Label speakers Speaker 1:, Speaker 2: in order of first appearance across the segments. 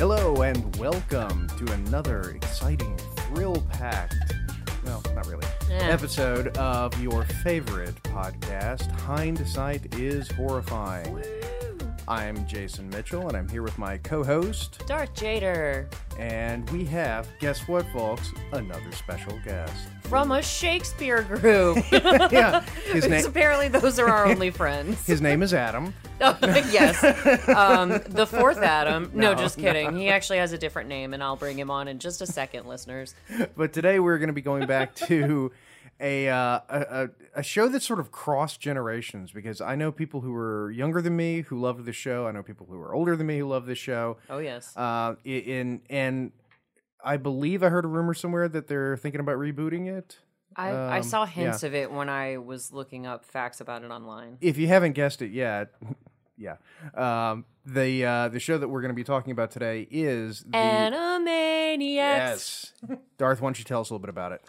Speaker 1: and welcome to another exciting, thrill packed, well, not really, episode of your favorite podcast, Hindsight is Horrifying. I'm Jason Mitchell, and I'm here with my co host,
Speaker 2: Darth Jader
Speaker 1: and we have, guess what, folks, another special guest.
Speaker 2: from a Shakespeare group.
Speaker 1: yeah, his,
Speaker 2: Because
Speaker 1: name
Speaker 2: apparently those are our only friends.
Speaker 1: his name is Adam.
Speaker 2: Oh, yes. Um, the fourth Adam. No, just kidding. He actually has a different name, and I'll bring him on in just a second, listeners.
Speaker 1: But today we're going to be going back to a, uh, a a- a show that sort of crossed generations because I know people who were younger than me who loved the show. I know people who were older than me who loved the show.
Speaker 2: Oh, yes.
Speaker 1: Uh, i- in and I believe I heard a rumor somewhere that they're thinking about rebooting it.
Speaker 2: I, I
Speaker 1: um,
Speaker 2: saw hints of it when I was looking up facts about it online.
Speaker 1: If you haven't guessed it yet, yeah, um, the uh, the show that we're going to be talking about today is the
Speaker 2: Animaniacs.
Speaker 1: yes. Darth, why don't you tell us a little bit about it?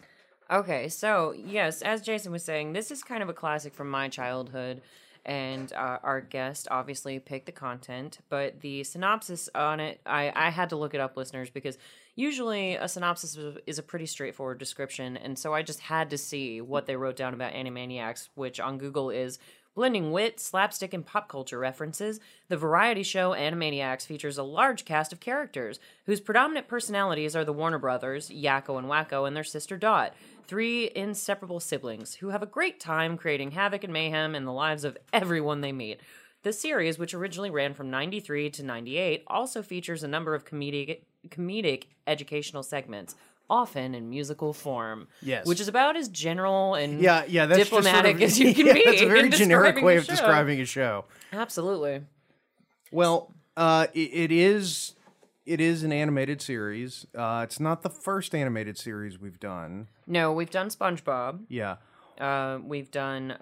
Speaker 2: Okay, so yes, as Jason was saying, this is kind of a classic from my childhood, and uh, our guest obviously picked the content, but the synopsis on it, I, I had to look it up, listeners, because usually a synopsis is- is a pretty straightforward description, and so I just had to see what they wrote down about Animaniacs, which on Google is Blending wit, slapstick, and pop culture references, the variety show Animaniacs features a large cast of characters whose predominant personalities are the Warner Brothers, Yakko and Wacko, and their sister Dot, three inseparable siblings who have a great time creating havoc and mayhem in the lives of everyone they meet. The series, which originally ran from 93 to 98, also features a number of comedic, comedic educational segments, often in musical form.
Speaker 1: Yes.
Speaker 2: Which is about as general and
Speaker 1: Yeah, yeah, that's just sort
Speaker 2: diplomatic
Speaker 1: of-
Speaker 2: as you can
Speaker 1: yeah,
Speaker 2: be.
Speaker 1: That's a
Speaker 2: in
Speaker 1: very generic
Speaker 2: describing
Speaker 1: way
Speaker 2: the
Speaker 1: of
Speaker 2: show.
Speaker 1: describing a show.
Speaker 2: Absolutely.
Speaker 1: Well, uh, i it is it is an animated series. Uh, it's not the first animated series we've done.
Speaker 2: No, we've done SpongeBob.
Speaker 1: Yeah,
Speaker 2: Uh, we've done.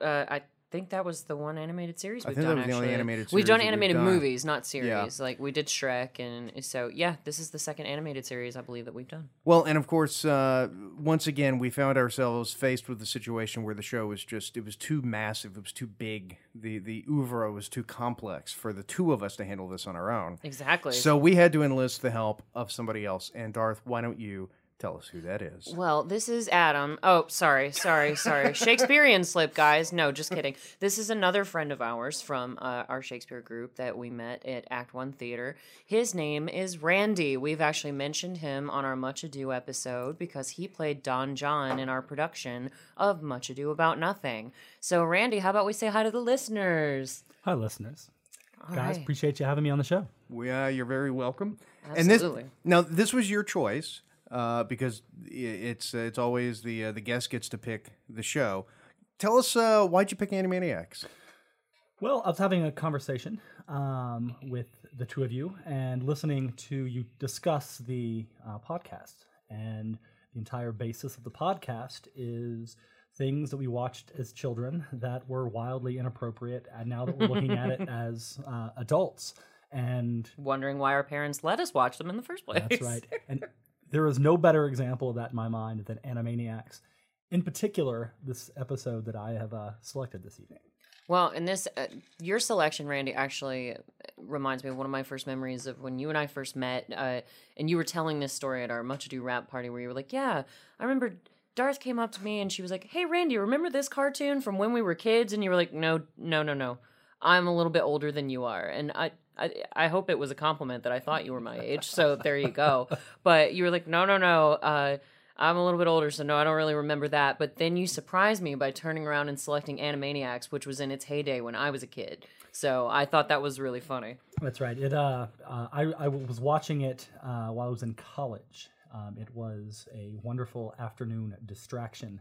Speaker 2: Uh, I think that was the one animated series we've
Speaker 1: think that
Speaker 2: done.
Speaker 1: was the
Speaker 2: actually,
Speaker 1: only animated series
Speaker 2: we've done
Speaker 1: that we've
Speaker 2: animated
Speaker 1: done.
Speaker 2: movies, not series. Like we did Shrek, and so yeah, this is the second animated series I believe that we've done.
Speaker 1: Well, and of course, uh, once again, we found ourselves faced with a situation where the show was just—it was too massive, it was too big. The the oeuvre was too complex for the two of us to handle this on our own.
Speaker 2: Exactly.
Speaker 1: So we had to enlist the help of somebody else. And Darth, why don't you tell us who that is?
Speaker 2: Well, this is Adam. Oh, sorry, sorry, sorry. Shakespearean slip, guys. No, just kidding. This is another friend of ours from uh, our Shakespeare group that we met at Act One Theater. His name is Randy. We've actually mentioned him on our Much Ado episode because he played Don John in our production of Much Ado About Nothing. So, Randy, how about we say hi to the listeners?
Speaker 3: Hi, listeners. Guys,
Speaker 2: right.
Speaker 3: appreciate you having me on the show.
Speaker 1: Yeah, you're very welcome. And
Speaker 2: Absolutely.
Speaker 1: this, now, this was your choice uh, because i- it's uh, it's always the uh, the guest gets to pick the show. Tell us uh, why'd you pick Animaniacs?
Speaker 3: Well, I was having a conversation um, with the two of you and listening to you discuss the uh, podcast. And the entire basis of the podcast is things that we watched as children that were wildly inappropriate. And now that we're looking at it as uh, adults, and
Speaker 2: Wondering why our parents let us watch them in the first place.
Speaker 3: That's right. And there is no better example of that in my mind than Animaniacs, in particular, this episode that I have uh, selected this evening.
Speaker 2: Well, and this, uh, your selection, Randy, actually reminds me of one of my first memories of when you and I first met, uh, and you were telling this story at our Much Ado Rap party, where you were like, "Yeah, I remember." Darth came up to me and she was like, "Hey, Randy, remember this cartoon from when we were kids?" And you were like, "No, no, no, no, I'm a little bit older than you are," and I. I, I hope it was a compliment that I thought you were my age, so there you go. But you were like, no, no, no. Uh, I'm a little bit older, so no, I don't really remember that. But then you surprised me by turning around and selecting Animaniacs, which was in its heyday when I was a kid. So I thought that was really funny.
Speaker 3: That's right. It. Uh, uh, I, I was watching it uh, while I was in college. Um, it was a wonderful afternoon distraction,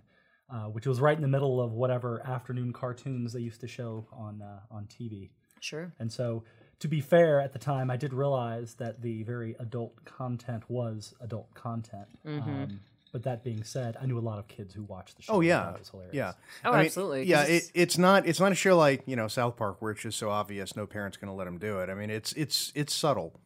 Speaker 3: uh, which was right in the middle of whatever afternoon cartoons they used to show on uh, on TV.
Speaker 2: Sure.
Speaker 3: And so, to be fair, at the time, I did realize that the very adult content was adult content. Um, but that being said, I knew a lot of kids who watched the show.
Speaker 1: Mm-hmm. Oh
Speaker 3: and
Speaker 1: yeah,
Speaker 3: thought it was hilarious.
Speaker 1: yeah.
Speaker 2: Oh,
Speaker 1: I mean,
Speaker 2: absolutely, 'cause
Speaker 1: Yeah,
Speaker 2: it's-
Speaker 1: it, it's not it's not a show like you know South Park where it's just so obvious no parent's going to let them do it. I mean, it's it's it's subtle.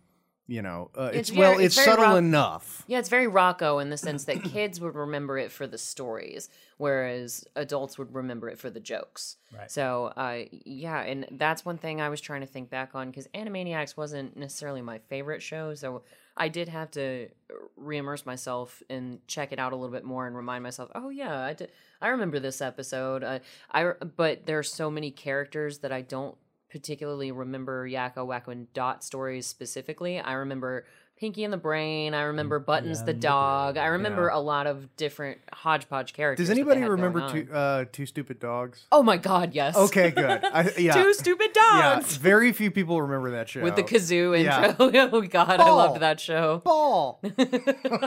Speaker 1: you know, uh, it's,
Speaker 2: It's
Speaker 1: well,
Speaker 2: very-
Speaker 1: it's,
Speaker 2: it's very
Speaker 1: subtle
Speaker 2: rough.
Speaker 1: enough.
Speaker 2: Yeah, it's very Rocco in the sense that kids would remember it for the stories, whereas adults would remember it for the jokes.
Speaker 3: Right.
Speaker 2: So, uh, yeah, and that's one thing I was trying to think back on because Animaniacs wasn't necessarily my favorite show, so I did have to re-immerse myself and check it out a little bit more and remind myself, oh yeah, I did. I remember this episode. I, I, but there are so many characters that I don't particularly remember Yakko, Wacko, and Dot stories specifically. I remember Pinky and the Brain. I remember Buttons
Speaker 3: yeah,
Speaker 2: the
Speaker 3: and the
Speaker 2: dog. I remember a lot of different hodgepodge
Speaker 1: Does
Speaker 2: characters. that they
Speaker 1: anybody
Speaker 2: had
Speaker 1: remember
Speaker 2: going on.
Speaker 1: two, uh, two stupid dogs?
Speaker 2: Oh my God! Yes.
Speaker 1: Okay, good. I, yeah,
Speaker 2: Two stupid
Speaker 1: yeah.
Speaker 2: dogs
Speaker 1: Very few people remember that show
Speaker 2: with the kazoo
Speaker 1: Yeah.
Speaker 2: intro. oh God, I
Speaker 1: Ball.
Speaker 2: loved that show.
Speaker 1: ball.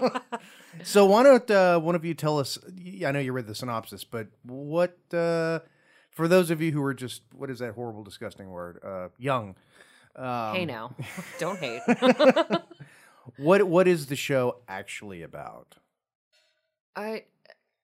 Speaker 1: so why don't uh, one of you tell us? I know you read the synopsis, but what uh, for those of you who are just what is that horrible, disgusting word? Uh, young. Um,
Speaker 2: hey now, don't hate.
Speaker 1: What what is the show actually about?
Speaker 2: I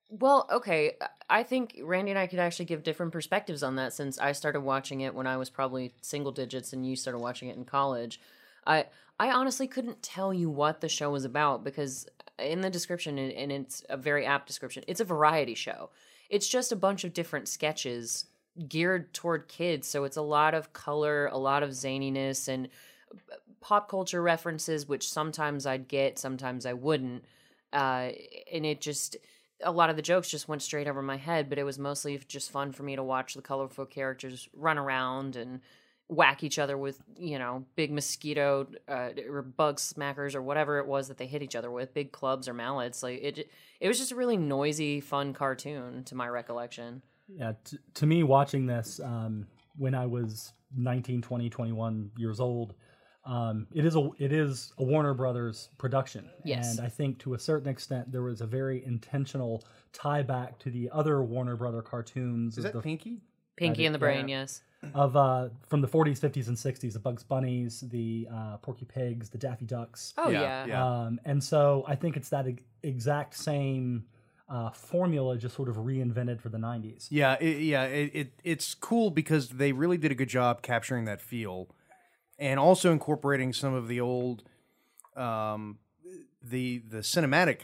Speaker 2: well, okay. uh, I think Randy and I could actually give different perspectives on that since I started watching it when I was probably single digits and you started watching it in college. I I honestly couldn't tell you what the show was about because uh, in the description and- and it's a very apt description. It's a variety show. It's just a bunch of different sketches geared toward kids, so it's a lot of color, a lot of zaniness and uh, pop culture references, which sometimes I'd get, sometimes I wouldn't. Uh, and it just, a lot of the jokes just went straight over my head, but it was mostly just fun for me to watch the colorful characters run around and whack each other with, you know, big mosquito uh, or bug smackers or whatever it was that they hit each other with, big clubs or mallets. Like it, it was just a really noisy, fun cartoon to my recollection.
Speaker 3: Yeah, t- to me, watching this um, when I was 19, 20, 21 years old, um, it is a it is a Warner Brothers production.
Speaker 2: Yes.
Speaker 3: and I think to a certain extent there was a very intentional tie back to the other Warner Brother cartoons
Speaker 1: Is
Speaker 3: of,
Speaker 1: that
Speaker 3: the,
Speaker 1: Pinky?
Speaker 2: Pinky and the
Speaker 3: yeah.
Speaker 2: Brain, yes.
Speaker 3: of uh, from the 40s, 50s, and 60s: the Bugs Bunnies, the uh, Porky Pigs, the Daffy Ducks.
Speaker 2: Oh,
Speaker 1: yeah.
Speaker 2: yeah.
Speaker 3: Um, and so I think it's that e- exact same uh, formula, just sort of reinvented for the 90s.
Speaker 1: Yeah, it, yeah. It, it it's cool because they really did a good job capturing that feel, and also incorporating some of the old, um, the the cinematic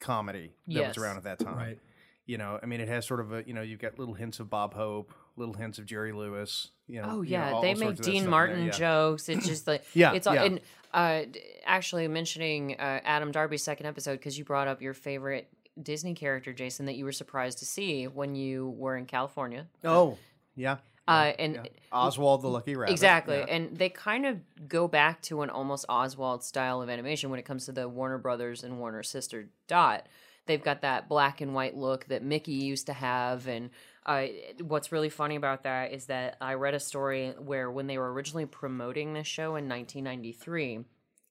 Speaker 1: comedy that
Speaker 2: Yes.
Speaker 1: was around at that time.
Speaker 3: Right.
Speaker 1: You know, I mean, it has sort of a you know you've got little hints of Bob Hope, little hints of Jerry Lewis. You know.
Speaker 2: Oh
Speaker 1: you know,
Speaker 2: yeah,
Speaker 1: all-
Speaker 2: they
Speaker 1: all sorts
Speaker 2: make
Speaker 1: of that stuff
Speaker 2: Dean
Speaker 1: in
Speaker 2: Martin
Speaker 1: there, yeah.
Speaker 2: jokes. It's just like
Speaker 1: Yeah,
Speaker 2: it's all,
Speaker 1: yeah.
Speaker 2: and uh, d- actually mentioning uh, Adam Darby's second episode because you brought up your favorite Disney character, Jason, that you were surprised to see when you were in California.
Speaker 1: Oh yeah,
Speaker 2: Uh, and
Speaker 1: Oswald the Lucky Rabbit.
Speaker 2: Exactly.
Speaker 1: Yeah.
Speaker 2: And they kind of go back to an almost Oswald style of animation when it comes to the Warner Brothers and Warner Sister Dot. They've got that black and white look that Mickey used to have. And uh, what's really funny about that is that I read a story where when they were originally promoting this show in 1993,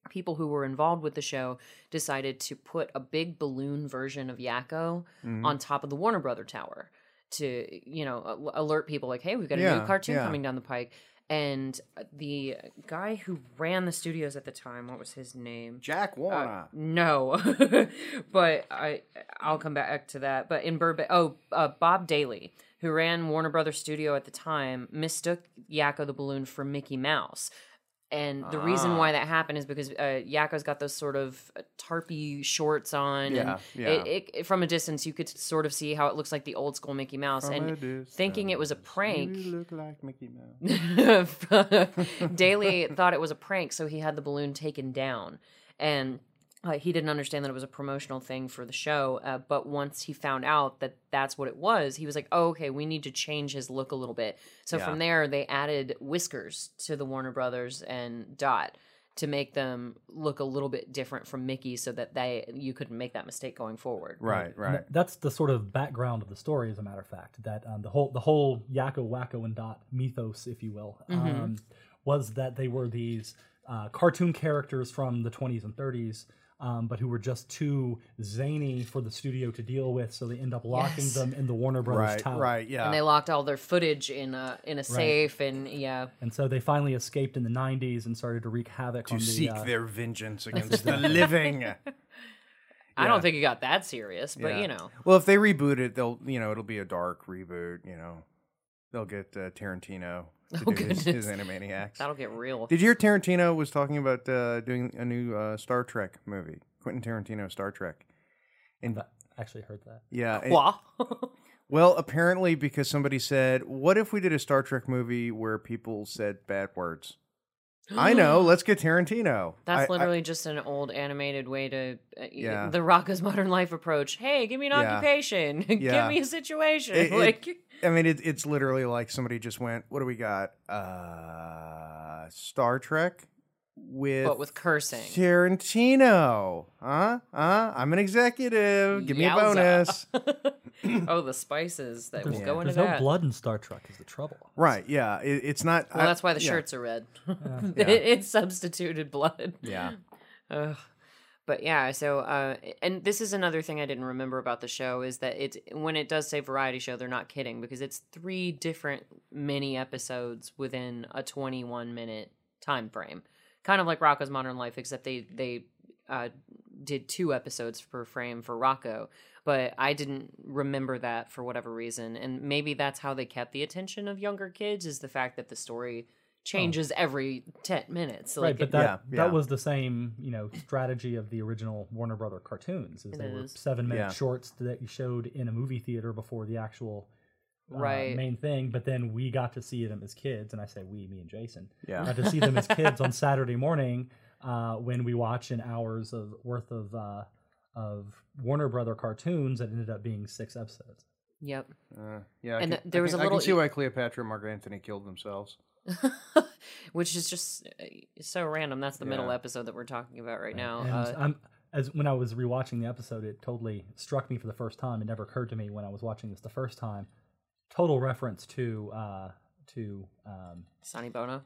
Speaker 2: people who were involved with the show decided to put a big balloon version of Yakko
Speaker 1: Mm-hmm.
Speaker 2: on top of the Warner Brother Tower to, you know, al- alert people like, hey, we've got a
Speaker 1: Yeah,
Speaker 2: new cartoon
Speaker 1: yeah.
Speaker 2: coming down the pike. And uh, the guy who ran the studios at the time, what was his name?
Speaker 1: Jack Warner.
Speaker 2: No, but I I'll come back to that. But in Burbank, oh, uh, Bob Daly, who ran Warner Brothers Studio at the time, mistook Yakko the Balloon for Mickey Mouse. And the reason
Speaker 1: Ah.
Speaker 2: why that happened is because uh, Yakko's got those sort of uh, tarpy shorts on,
Speaker 1: Yeah,
Speaker 2: and
Speaker 1: yeah.
Speaker 2: It, it, from a distance you could sort of see how it looks like the old school Mickey Mouse.
Speaker 1: a
Speaker 2: and
Speaker 1: distance,
Speaker 2: thinking it was a prank,
Speaker 1: You look like Mickey Mouse.
Speaker 2: Daly thought it was a prank, so he had the balloon taken down. And uh, he didn't understand that it was a promotional thing for the show. Uh, but once he found out that that's what it was, he was like, oh, okay, we need to change his look a little bit. So
Speaker 1: Yeah.
Speaker 2: from there, they added whiskers to the Warner Brothers and Dot to make them look a little bit different from Mickey so that they you couldn't make that mistake going forward.
Speaker 1: Right,
Speaker 3: And
Speaker 1: right.
Speaker 3: th- That's the sort of background of the story, as a matter of fact. That um, the whole the whole Yakko, Wacko, and Dot mythos, if you will,
Speaker 2: Mm-hmm.
Speaker 3: um, was that they were these uh, cartoon characters from the 20s and 30s, um, but who were just too zany for the studio to deal with, so they end up locking
Speaker 2: Yes.
Speaker 3: them in the Warner Brothers
Speaker 1: Right,
Speaker 3: tower.
Speaker 1: right, yeah.
Speaker 2: And they locked all their footage in a in a safe and yeah.
Speaker 3: And so they finally escaped in the 90s and started to wreak havoc on
Speaker 1: to
Speaker 3: the
Speaker 1: seek
Speaker 3: uh,
Speaker 1: their vengeance against the living.
Speaker 2: I don't think it got that serious, but
Speaker 1: Yeah.
Speaker 2: you know.
Speaker 1: Well, if they reboot it, they'll you know it'll be a dark reboot. You know, they'll get uh, Tarantino. to
Speaker 2: Oh,
Speaker 1: do his, his
Speaker 2: goodness.
Speaker 1: Animaniacs.
Speaker 2: That'll get real.
Speaker 1: Did you hear Tarantino was talking about uh, doing a new uh, Star Trek movie? Quentin Tarantino Star Trek. And
Speaker 3: I actually heard that.
Speaker 1: yeah, and-
Speaker 2: Wow.
Speaker 1: well, apparently because somebody said, "What if we did a Star Trek movie where people said bad words?" I know. Let's get Tarantino.
Speaker 2: That's
Speaker 1: I- I-
Speaker 2: literally just an old animated way to uh,
Speaker 1: Yeah.
Speaker 2: yeah. the Rocka's modern life approach. Hey, give me an
Speaker 1: Yeah.
Speaker 2: occupation.
Speaker 1: Yeah.
Speaker 2: give me a situation.
Speaker 1: It- it-
Speaker 2: like
Speaker 1: I mean, it, it's literally like somebody just went, "What do we got? Uh, Star Trek with
Speaker 2: but with cursing.
Speaker 1: Tarantino? Huh? Huh? I'm an executive. Give me a bonus."
Speaker 2: Yowza. oh, the spices that will
Speaker 3: There's,
Speaker 2: go into
Speaker 3: there's no
Speaker 2: that.
Speaker 3: blood in Star Trek is the trouble.
Speaker 1: right? Yeah. It, it's not.
Speaker 2: Well,
Speaker 1: I-
Speaker 2: that's why the
Speaker 1: yeah, Uh,
Speaker 2: shirts are red.
Speaker 1: Yeah.
Speaker 2: it, it substituted blood.
Speaker 1: Yeah.
Speaker 2: Ugh. But yeah, so uh, and this is another thing I didn't remember about the show is that it's when it does say variety show, they're not kidding because it's three different mini episodes within a 21 minute time frame, kind of like Rocco's Modern Life, except they they uh, did two episodes per frame for Rocco. But I didn't remember that for whatever reason, and maybe that's how they kept the attention of younger kids is the fact that the story changes every 10 minutes.
Speaker 3: Oh. right, but that
Speaker 1: Yeah, yeah.
Speaker 3: that was the same, you know, strategy of the original Warner Brother cartoons. Is
Speaker 2: It
Speaker 3: they were
Speaker 2: is.
Speaker 3: seven minute
Speaker 1: Yeah.
Speaker 3: shorts that you showed in a movie theater before the actual uh,
Speaker 2: Right.
Speaker 3: main thing. But then we got to see them as kids, and I say we, me and Jason,
Speaker 1: Yeah.
Speaker 3: got to see them as kids on Saturday morning uh, when we watch an hours of worth of uh, of Warner Brother cartoons that ended up being six episodes.
Speaker 2: yep.
Speaker 1: Uh, yeah, I
Speaker 2: And
Speaker 1: can-
Speaker 2: th- there
Speaker 1: I
Speaker 2: was
Speaker 1: can-
Speaker 2: a little
Speaker 1: I can see
Speaker 2: e-
Speaker 1: why Cleopatra and Mark Antony killed themselves.
Speaker 2: which is just uh, so random. That's the middle
Speaker 1: Yeah.
Speaker 2: episode that we're talking about right now.
Speaker 3: And
Speaker 2: Uh,
Speaker 3: I'm as when I was rewatching the episode, it totally struck me for the first time. It never occurred to me when I was watching this the first time. Total reference to uh, to um,
Speaker 2: Sonny Bono.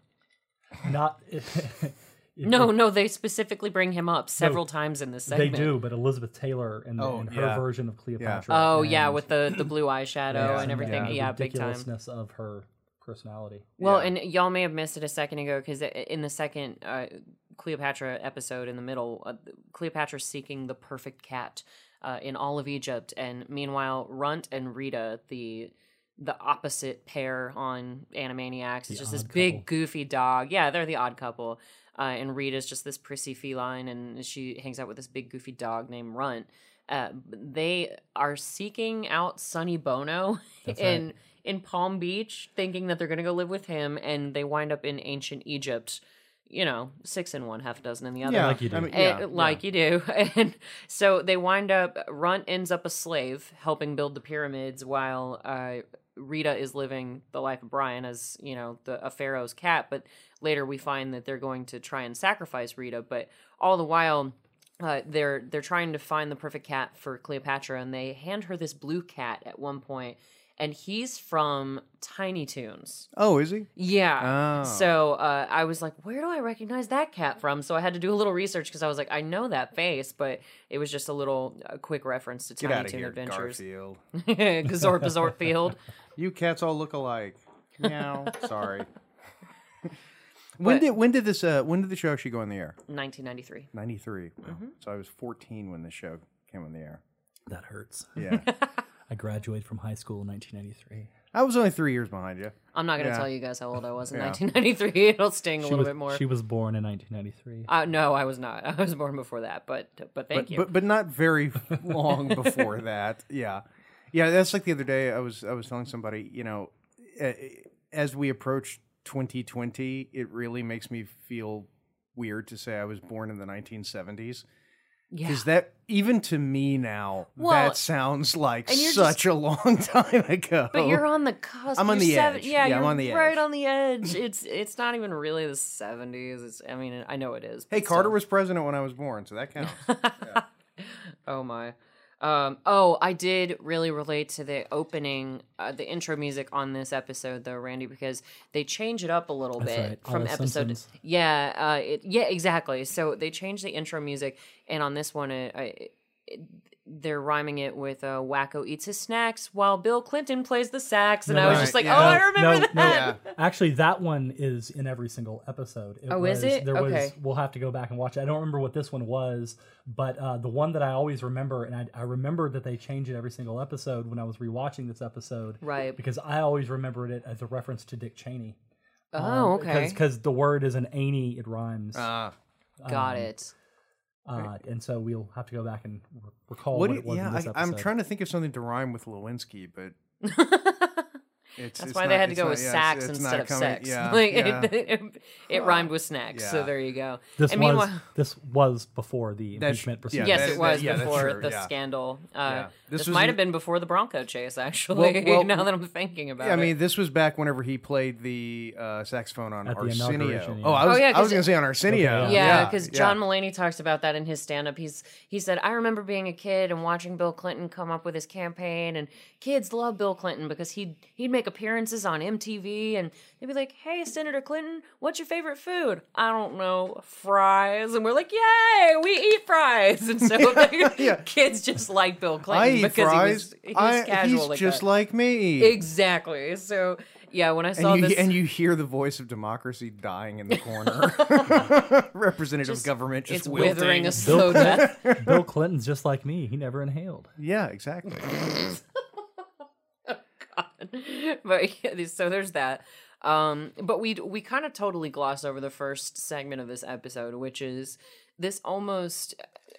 Speaker 3: not
Speaker 2: No, no, they specifically bring him up several
Speaker 3: No,
Speaker 2: times in this
Speaker 3: they
Speaker 2: segment.
Speaker 3: do, but Elizabeth Taylor and, the-
Speaker 1: Oh,
Speaker 3: and her
Speaker 1: yeah.
Speaker 3: version of Cleopatra.
Speaker 2: Oh yeah,
Speaker 3: and-
Speaker 2: with the the blue eyeshadow
Speaker 1: Yeah,
Speaker 2: and everything.
Speaker 1: yeah.
Speaker 2: Yeah,
Speaker 3: the
Speaker 2: big time.
Speaker 3: ridiculousness of her personality.
Speaker 2: Well,
Speaker 1: Yeah.
Speaker 2: and y'all may have missed it a second ago because in the second uh, Cleopatra episode in the middle, uh, Cleopatra's seeking the perfect cat uh, in all of Egypt, and meanwhile, Runt and Rita, the the opposite pair on Animaniacs, is just this
Speaker 3: odd couple.
Speaker 2: big goofy dog. Yeah, they're the odd couple, uh, and Rita's just this prissy feline, and she hangs out with this big goofy dog named Runt. Uh, they are seeking out Sonny Bono
Speaker 3: That's right.
Speaker 2: in in Palm Beach, thinking that they're going to go live with him, and they wind up in ancient Egypt. You know, six in one, half a dozen in the other.
Speaker 3: like you do.
Speaker 1: mean,
Speaker 2: And-
Speaker 1: yeah,
Speaker 2: Eh, like you do. And so they wind up, Runt ends up a slave helping build the pyramids while uh, Rita is living the life of Brian as, you know, the, a pharaoh's cat. But later we find that they're going to try and sacrifice Rita. But all the while, uh, they're they're trying to find the perfect cat for Cleopatra, and they hand her this blue cat at one point, and he's from Tiny Toons.
Speaker 1: Oh, is he?
Speaker 2: Yeah,
Speaker 1: Oh,
Speaker 2: so uh, I was like, where do I recognize that cat from? So I had to do a little research because I was like, I know that face, but it was just a little uh, quick reference to
Speaker 1: get out
Speaker 2: Tiny
Speaker 1: of
Speaker 2: Toon
Speaker 1: here,
Speaker 2: Adventures.
Speaker 1: Garfield.
Speaker 2: Gazorp Bazorp Field.
Speaker 1: You cats all look alike. Meow. Sorry. when
Speaker 2: But-
Speaker 1: did when did this uh, when did the show actually go on the air?
Speaker 2: 1993.
Speaker 1: Ninety three. So I was fourteen when the show came on the air.
Speaker 3: That hurts.
Speaker 1: Yeah,
Speaker 3: I graduated from high school in 1993.
Speaker 1: I was only three years behind you.
Speaker 2: I'm not going to
Speaker 1: Yeah.
Speaker 2: tell you guys how old I was in
Speaker 1: Yeah.
Speaker 2: 1993. It'll sting a
Speaker 3: She
Speaker 2: little
Speaker 3: was,
Speaker 2: bit more.
Speaker 3: She was born in 1993.
Speaker 2: Uh, no, I was not. I was born before that, but but thank
Speaker 1: but,
Speaker 2: you.
Speaker 1: but but not very long before that. Yeah, yeah. That's like the other day. I was I was telling somebody, you know, a- as we approach 2020, it really makes me feel weird to say I was born in the 1970s
Speaker 2: yeah.
Speaker 1: because that even to me now
Speaker 2: Well,
Speaker 1: that sounds like
Speaker 2: and you're
Speaker 1: such a long time ago.
Speaker 2: But you're on the cusp.
Speaker 1: Oh, I'm on
Speaker 2: You're
Speaker 1: the
Speaker 2: seven-
Speaker 1: edge.
Speaker 2: Yeah,
Speaker 1: Yeah, I'm
Speaker 2: you're
Speaker 1: on the edge.
Speaker 2: right on the edge. It's it's not even really the 70s. It's I mean I know it is.
Speaker 1: hey,
Speaker 2: but still.
Speaker 1: Carter was president when I was born, so that counts.
Speaker 2: Oh my. Um, oh, I did really relate to the opening, uh, the intro music on this episode though, Randy, because they change it up a little
Speaker 3: That's
Speaker 2: bit
Speaker 3: right.
Speaker 2: from
Speaker 3: Otto
Speaker 2: episode.
Speaker 3: Simpson's.
Speaker 2: Yeah, uh, it, yeah, exactly. So they changed the intro music, and on this one, uh, I it, they're rhyming it with uh, "Wacko eats his snacks while Bill Clinton plays the sax," and
Speaker 3: No,
Speaker 2: I was
Speaker 1: right,
Speaker 2: just like,
Speaker 1: yeah.
Speaker 2: "Oh, I
Speaker 3: No,
Speaker 2: remember
Speaker 3: no, no.
Speaker 2: that."
Speaker 3: Actually, that one is in every single episode. It
Speaker 2: Oh, is it?
Speaker 3: There was.
Speaker 2: Okay.
Speaker 3: We'll have to go back and watch it. I don't remember what this one was, but uh, the one that I always remember, and I, I remember that they change it every single episode when I was rewatching this episode,
Speaker 2: Right.
Speaker 3: Because I always remembered it as a reference to Dick Cheney. Um,
Speaker 2: Oh, okay. Oh,
Speaker 3: Because the word is an any, it rhymes. Uh,
Speaker 1: Ah.
Speaker 2: Got it.
Speaker 3: and so we'll have to go back and re- recall
Speaker 1: What
Speaker 3: what,
Speaker 1: do
Speaker 3: Oh, it
Speaker 1: you,
Speaker 3: was
Speaker 1: yeah,
Speaker 3: in this
Speaker 1: I, I'm
Speaker 3: episode.
Speaker 1: trying to think of something to rhyme with Lewinsky, but it's,
Speaker 2: That's
Speaker 1: it's
Speaker 2: why
Speaker 1: not,
Speaker 2: they had to
Speaker 1: it's
Speaker 2: go
Speaker 1: not-
Speaker 2: with
Speaker 1: yeah, it's-
Speaker 2: sacks
Speaker 1: it's not
Speaker 2: instead of
Speaker 1: coming-
Speaker 2: sex.
Speaker 1: Yeah,
Speaker 2: like uh,
Speaker 1: yeah.
Speaker 2: It, it, it rhymed with snacks, so
Speaker 1: Yeah.
Speaker 2: there you go.
Speaker 3: This
Speaker 2: and
Speaker 3: was
Speaker 2: meanwhile,
Speaker 3: this was before the
Speaker 1: That's-
Speaker 3: impeachment
Speaker 1: yeah,
Speaker 3: proceedings.
Speaker 2: yes,
Speaker 1: that-
Speaker 2: it was
Speaker 1: that- yeah, that's
Speaker 2: before
Speaker 1: true,
Speaker 2: the
Speaker 1: yeah.
Speaker 2: scandal. Uh,
Speaker 1: Yeah. This
Speaker 2: This,
Speaker 1: was
Speaker 2: might
Speaker 1: in-
Speaker 2: have been before the Bronco chase, actually.
Speaker 1: well,
Speaker 2: now that I'm thinking about
Speaker 1: Yeah, I
Speaker 2: it.
Speaker 1: mean, this was back whenever he played the uh, saxophone on
Speaker 3: At the
Speaker 1: Arsenio.
Speaker 3: inauguration,
Speaker 1: Oh, I
Speaker 2: yeah.
Speaker 1: was,
Speaker 2: Oh, yeah,
Speaker 1: I was
Speaker 2: 'cause-
Speaker 1: going to say on Arsenio.
Speaker 3: Okay,
Speaker 2: Yeah, because
Speaker 1: yeah.
Speaker 2: John Mulaney talks about that in his stand up. He's he said, I remember being a kid and watching Bill Clinton come up with his campaign and kids love Bill Clinton because he'd he'd make appearances on MTV and they'd be like, Hey Senator Clinton, what's your favorite food? I don't know, fries and we're like, Yay, we eat fries and so like,
Speaker 1: yeah.
Speaker 2: kids just like Bill Clinton
Speaker 1: I eat
Speaker 2: because
Speaker 1: fries.
Speaker 2: he was, he was
Speaker 1: I-
Speaker 2: casual
Speaker 1: he's
Speaker 2: like
Speaker 1: just
Speaker 2: that.
Speaker 1: like me.
Speaker 2: Exactly. So yeah, when I saw
Speaker 1: and you,
Speaker 2: this
Speaker 1: and you hear the voice of democracy dying in the corner. Representative
Speaker 2: Just-
Speaker 1: government just
Speaker 2: it's withering
Speaker 1: wilting.
Speaker 2: a slow death.
Speaker 3: Bill Clinton's just like me; he never inhaled.
Speaker 1: Yeah, exactly.
Speaker 2: but yeah, there's- so there's that. Um, but we we kind of totally gloss over the first segment of this episode, which is this almost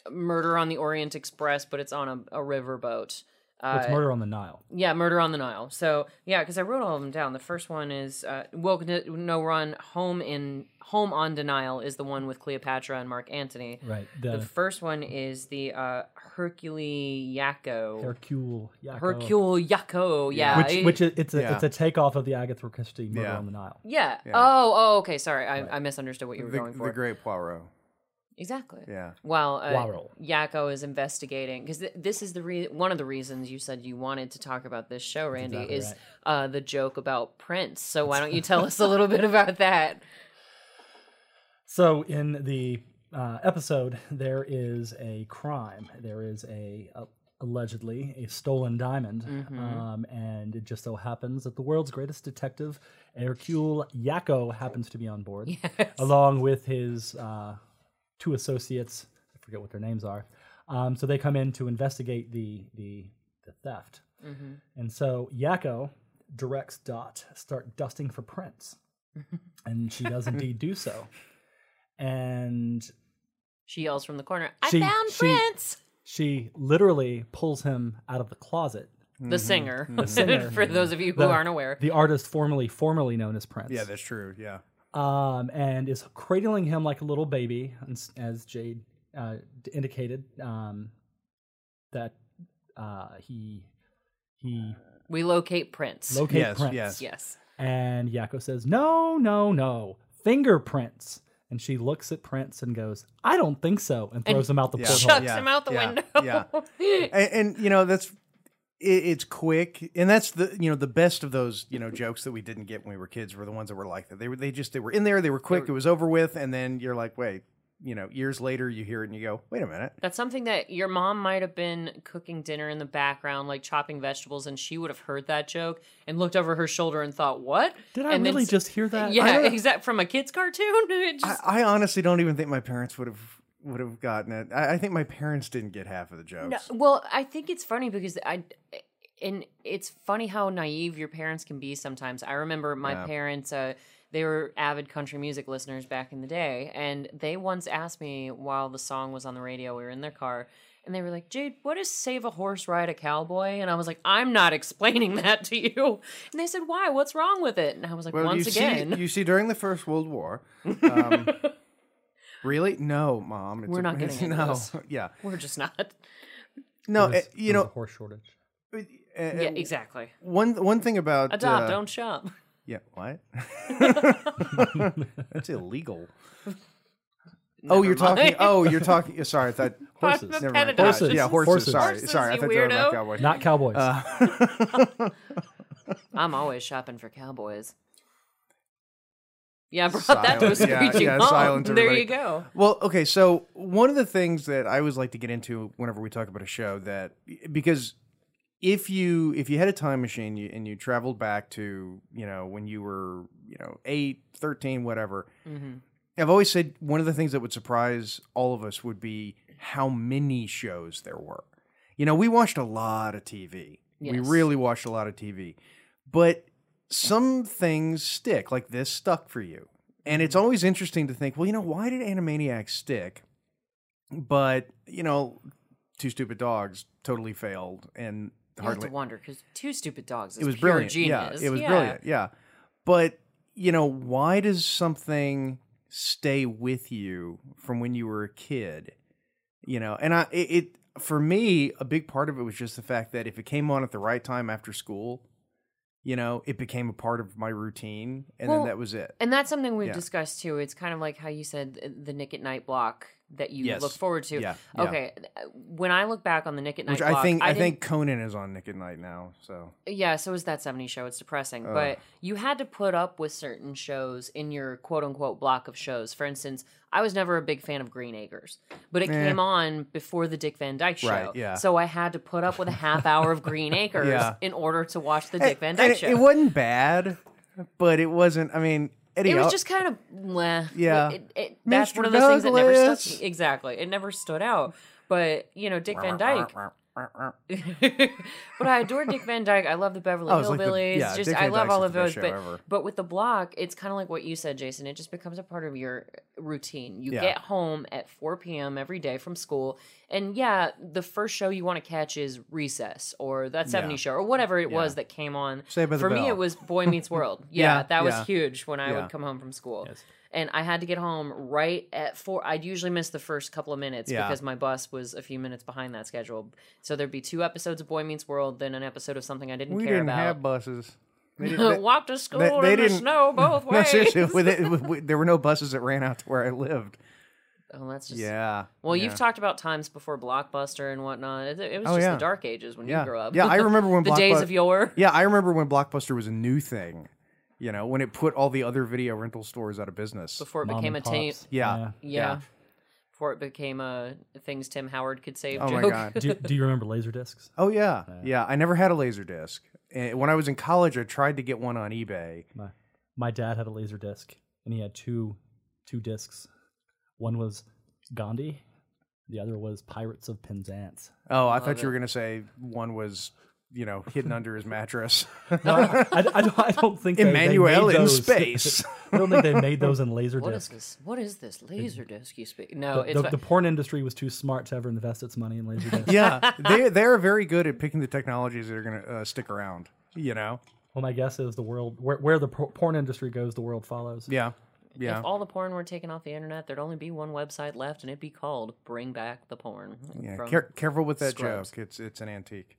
Speaker 2: uh, murder on the Orient Express, but it's on a, a riverboat. Uh,
Speaker 3: It's Murder on the Nile.
Speaker 2: yeah, Murder on the Nile. So yeah, because I wrote all of them down. The first one is uh, Woke N- No Run Home in Home on Denial is the one with Cleopatra and Mark Antony.
Speaker 3: Right.
Speaker 2: The
Speaker 3: The
Speaker 2: first one is the uh, Hercule Yacco.
Speaker 3: Hercule. Yacco.
Speaker 2: Hercule Yacco, yeah.
Speaker 3: Which, which is, it's a
Speaker 1: Yeah.
Speaker 3: it's a takeoff of the Agatha Christie Murder
Speaker 1: Yeah.
Speaker 3: on the Nile.
Speaker 2: Yeah. Oh, oh, okay. Sorry. I, I misunderstood what you were
Speaker 1: the,
Speaker 2: going for.
Speaker 1: the great Poirot.
Speaker 2: exactly.
Speaker 1: Yeah.
Speaker 2: While uh,
Speaker 3: Poirot.
Speaker 2: Yakko is investigating, because th- this is the re- one of the reasons you said you wanted to talk about this show, Randy,
Speaker 3: exactly
Speaker 2: is
Speaker 3: right.
Speaker 2: uh, the joke about Prince. So why don't you tell us a little bit about that?
Speaker 3: So in the uh, episode, there is a crime. There is a, a allegedly a stolen diamond,
Speaker 2: Mm-hmm.
Speaker 3: um, and it just so happens that the world's greatest detective, Hercule Yacco, happens to be on board, along with his uh, two associates. I forget what their names are. Um, so they come in to investigate the the, the theft,
Speaker 2: Mm-hmm.
Speaker 3: and so Yacco directs Dot start dusting for prints, and she does indeed do so and
Speaker 2: She yells from the corner, I
Speaker 3: She-
Speaker 2: found
Speaker 3: she-
Speaker 2: Prince!
Speaker 3: she literally pulls him out of the closet.
Speaker 1: Mm-hmm.
Speaker 2: The singer.
Speaker 3: singer.
Speaker 2: For those of you who
Speaker 3: The-
Speaker 2: aren't aware.
Speaker 3: The artist formerly formerly known as Prince.
Speaker 1: Yeah, that's true. Yeah.
Speaker 3: um, and is cradling him like a little baby, as- as Jade uh, d- indicated. Um, that uh, he he
Speaker 2: We locate Prince.
Speaker 3: locates
Speaker 1: Yes,
Speaker 3: Prince.
Speaker 1: yes.
Speaker 2: yes.
Speaker 3: And Yako says, "No, no, no, fingerprints." And she looks at Prince and goes, "I don't think so," and throws him out the
Speaker 1: Yeah.
Speaker 3: porthole.
Speaker 2: Chucks
Speaker 1: yeah,
Speaker 2: him out the
Speaker 1: yeah,
Speaker 2: window.
Speaker 1: And, and you know that's it, it's quick, and that's the you know the best of those you know jokes that we didn't get when we were kids were the ones that were like that. They were they just they were in there, they were quick, it was over with, and then you're like, wait, you know, years later you hear it and you go, wait a minute.
Speaker 2: That's something that your mom might have been cooking dinner in the background, like chopping vegetables, and she would have heard that joke and looked over her shoulder and thought, "What
Speaker 3: Did I
Speaker 2: And then
Speaker 3: really
Speaker 2: s-
Speaker 3: just hear that?
Speaker 2: Yeah, exact from a kid's cartoon. It just,
Speaker 1: I, I honestly don't even think my parents would have would have gotten it. I, I think my parents didn't get half of the jokes.
Speaker 2: No, well, I think it's funny because I, and it's funny how naive your parents can be sometimes. I remember my
Speaker 1: Yeah.
Speaker 2: parents, uh, they were avid country music listeners back in the day, and they once asked me while the song was on the radio, we were in their car. And they were like, Jade, what does save a horse ride a cowboy? And I was like, I'm not explaining that to you. And they said, Why? What's wrong with it? And I was like,
Speaker 1: Well,
Speaker 2: Once
Speaker 1: you
Speaker 2: again,
Speaker 1: see, you see, during the First World War, um, really, no, mom, it's
Speaker 2: We're not
Speaker 1: it's-
Speaker 2: getting into
Speaker 1: no,
Speaker 2: this.
Speaker 1: yeah,
Speaker 2: we're just not.
Speaker 1: no,
Speaker 3: There was-
Speaker 1: eh, you
Speaker 3: there was a
Speaker 1: know,
Speaker 3: horse shortage.
Speaker 1: eh, eh,
Speaker 2: Yeah, exactly.
Speaker 1: one one thing about
Speaker 2: Adopt,
Speaker 1: uh,
Speaker 2: don't shop.
Speaker 1: yeah, what? That's illegal. oh, you're talking. Oh, you're talking. Sorry, I thought
Speaker 3: Horses.
Speaker 2: Pet
Speaker 1: never mind.
Speaker 2: adoption.
Speaker 1: Yeah, horses.
Speaker 3: Horses.
Speaker 1: Sorry,
Speaker 2: Horses,
Speaker 1: sorry, I
Speaker 2: you
Speaker 1: thought you were
Speaker 2: weirdo.
Speaker 1: about Uh, cowboys.
Speaker 3: Not cowboys.
Speaker 1: uh,
Speaker 2: I'm always shopping for cowboys. Yeah, I brought that to a
Speaker 1: Silence. Yeah,
Speaker 2: screeching
Speaker 1: yeah,
Speaker 2: halt.
Speaker 1: silence,
Speaker 2: There
Speaker 1: everybody.
Speaker 2: you go.
Speaker 1: Well, okay, so one of the things that I always like to get into whenever we talk about a show that because if you if you had a time machine you, and you traveled back to, you know, when you were, you know, 8, 13, whatever. I've always said one of the things that would surprise all of us would be how many shows there were. You know, we watched a lot of TV. We
Speaker 2: Yes.
Speaker 1: really watched a lot of TV. But some things stick, like this stuck for you. And
Speaker 2: Mm-hmm.
Speaker 1: it's always interesting to think, well, you know, why did Animaniacs stick? But, you know, Two Stupid Dogs totally failed and
Speaker 2: You have to
Speaker 1: hardly
Speaker 2: wonder because two stupid dogs. Is
Speaker 1: it was
Speaker 2: pure
Speaker 1: brilliant.
Speaker 2: Genius.
Speaker 1: Yeah, it was brilliant. Yeah. But, you know, why does something stay with you from when you were a kid? You know, and I it, it for me, a big part of it was just the fact that if it came on at the right time after school, you know, it became a part of my routine and
Speaker 2: Well,
Speaker 1: then that was it.
Speaker 2: And that's something we've
Speaker 1: Yeah.
Speaker 2: discussed too. It's kind of like how you said th- the Nick at Night block that you
Speaker 1: Yes.
Speaker 2: look forward to.
Speaker 1: Yeah, yeah.
Speaker 2: Okay. uh, When I look back on the Nick at Night
Speaker 1: Which
Speaker 2: block,
Speaker 1: I think I,
Speaker 2: didn't-
Speaker 1: think Conan is on Nick at Night now, so
Speaker 2: yeah, so is that 70 show. It's depressing. But you had to put up with certain shows in your quote unquote block of shows. For instance, I was never a big fan of Green Acres, but it
Speaker 1: Eh.
Speaker 2: came on before the Dick Van Dyke show.
Speaker 1: Right, yeah.
Speaker 2: So I had to put up with a half hour of Green Acres
Speaker 1: Yeah.
Speaker 2: in order to watch the Dick Van
Speaker 1: And
Speaker 2: Dyke
Speaker 1: it,
Speaker 2: show.
Speaker 1: it wasn't bad, but it wasn't I mean Eddie
Speaker 2: It was
Speaker 1: Al-
Speaker 2: just kind of meh.
Speaker 1: Yeah.
Speaker 2: It, it- that's
Speaker 1: Mr.
Speaker 2: one of those things that never
Speaker 1: Douglas.
Speaker 2: stuck. Exactly, it never stood out. But you know, Dick Van Dyke. but I adore Dick Van Dyke. I love the Beverly
Speaker 1: Oh, it's like the-
Speaker 2: Hillbillies.
Speaker 1: yeah,
Speaker 2: just
Speaker 1: Dick
Speaker 2: I
Speaker 1: Van
Speaker 2: love
Speaker 1: Dyke's
Speaker 2: all
Speaker 1: the
Speaker 2: of
Speaker 1: best
Speaker 2: those.
Speaker 1: show
Speaker 2: But
Speaker 1: ever.
Speaker 2: but with the block, it's kind of like what you said, Jason. It just becomes a part of your routine. You
Speaker 1: Yeah.
Speaker 2: get home at 4 p.m. every day from school, and yeah, the first show you want to catch is Recess or that 70s
Speaker 1: Yeah.
Speaker 2: show or whatever it was
Speaker 1: Yeah.
Speaker 2: that came on.
Speaker 1: Saved by the
Speaker 2: For me,
Speaker 1: Bell.
Speaker 2: it was Boy Meets World. Yeah,
Speaker 1: Yeah,
Speaker 2: that was
Speaker 1: yeah.
Speaker 2: huge when I
Speaker 1: Yeah.
Speaker 2: would come home from school.
Speaker 3: Yes.
Speaker 2: And I had to get home right at four. I'd usually miss the first couple of minutes
Speaker 1: Yeah.
Speaker 2: because my bus was a few minutes behind that schedule. So there'd be two episodes of Boy Meets World, then an episode of something I didn't
Speaker 1: we
Speaker 2: care
Speaker 1: didn't
Speaker 2: about.
Speaker 1: have buses. They didn't- they-
Speaker 2: Walked to school
Speaker 1: they
Speaker 2: in the
Speaker 1: didn't-
Speaker 2: snow both
Speaker 1: No,
Speaker 2: ways.
Speaker 1: seriously, with it, with, with, there were no buses that ran out to where I lived.
Speaker 2: oh, that's just.
Speaker 1: Yeah.
Speaker 2: Well,
Speaker 1: yeah.
Speaker 2: you've talked about times before Blockbuster and whatnot. It, it was
Speaker 1: Oh,
Speaker 2: just
Speaker 1: yeah.
Speaker 2: the dark ages when
Speaker 1: Yeah.
Speaker 2: you grew up.
Speaker 1: Yeah, I remember when
Speaker 2: the days
Speaker 1: Blockbus-
Speaker 2: of yore.
Speaker 1: Yeah, I remember when Blockbuster was a new thing. You know, when it put all the other video rental stores out of business.
Speaker 2: Before it
Speaker 3: Mom
Speaker 2: became a
Speaker 3: and
Speaker 2: team.
Speaker 3: pops.
Speaker 1: Yeah.
Speaker 2: Yeah.
Speaker 1: Yeah.
Speaker 2: Before it became a things Tim Howard could save.
Speaker 1: Oh
Speaker 2: joke.
Speaker 1: my God.
Speaker 3: do, do you remember laser discs?
Speaker 1: Oh yeah. Yeah. I never had a laser disc. And when I was in college, I tried to get one on eBay.
Speaker 3: My, my dad had a laser disc, and he had two two discs. One was Gandhi, the other was Pirates of Penzance.
Speaker 1: Oh, I thought you were gonna say one was, you know, hidden under his mattress.
Speaker 3: No, I, I, I don't, I don't think they- they made
Speaker 1: Emmanuel in
Speaker 3: those.
Speaker 1: space.
Speaker 3: I don't think they made those in laser
Speaker 2: What is
Speaker 3: discs.
Speaker 2: this? What is this laser disc you speak? No, it's
Speaker 3: The,
Speaker 2: fi-
Speaker 3: the porn industry was too smart to ever invest its money in laser discs.
Speaker 1: yeah, they they are very good at picking the technologies that are gonna uh, stick around. You know.
Speaker 3: Well, my guess is the world where, where the por- porn industry goes, the world follows.
Speaker 1: Yeah. Yeah.
Speaker 2: if all the porn were taken off the internet, there'd only be one website left, and it'd be called "Bring Back the Porn."
Speaker 1: Yeah,
Speaker 2: From-
Speaker 1: care- careful with that
Speaker 2: Scrubs.
Speaker 1: joke. It's it's an antique.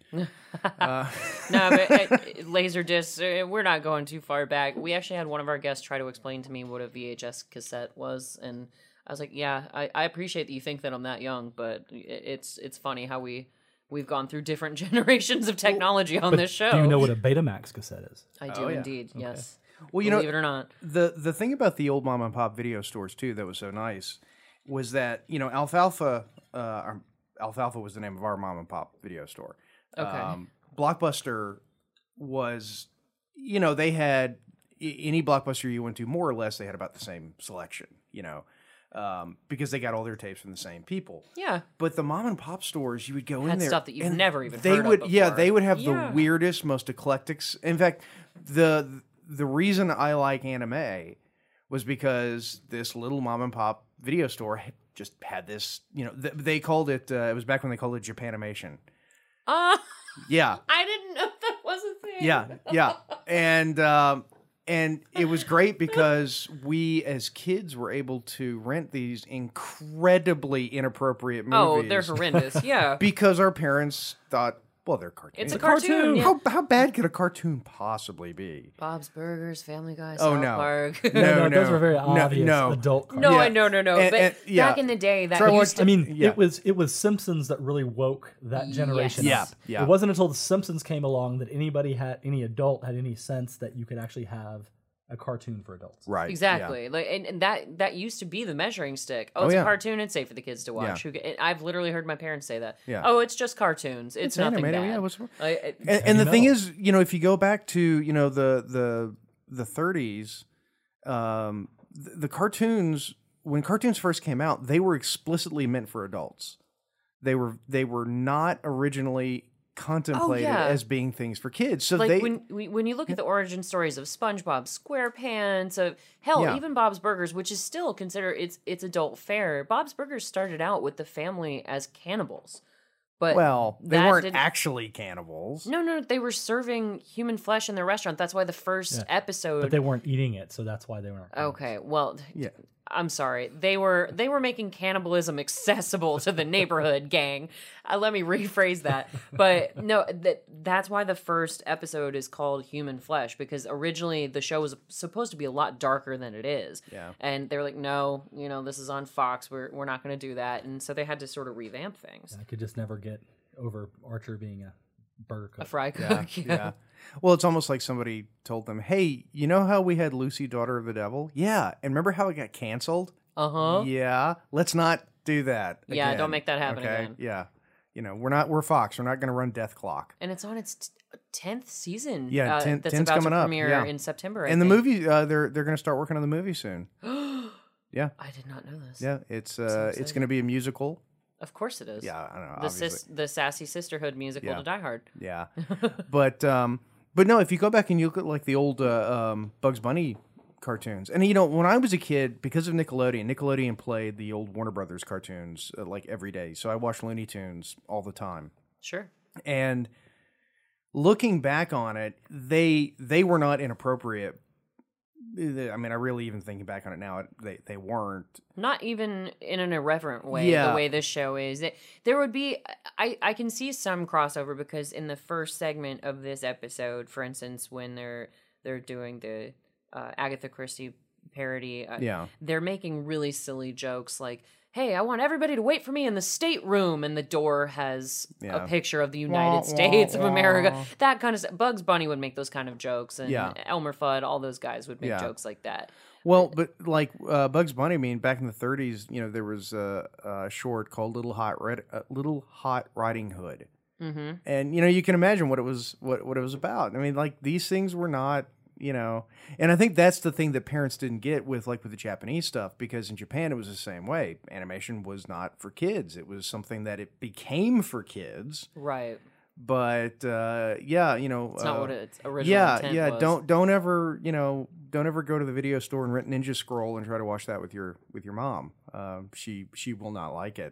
Speaker 2: no, but uh, laser discs. uh, We're not going too far back. We actually had one of our guests try to explain to me what a VHS cassette was, and I was like, "Yeah, I, I appreciate that you think that I'm that young, but i- it's it's funny how we." We've gone through different generations of technology on this show.
Speaker 3: Do you know what a Betamax cassette is?
Speaker 2: I do
Speaker 1: Oh, yeah.
Speaker 2: indeed. Yes.
Speaker 1: Well, you
Speaker 2: Believe
Speaker 1: know
Speaker 2: it or not.
Speaker 1: the the thing about the old mom and pop video stores too that was so nice was that you know Alfalfa uh, our- Alfalfa was the name of our mom and pop video store. Um,
Speaker 2: Okay.
Speaker 1: Blockbuster was you know they had a- any Blockbuster you went to more or less they had about the same selection you know um, because they got all their tapes from the same people.
Speaker 2: yeah.
Speaker 1: But the mom and pop stores, you would go in
Speaker 2: Had
Speaker 1: there
Speaker 2: stuff that you've
Speaker 1: and
Speaker 2: never even
Speaker 1: they
Speaker 2: heard of
Speaker 1: would yeah
Speaker 2: before.
Speaker 1: they would have
Speaker 2: Yeah.
Speaker 1: the weirdest, most eclectic. s- In fact, the the reason I like anime was because this little mom and pop video store had- just had this. You know, th- they called it. Uh, it was back when they called it Japanimation.
Speaker 2: Uh,
Speaker 1: Yeah,
Speaker 2: I didn't know that was a thing.
Speaker 1: yeah, yeah, and um, and it was great because we as kids were able to rent these incredibly inappropriate
Speaker 2: Oh,
Speaker 1: movies.
Speaker 2: they're horrendous. Yeah.
Speaker 1: because our parents thought, well, they're cartoons.
Speaker 2: It's a
Speaker 3: cartoon.
Speaker 2: cartoon. yeah.
Speaker 1: how, how bad could a cartoon possibly be?
Speaker 2: Bob's Burgers, Family Guy,
Speaker 1: Oh,
Speaker 2: South
Speaker 1: no.
Speaker 2: Park.
Speaker 1: No,
Speaker 3: no,
Speaker 1: no,
Speaker 3: those were very
Speaker 1: no,
Speaker 3: obvious
Speaker 1: no.
Speaker 3: adult. cartoons.
Speaker 2: no,
Speaker 1: Yeah.
Speaker 2: I no, no, no.
Speaker 1: And-
Speaker 2: but
Speaker 1: and- yeah.
Speaker 2: back in the day, that
Speaker 1: Trevor
Speaker 2: used
Speaker 1: Lawrence-
Speaker 2: to,
Speaker 3: I mean,
Speaker 1: Yeah.
Speaker 3: it was it was Simpsons that really woke that generation.
Speaker 1: Yes.
Speaker 3: up.
Speaker 1: Yeah, yeah.
Speaker 3: It wasn't until the Simpsons came along that anybody had any adult had any sense that you could actually have a cartoon for adults.
Speaker 1: Right.
Speaker 2: exactly. Like, and, and that that used to be the measuring stick. Oh, it's
Speaker 1: yeah.
Speaker 2: a cartoon. It's safe for the kids to watch. Who Who, I've literally heard my parents say that.
Speaker 1: Yeah.
Speaker 2: Oh, it's just cartoons. It's, nothing
Speaker 1: animated,
Speaker 2: bad.
Speaker 1: yeah, what's wrong?
Speaker 2: I- I-
Speaker 1: And, and the thing
Speaker 3: metal.
Speaker 1: is, you know, if you go back to you know the the the 30s, um, the, the cartoons when cartoons first came out, they were explicitly meant for adults. They were they were not originally contemplated
Speaker 2: Oh, yeah.
Speaker 1: as being things for kids. So
Speaker 2: like
Speaker 1: they
Speaker 2: when we, when you look at the origin stories of SpongeBob SquarePants, of hell,
Speaker 1: Yeah.
Speaker 2: even Bob's Burgers, which is still considered it's it's adult fare. Bob's Burgers started out with the family as cannibals, but
Speaker 1: well, they
Speaker 2: that
Speaker 1: weren't
Speaker 2: didn't-
Speaker 1: actually cannibals.
Speaker 2: No, no, they were serving human flesh in their restaurant. That's why the first
Speaker 3: Yeah.
Speaker 2: episode.
Speaker 3: But they weren't eating it, so that's why they weren't.
Speaker 2: okay, well,
Speaker 1: Yeah.
Speaker 2: I'm sorry. They were they were making cannibalism accessible to the neighborhood gang. Uh, let me rephrase that. But no, that that's why the first episode is called Human Flesh because originally the show was supposed to be a lot darker than it is.
Speaker 1: Yeah.
Speaker 2: And they were like, no, you know, this is on Fox. We're we're not going to do that. And so they had to sort of revamp things.
Speaker 3: I could just never get over Archer being a burger
Speaker 2: A
Speaker 3: cook.
Speaker 2: fry cook.
Speaker 1: yeah. Well, it's almost like somebody told them, "Hey, you know how we had Lucy, daughter of the devil? Yeah, and remember how it got canceled?
Speaker 2: Uh huh.
Speaker 1: Yeah, let's not do that.
Speaker 2: Yeah, don't
Speaker 1: again,
Speaker 2: make that happen
Speaker 1: okay?
Speaker 2: again.
Speaker 1: Yeah, you know, we're not we're Fox. We're not going to run Death Clock.
Speaker 2: And it's on its tenth season.
Speaker 1: Yeah,
Speaker 2: uh,
Speaker 1: 10th
Speaker 2: that's
Speaker 1: 10th's
Speaker 2: about
Speaker 1: coming
Speaker 2: to
Speaker 1: up,
Speaker 2: premiere
Speaker 1: yeah.
Speaker 2: in September. I
Speaker 1: and the
Speaker 2: think.
Speaker 1: movie, uh, they're they're going to start working on the movie soon. Yeah.
Speaker 2: I did not know this.
Speaker 1: Yeah, it's uh, it's
Speaker 2: exciting.
Speaker 1: going to be a musical.
Speaker 2: Of course it is.
Speaker 1: Yeah, I don't know.
Speaker 2: the
Speaker 1: obviously.
Speaker 2: sis, the sassy sisterhood musical
Speaker 1: Yeah.
Speaker 2: to Die Hard.
Speaker 1: Yeah, but um, but no, if you go back and you look at like the old uh, um, Bugs Bunny cartoons, and you know when I was a kid, because of Nickelodeon, Nickelodeon played the old Warner Brothers cartoons uh, like every day, so I watched Looney Tunes all the time.
Speaker 2: Sure.
Speaker 1: And looking back on it, they they were not inappropriate. I mean, I really even thinking back on it now, they they weren't.
Speaker 2: Not even in an irreverent way,
Speaker 1: Yeah.
Speaker 2: the way this show is. It- There would be, I, I can see some crossover because in the first segment of this episode, for instance, when they're they're doing the uh, Agatha Christie parody, uh,
Speaker 1: Yeah.
Speaker 2: they're making really silly jokes like hey i want everybody to wait for me in the stateroom and the door has
Speaker 1: Yeah.
Speaker 2: a picture of the united
Speaker 1: Wah,
Speaker 2: states
Speaker 1: wah,
Speaker 2: of america
Speaker 1: wah.
Speaker 2: that kind of stuff bugs bunny would make those kind of jokes and
Speaker 1: Yeah.
Speaker 2: elmer fudd all those guys would make
Speaker 1: Yeah.
Speaker 2: jokes like that
Speaker 1: Well, but like uh, Bugs Bunny, I mean, back in the '30s, you know, there was a, a short called "Little Hot Red," uh, "Little Hot Riding Hood,"
Speaker 2: mm-hmm.
Speaker 1: and you know, you can imagine what it was, what what it was about. I mean, like these things were not, you know, and I think that's the thing that parents didn't get with like with the Japanese stuff because in Japan it was the same way. Animation was not for kids; it was something that it became for kids.
Speaker 2: right
Speaker 1: But uh, yeah, you know,
Speaker 2: it's not
Speaker 1: uh,
Speaker 2: what its original
Speaker 1: yeah
Speaker 2: intent
Speaker 1: yeah
Speaker 2: was.
Speaker 1: don't don't ever you know don't ever go to the video store and rent ninja scroll and try to watch that with your with your mom um, she she will not like it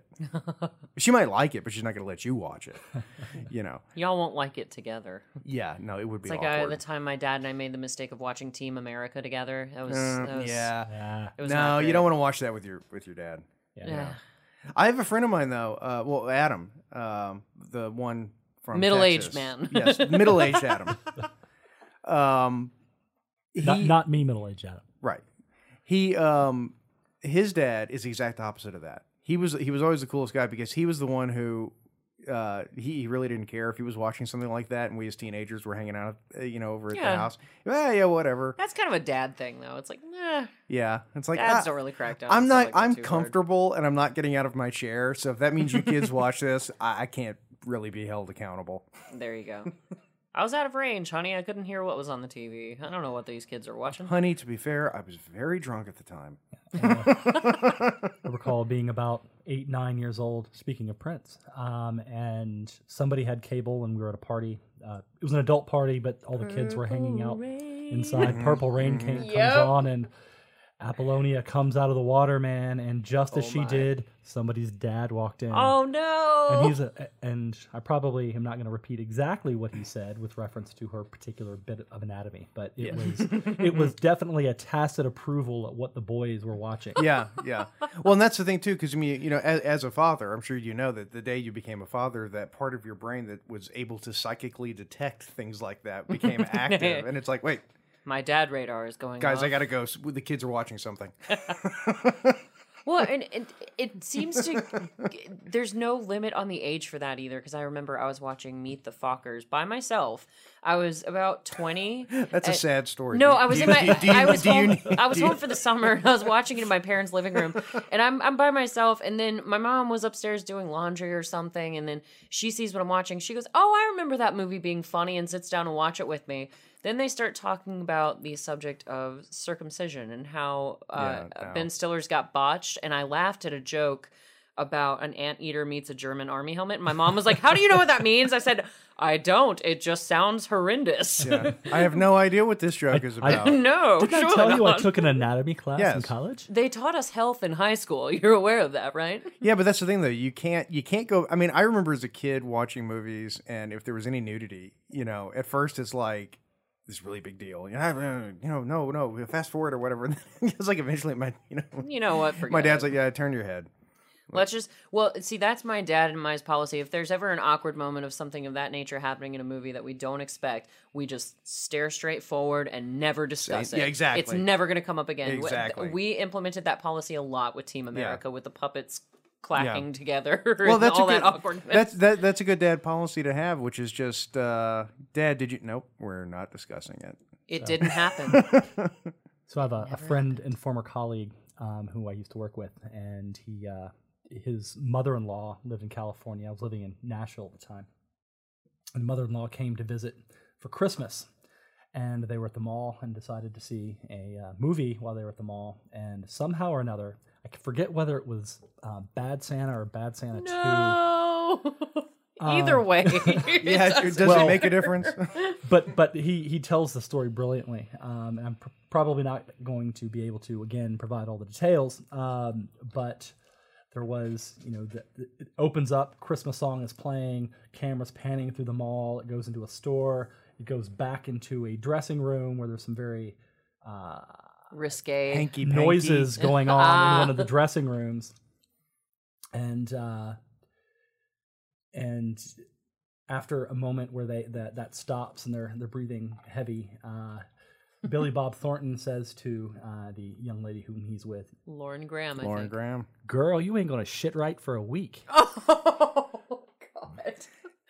Speaker 1: she might like it but she's not going to let you watch it you know
Speaker 2: y'all won't like it together
Speaker 1: yeah no it would be
Speaker 2: it's like uh,
Speaker 1: awkward
Speaker 2: the time my dad and i made the mistake of watching team america together that was,
Speaker 1: Uh,
Speaker 2: that was
Speaker 1: yeah
Speaker 3: Ah, Yeah.
Speaker 2: it was
Speaker 1: no
Speaker 2: not
Speaker 1: you
Speaker 2: great.
Speaker 1: don't want to watch that with your with your dad
Speaker 3: Yeah.
Speaker 2: yeah.
Speaker 1: i have a friend of mine though uh, well adam um, the one from
Speaker 2: Middle-aged
Speaker 1: Texas.
Speaker 2: man.
Speaker 1: yes middle-aged adam um
Speaker 3: Not,
Speaker 1: he-
Speaker 3: not me, middle aged Adam.
Speaker 1: Right. He um his dad is the exact opposite of that. He was he was always the coolest guy because he was the one who uh he, he really didn't care if he was watching something like that and we as teenagers were hanging out uh, you know over at
Speaker 2: Yeah.
Speaker 1: the house. Yeah, yeah, whatever.
Speaker 2: that's kind of a dad thing though it's like nah
Speaker 1: Yeah. It's like
Speaker 2: dads
Speaker 1: ah,
Speaker 2: don't really crack down on
Speaker 1: I'm
Speaker 2: stuff
Speaker 1: not
Speaker 2: like that
Speaker 1: I'm
Speaker 2: too hard.
Speaker 1: comfortable and I'm not getting out of my chair. So if that means you kids watch this, I, I can't really be held accountable.
Speaker 2: There you go. I was out of range, honey. I couldn't hear what was on the TV. I don't know what these kids are watching.
Speaker 1: Honey, to be fair, I was very drunk at the time.
Speaker 3: I recall being about eight, nine years old, speaking of Prince. Um, and somebody had cable, and we were at a party. Uh, it was an adult party, but all the kids were hanging out inside. Purple Rain came,
Speaker 2: Yep.
Speaker 3: comes on, and Apollonia comes out of the water, man. And just as
Speaker 2: Oh
Speaker 3: she
Speaker 2: my.
Speaker 3: did, somebody's dad walked in.
Speaker 2: Oh no!
Speaker 3: And he's a, and I probably am not going to repeat exactly what he said with reference to her particular bit of anatomy, but it was it was definitely a tacit approval at what the boys were watching.
Speaker 1: yeah, yeah. Well, and that's the thing too, because I mean, you know, as, as a father, I'm sure you know that the day you became a father, that part of your brain that was able to psychically detect things like that became active, and it's like, wait,
Speaker 2: My dad radar is going.
Speaker 1: guys,
Speaker 2: off.
Speaker 1: I gotta go. S- The kids are watching something.
Speaker 2: Well, and, and it seems to. there's no limit on the age for that either, because I remember I was watching Meet the Fockers by myself. I was about twenty.
Speaker 1: That's a
Speaker 2: and-
Speaker 1: sad story.
Speaker 2: Eh, No,
Speaker 1: Do-
Speaker 2: I was
Speaker 1: do
Speaker 2: in
Speaker 1: you-
Speaker 2: my.
Speaker 1: do you-
Speaker 2: I was
Speaker 1: do you-
Speaker 2: home. I was
Speaker 1: do you-
Speaker 2: home for the summer, and I was watching it in my parents' living room, and I'm I'm by myself. And then my mom was upstairs doing laundry or something, and then she sees what I'm watching. She goes, "Oh, I remember that movie being funny," and sits down and watch it with me. Then they start talking about the subject of circumcision and how uh,
Speaker 1: Yeah, no.
Speaker 2: Ben Stiller's got botched, and I laughed at a joke about an anteater meets a German army helmet. My mom was like, How do you know what that means? I said, I don't. It just sounds horrendous.
Speaker 1: Yeah. I have no idea what this joke is
Speaker 3: I-
Speaker 1: about.
Speaker 2: no.
Speaker 3: Did I
Speaker 2: sure
Speaker 3: tell you I
Speaker 2: not.
Speaker 3: took an anatomy class in
Speaker 1: Yes.
Speaker 3: college?
Speaker 2: They taught us health in high school. You're aware of that, right?
Speaker 1: yeah, but that's the thing though. You can't you can't go I mean, I remember as a kid watching movies and if there was any nudity, you know, at first it's like this really big deal. You know, I- uh, you know, no, no, fast forward or whatever. it's like eventually my you know
Speaker 2: You know what? Forget
Speaker 1: my dad's
Speaker 2: it.
Speaker 1: like, Yeah, turn your head.
Speaker 2: Let's just well see. That's my dad and my policy. If there's ever an awkward moment of something of that nature happening in a movie that we don't expect, we just stare straight forward and never discuss
Speaker 1: Yeah,
Speaker 2: it.
Speaker 1: exactly.
Speaker 2: It's never going to come up again. W- th-
Speaker 1: Exactly.
Speaker 2: We implemented that policy a lot with Team America with the puppets clacking together.
Speaker 1: well,
Speaker 2: and
Speaker 1: that's
Speaker 2: all
Speaker 1: a good,
Speaker 2: that awkwardness.
Speaker 1: That's that, that's a good dad policy to have, which is just, uh, Dad, did you? Nope, we're not discussing it.
Speaker 2: it didn't happen.
Speaker 3: So I have a, a friend and former colleague um, who I used to work with, and he uh, his mother-in-law lived in California. I was living in Nashville at the time, and mother-in-law came to visit for Christmas, and they were at the mall and decided to see a uh, movie while they were at the mall, and somehow or another, I c- forget whether it was uh, Bad Santa or Bad Santa Two.
Speaker 2: no. Either way.
Speaker 1: Yeah, does
Speaker 3: Well-
Speaker 1: it make a difference?
Speaker 3: but but he he tells the story brilliantly. Um, and I'm pr- probably not going to be able to again provide all the details. Um, but there was you know the, the- it opens up, Christmas song is playing, cameras panning through the mall. It goes into a store. It goes back into a dressing room where there's some very uh,
Speaker 2: risque.
Speaker 1: Hanky panky.
Speaker 3: noises going on in one of
Speaker 2: Ah.
Speaker 3: the dressing rooms and uh and after a moment where they that that stops and they're they're breathing heavy uh billy bob thornton says to uh the young lady whom he's with
Speaker 2: Lauren Graham. I
Speaker 1: Lauren
Speaker 2: think.
Speaker 1: Graham.
Speaker 3: girl you ain't gonna shit right for a week
Speaker 2: Oh God.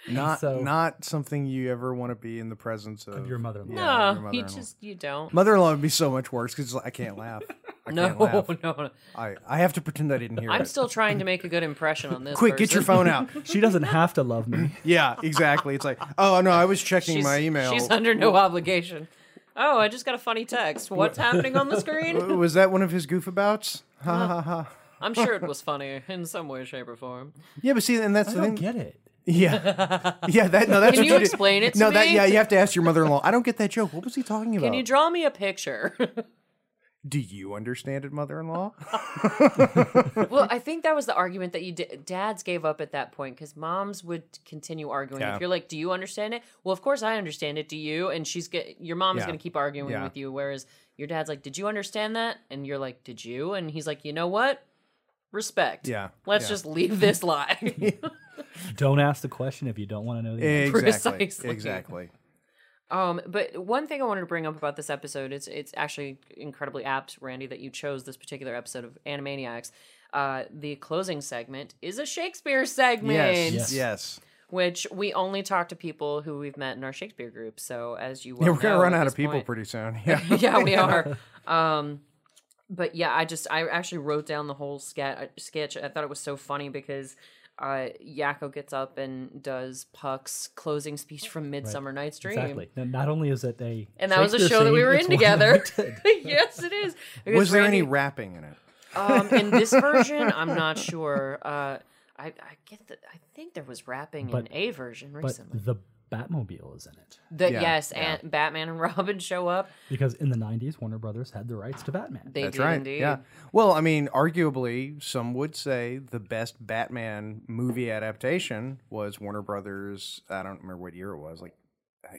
Speaker 1: Not
Speaker 3: So-
Speaker 1: not something you ever want to be in the presence of,
Speaker 3: your mother-in-law.
Speaker 1: Yeah, your
Speaker 2: No, you
Speaker 1: mother-in-law.
Speaker 2: just you don't.
Speaker 1: Mother-in-law would be so much worse because I can't laugh. I
Speaker 2: No,
Speaker 1: can't laugh.
Speaker 2: no, no.
Speaker 1: I, I have to pretend I didn't hear
Speaker 2: I'm
Speaker 1: it.
Speaker 2: still trying to make a good impression on this.
Speaker 1: Quick, get your
Speaker 2: person.
Speaker 1: phone out.
Speaker 3: she doesn't have to love me
Speaker 1: yeah, exactly. It's like, oh no, I was checking
Speaker 2: She's,
Speaker 1: my email.
Speaker 2: She's under no obligation. Oh, I just got a funny text. What's happening on the screen?
Speaker 1: was that one of his goofabouts? Ha ha ha ha.
Speaker 2: I'm sure it was funny in some way, shape, or form.
Speaker 1: Yeah, but see, and that's
Speaker 3: i
Speaker 1: the
Speaker 3: don't
Speaker 1: thing.
Speaker 3: get it
Speaker 1: Yeah, yeah. That no, that's
Speaker 2: Can
Speaker 1: what
Speaker 2: you
Speaker 1: do.
Speaker 2: explain it to
Speaker 1: no, that
Speaker 2: me?
Speaker 1: yeah, you have to ask your mother-in-law. I don't get that joke. What was he talking about?
Speaker 2: Can you draw me a picture?
Speaker 1: do you understand it, mother-in-law?
Speaker 2: well, I think that was the argument that you did. Dads gave up at that point because moms would continue arguing.
Speaker 1: Yeah.
Speaker 2: If you're like, "Do you understand it?" Well, of course I understand it. Do you? And she's get your mom is
Speaker 1: Yeah.
Speaker 2: going to keep arguing
Speaker 1: Yeah.
Speaker 2: with you. Whereas your dad's like, "Did you understand that?" And you're like, "Did you?" And he's like, "You know what? Respect.
Speaker 1: Yeah.
Speaker 2: Let's
Speaker 1: Yeah.
Speaker 2: just leave this lie."
Speaker 3: don't ask the question if you don't want to know the answer.
Speaker 1: exactly.
Speaker 2: Precisely.
Speaker 1: Exactly.
Speaker 2: Um, but one thing I wanted to bring up about this episode, it's it's actually incredibly apt, Randy, that you chose this particular episode of Animaniacs. Uh, the closing segment is a Shakespeare segment,
Speaker 1: Yes.
Speaker 3: Yes.
Speaker 1: Yes.
Speaker 2: which we only talk to people who we've met in our Shakespeare group. So as you,
Speaker 1: Yeah,
Speaker 2: well
Speaker 1: we're gonna
Speaker 2: know
Speaker 1: run
Speaker 2: at
Speaker 1: out
Speaker 2: this
Speaker 1: of people
Speaker 2: point-
Speaker 1: pretty soon. Yeah.
Speaker 2: yeah, we are. Um, but yeah, I just I actually wrote down the whole scat sketch. I thought it was so funny because uh, Yakko gets up and does Puck's closing speech from Midsummer Night's Dream.
Speaker 3: Exactly. Now, Not only is it a
Speaker 2: And that was a
Speaker 3: Shakespeare
Speaker 2: show that we
Speaker 3: scene,
Speaker 2: were
Speaker 3: it's
Speaker 2: in
Speaker 3: one
Speaker 2: together.
Speaker 3: that I did.
Speaker 2: yes, it is. Because
Speaker 1: was there any
Speaker 2: Randy-
Speaker 1: rapping in it?
Speaker 2: um, in this version? I'm not sure. Uh, I, I get that. I think there was rapping
Speaker 3: But-
Speaker 2: in a version
Speaker 3: But
Speaker 2: recently.
Speaker 3: the Batmobile is in it
Speaker 2: That
Speaker 1: Yeah,
Speaker 2: yes,
Speaker 1: yeah.
Speaker 2: and Batman and Robin show up.
Speaker 3: because in the '90s, Warner Brothers had the rights to Batman.
Speaker 2: They
Speaker 1: That's
Speaker 2: did
Speaker 1: right.
Speaker 2: indeed.
Speaker 1: Yeah. Well, I mean, arguably, some would say the best Batman movie adaptation was Warner Brothers. I don't remember what year it was. Like,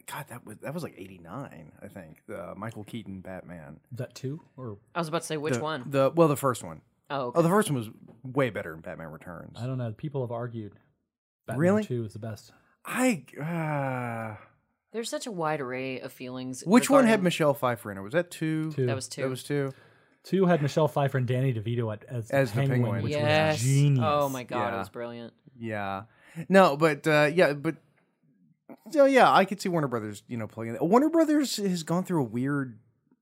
Speaker 1: God, that was that was like '89, I think. The Michael Keaton Batman.
Speaker 3: that too, or
Speaker 2: I was about to say which
Speaker 1: The-
Speaker 2: one.
Speaker 1: The well, the first one.
Speaker 2: Oh, okay.
Speaker 1: Oh, the first one was way better than Batman Returns.
Speaker 3: I don't know. People have argued. Batman
Speaker 1: Really?
Speaker 3: Two is the best.
Speaker 1: I uh,
Speaker 2: there's such a wide array of feelings.
Speaker 1: which one had
Speaker 2: regarding-
Speaker 1: Michelle Pfeiffer in it? Was that two?
Speaker 3: Two.
Speaker 2: That was two.
Speaker 1: That was two.
Speaker 3: Two had Michelle Pfeiffer and Danny DeVito at, as,
Speaker 1: As the
Speaker 3: penguin,
Speaker 1: Penguin.
Speaker 3: which
Speaker 2: yes.
Speaker 3: was genius.
Speaker 2: Oh my god, it
Speaker 1: Yeah.
Speaker 2: was brilliant.
Speaker 1: Yeah. No, but uh, yeah, but so yeah, I could see Warner Brothers, you know, playing. Warner Brothers has gone through a weird,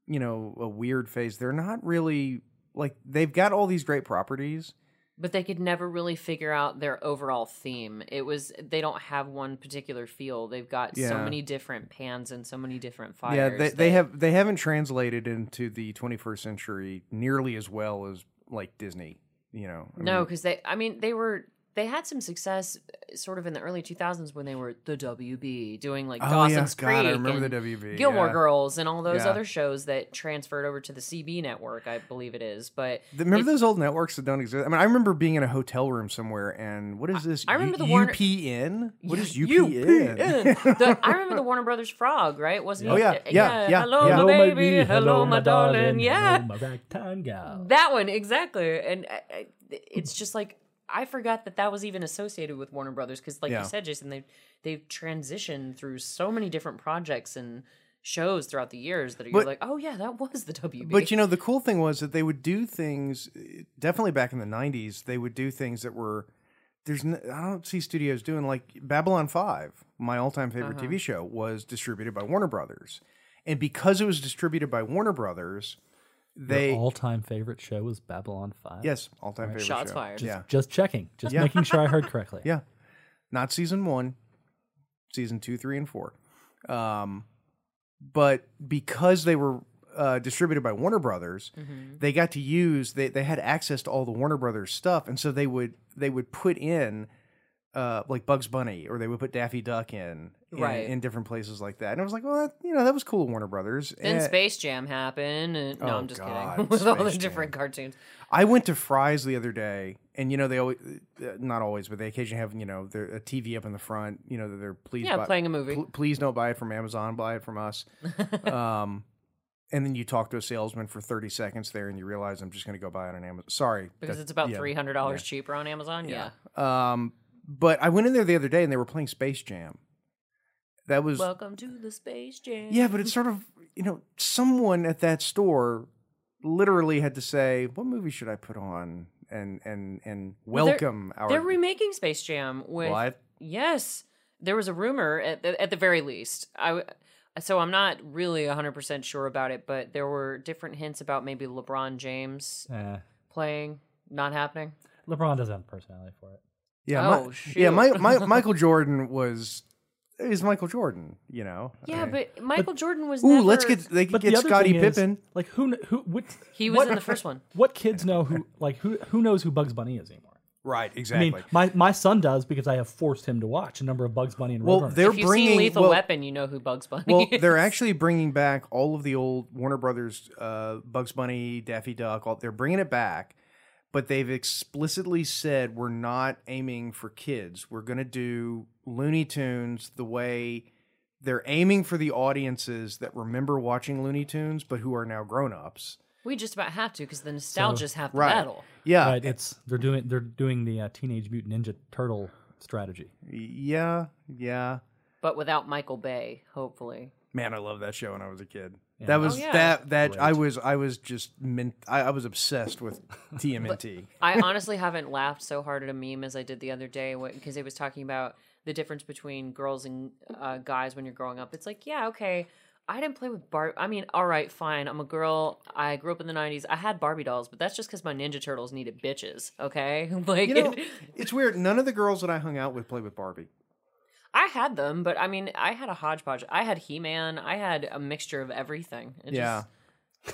Speaker 1: you know, a weird phase. They're not really like they've got all these great properties.
Speaker 2: but they could never really figure out their overall theme. It was they don't have one particular feel. They've got so
Speaker 1: Yeah.
Speaker 2: many different pans and so many different fires.
Speaker 1: yeah, they,
Speaker 2: that-
Speaker 1: they have they haven't translated into the 21st century nearly as well as like Disney you know. I
Speaker 2: No,
Speaker 1: mean,
Speaker 2: because they, I mean, they were, they had some success uh, sort of in the early 2000s when they were the WB doing like
Speaker 1: oh,
Speaker 2: Dawson's
Speaker 1: yeah, God,
Speaker 2: Creek
Speaker 1: I remember
Speaker 2: and
Speaker 1: the WB.
Speaker 2: Gilmore
Speaker 1: yeah.
Speaker 2: Girls and all those
Speaker 1: Yeah.
Speaker 2: other shows that transferred over to the CB network, I believe it is. But
Speaker 1: The- Remember
Speaker 2: It-
Speaker 1: those old networks that don't exist? I mean, I remember being in a hotel room somewhere, and what is this?
Speaker 2: I remember
Speaker 1: U-
Speaker 2: the Warner-
Speaker 1: UPN. What is
Speaker 2: Yeah,
Speaker 1: UPN?
Speaker 2: UPN. The- I remember the Warner Brothers Frog, right? Wasn't
Speaker 1: Oh,
Speaker 2: it?
Speaker 1: yeah, yeah, yeah,
Speaker 2: Hello,
Speaker 1: yeah.
Speaker 2: my baby. Hello, my darling. Yeah.
Speaker 3: hello, my ragtime gal.
Speaker 2: That one, exactly. And I, I, it's just like, I forgot that that was even associated with Warner Brothers because, like
Speaker 1: Yeah.
Speaker 2: you said, Jason, they, they've transitioned through so many different projects and shows throughout the years that you're
Speaker 1: But-
Speaker 2: like, oh, yeah, that was the WB.
Speaker 1: But you know, the cool thing was that they would do things. Definitely back in the '90s, they would do things that were. There's n I don't see studios doing like Babylon Five. My all-time
Speaker 2: Uh-huh.
Speaker 1: favorite TV show was distributed by Warner Brothers, and because it was distributed by Warner Brothers, they
Speaker 3: Your all-time favorite show was Babylon Five.
Speaker 1: yes all-time favorite
Speaker 2: Shots
Speaker 1: show.
Speaker 2: fired.
Speaker 1: Yeah,
Speaker 3: Just checking, just making sure I heard correctly.
Speaker 1: yeah, not season one, season two, three, and four. Um, but because they were uh, distributed by Warner Brothers,
Speaker 2: Mm-hmm.
Speaker 1: they got to use they they had access to all the Warner Brothers stuff, and so they would they would put in uh, like Bugs Bunny or they would put Daffy Duck in in,
Speaker 2: Right.
Speaker 1: in different places like that. And I was like, well, that, you know, that was cool, Warner Brothers. Eh,
Speaker 2: then
Speaker 1: And
Speaker 2: Space Jam happened. And, no,
Speaker 1: Oh,
Speaker 2: I'm just kidding.
Speaker 1: God,
Speaker 2: with all the
Speaker 1: Space
Speaker 2: different cartoons.
Speaker 1: I went to Fry's the other day, and you know they always uh, not always, but they occasionally have you know their, a TV up in the front. You know that they're please
Speaker 2: Yeah,
Speaker 1: buy-
Speaker 2: playing a movie.
Speaker 1: pl- please don't buy it from Amazon. Buy it from us. um, and then you talk to a salesman for thirty seconds there, and you realize I'm just going to go buy it on Amazon. Sorry,
Speaker 2: because
Speaker 1: that-
Speaker 2: it's about
Speaker 1: yeah.
Speaker 2: $300 cheaper on Amazon. Yeah.
Speaker 1: Um, but I went in there the other day, and they were playing Space Jam. That was
Speaker 2: Welcome to the Space Jam.
Speaker 1: yeah, but it's sort of you know someone at that store literally had to say, "What movie should I put on?" and and and
Speaker 2: they're-
Speaker 1: welcome our
Speaker 2: They're remaking Space Jam with
Speaker 1: What?
Speaker 2: yes. There was a rumor at the, at the very least. I w- so I'm not really 100% sure about it, but there were different hints about maybe LeBron James
Speaker 3: Eh,
Speaker 2: playing not happening.
Speaker 3: LeBron doesn't have the personality for it.
Speaker 1: Yeah.
Speaker 2: Oh,
Speaker 1: my, Yeah, my,
Speaker 2: shoot.
Speaker 1: my Michael Jordan was is Michael Jordan, you know.
Speaker 2: Yeah,
Speaker 1: I-
Speaker 2: but Michael Jordan was
Speaker 1: Ooh,
Speaker 2: never
Speaker 1: let's get they could
Speaker 3: But the
Speaker 1: get
Speaker 3: other
Speaker 1: Scottie
Speaker 3: thing is,
Speaker 1: Pippen.
Speaker 3: like who kn- who what,
Speaker 2: He was
Speaker 3: what-
Speaker 2: in the first one.
Speaker 3: What kids know who like who who knows who Bugs Bunny is anymore?
Speaker 1: Right,
Speaker 3: I
Speaker 1: exactly.
Speaker 3: mean, my, my son does because I have forced him to watch a number of Bugs Bunny and
Speaker 1: well,
Speaker 3: Roadrunner.
Speaker 1: they're
Speaker 2: If you've
Speaker 1: bringing
Speaker 2: seen Lethal
Speaker 1: well,
Speaker 2: Weapon, you know who Bugs Bunny
Speaker 1: well,
Speaker 2: is.
Speaker 1: they're actually bringing back all of the old Warner Brothers uh, Bugs Bunny, Daffy Duck, all, they're bringing it back, but they've explicitly said we're not aiming for kids. We're going to do Looney Tunes the way they're aiming for the audiences that remember watching Looney Tunes but who are now grown-ups.
Speaker 2: We just about have to because the nostalgia's half the
Speaker 1: right.
Speaker 2: battle.
Speaker 1: Yeah,
Speaker 3: Right, it's they're doing they're doing the uh, Teenage Mutant Ninja Turtle strategy.
Speaker 1: Yeah, yeah.
Speaker 2: But without Michael Bay, hopefully.
Speaker 1: Man, I love that show when I was a kid. That was
Speaker 2: Oh, yeah.
Speaker 1: that that I was I was just mint, I, I was obsessed with TMNT.
Speaker 2: I honestly haven't laughed so hard at a meme as I did the other day because it was talking about the difference between girls and uh, guys when you're growing up. It's like, yeah, okay, I didn't play with Barbie. I mean, all right, fine. I'm a girl. I grew up in the 90s. I had Barbie dolls, but that's just because my Ninja Turtles needed bitches, okay? like,
Speaker 1: you know, it's weird. None of the girls that I hung out with played with Barbie.
Speaker 2: I had them, but I mean, I had a hodgepodge. I had He Man. I had a mixture of everything. It
Speaker 1: Yeah.
Speaker 2: just-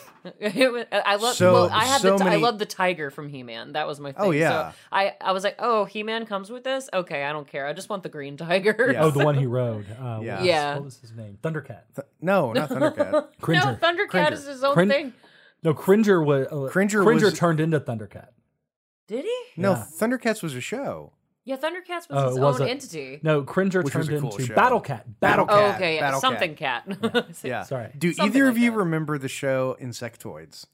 Speaker 2: it was, I love.
Speaker 1: So-
Speaker 2: well, I had
Speaker 1: so
Speaker 2: the t- I
Speaker 1: many-
Speaker 2: loved the tiger from He Man. That was my thing.
Speaker 1: Oh, yeah.
Speaker 2: So I I was like, oh, He Man comes with this. Okay, I don't care. I just want the green tiger.
Speaker 1: Yeah.
Speaker 3: Oh, the one he rode.
Speaker 1: Yeah.
Speaker 3: Uh, What was,
Speaker 2: Yeah.
Speaker 3: What was his name? Thundercat.
Speaker 1: Th- no, not Thundercat.
Speaker 2: no,
Speaker 3: Cringer.
Speaker 2: Thundercat
Speaker 1: Cringer.
Speaker 2: is his own
Speaker 3: Crin-
Speaker 2: thing.
Speaker 3: no, Cringer was uh,
Speaker 1: Cringer
Speaker 3: Cringer.
Speaker 1: was-
Speaker 3: turned into Thundercat.
Speaker 2: Did he?
Speaker 1: No,
Speaker 3: Yeah.
Speaker 1: Thundercats was a show.
Speaker 2: Yeah, Thundercats was
Speaker 3: Oh,
Speaker 2: his
Speaker 3: it was
Speaker 2: own
Speaker 3: a-
Speaker 2: entity.
Speaker 3: No, Cringer
Speaker 1: Which was
Speaker 3: turned
Speaker 1: a cool
Speaker 3: into
Speaker 1: show.
Speaker 3: Battlecat.
Speaker 1: Battle
Speaker 3: Battle.
Speaker 1: Cat.
Speaker 2: oh, okay, yeah,
Speaker 1: Battle
Speaker 2: something cat.
Speaker 1: Yeah.
Speaker 3: Sorry.
Speaker 1: Do
Speaker 2: Something
Speaker 1: either of
Speaker 2: like
Speaker 1: you
Speaker 2: that.
Speaker 1: remember the show Insectoids?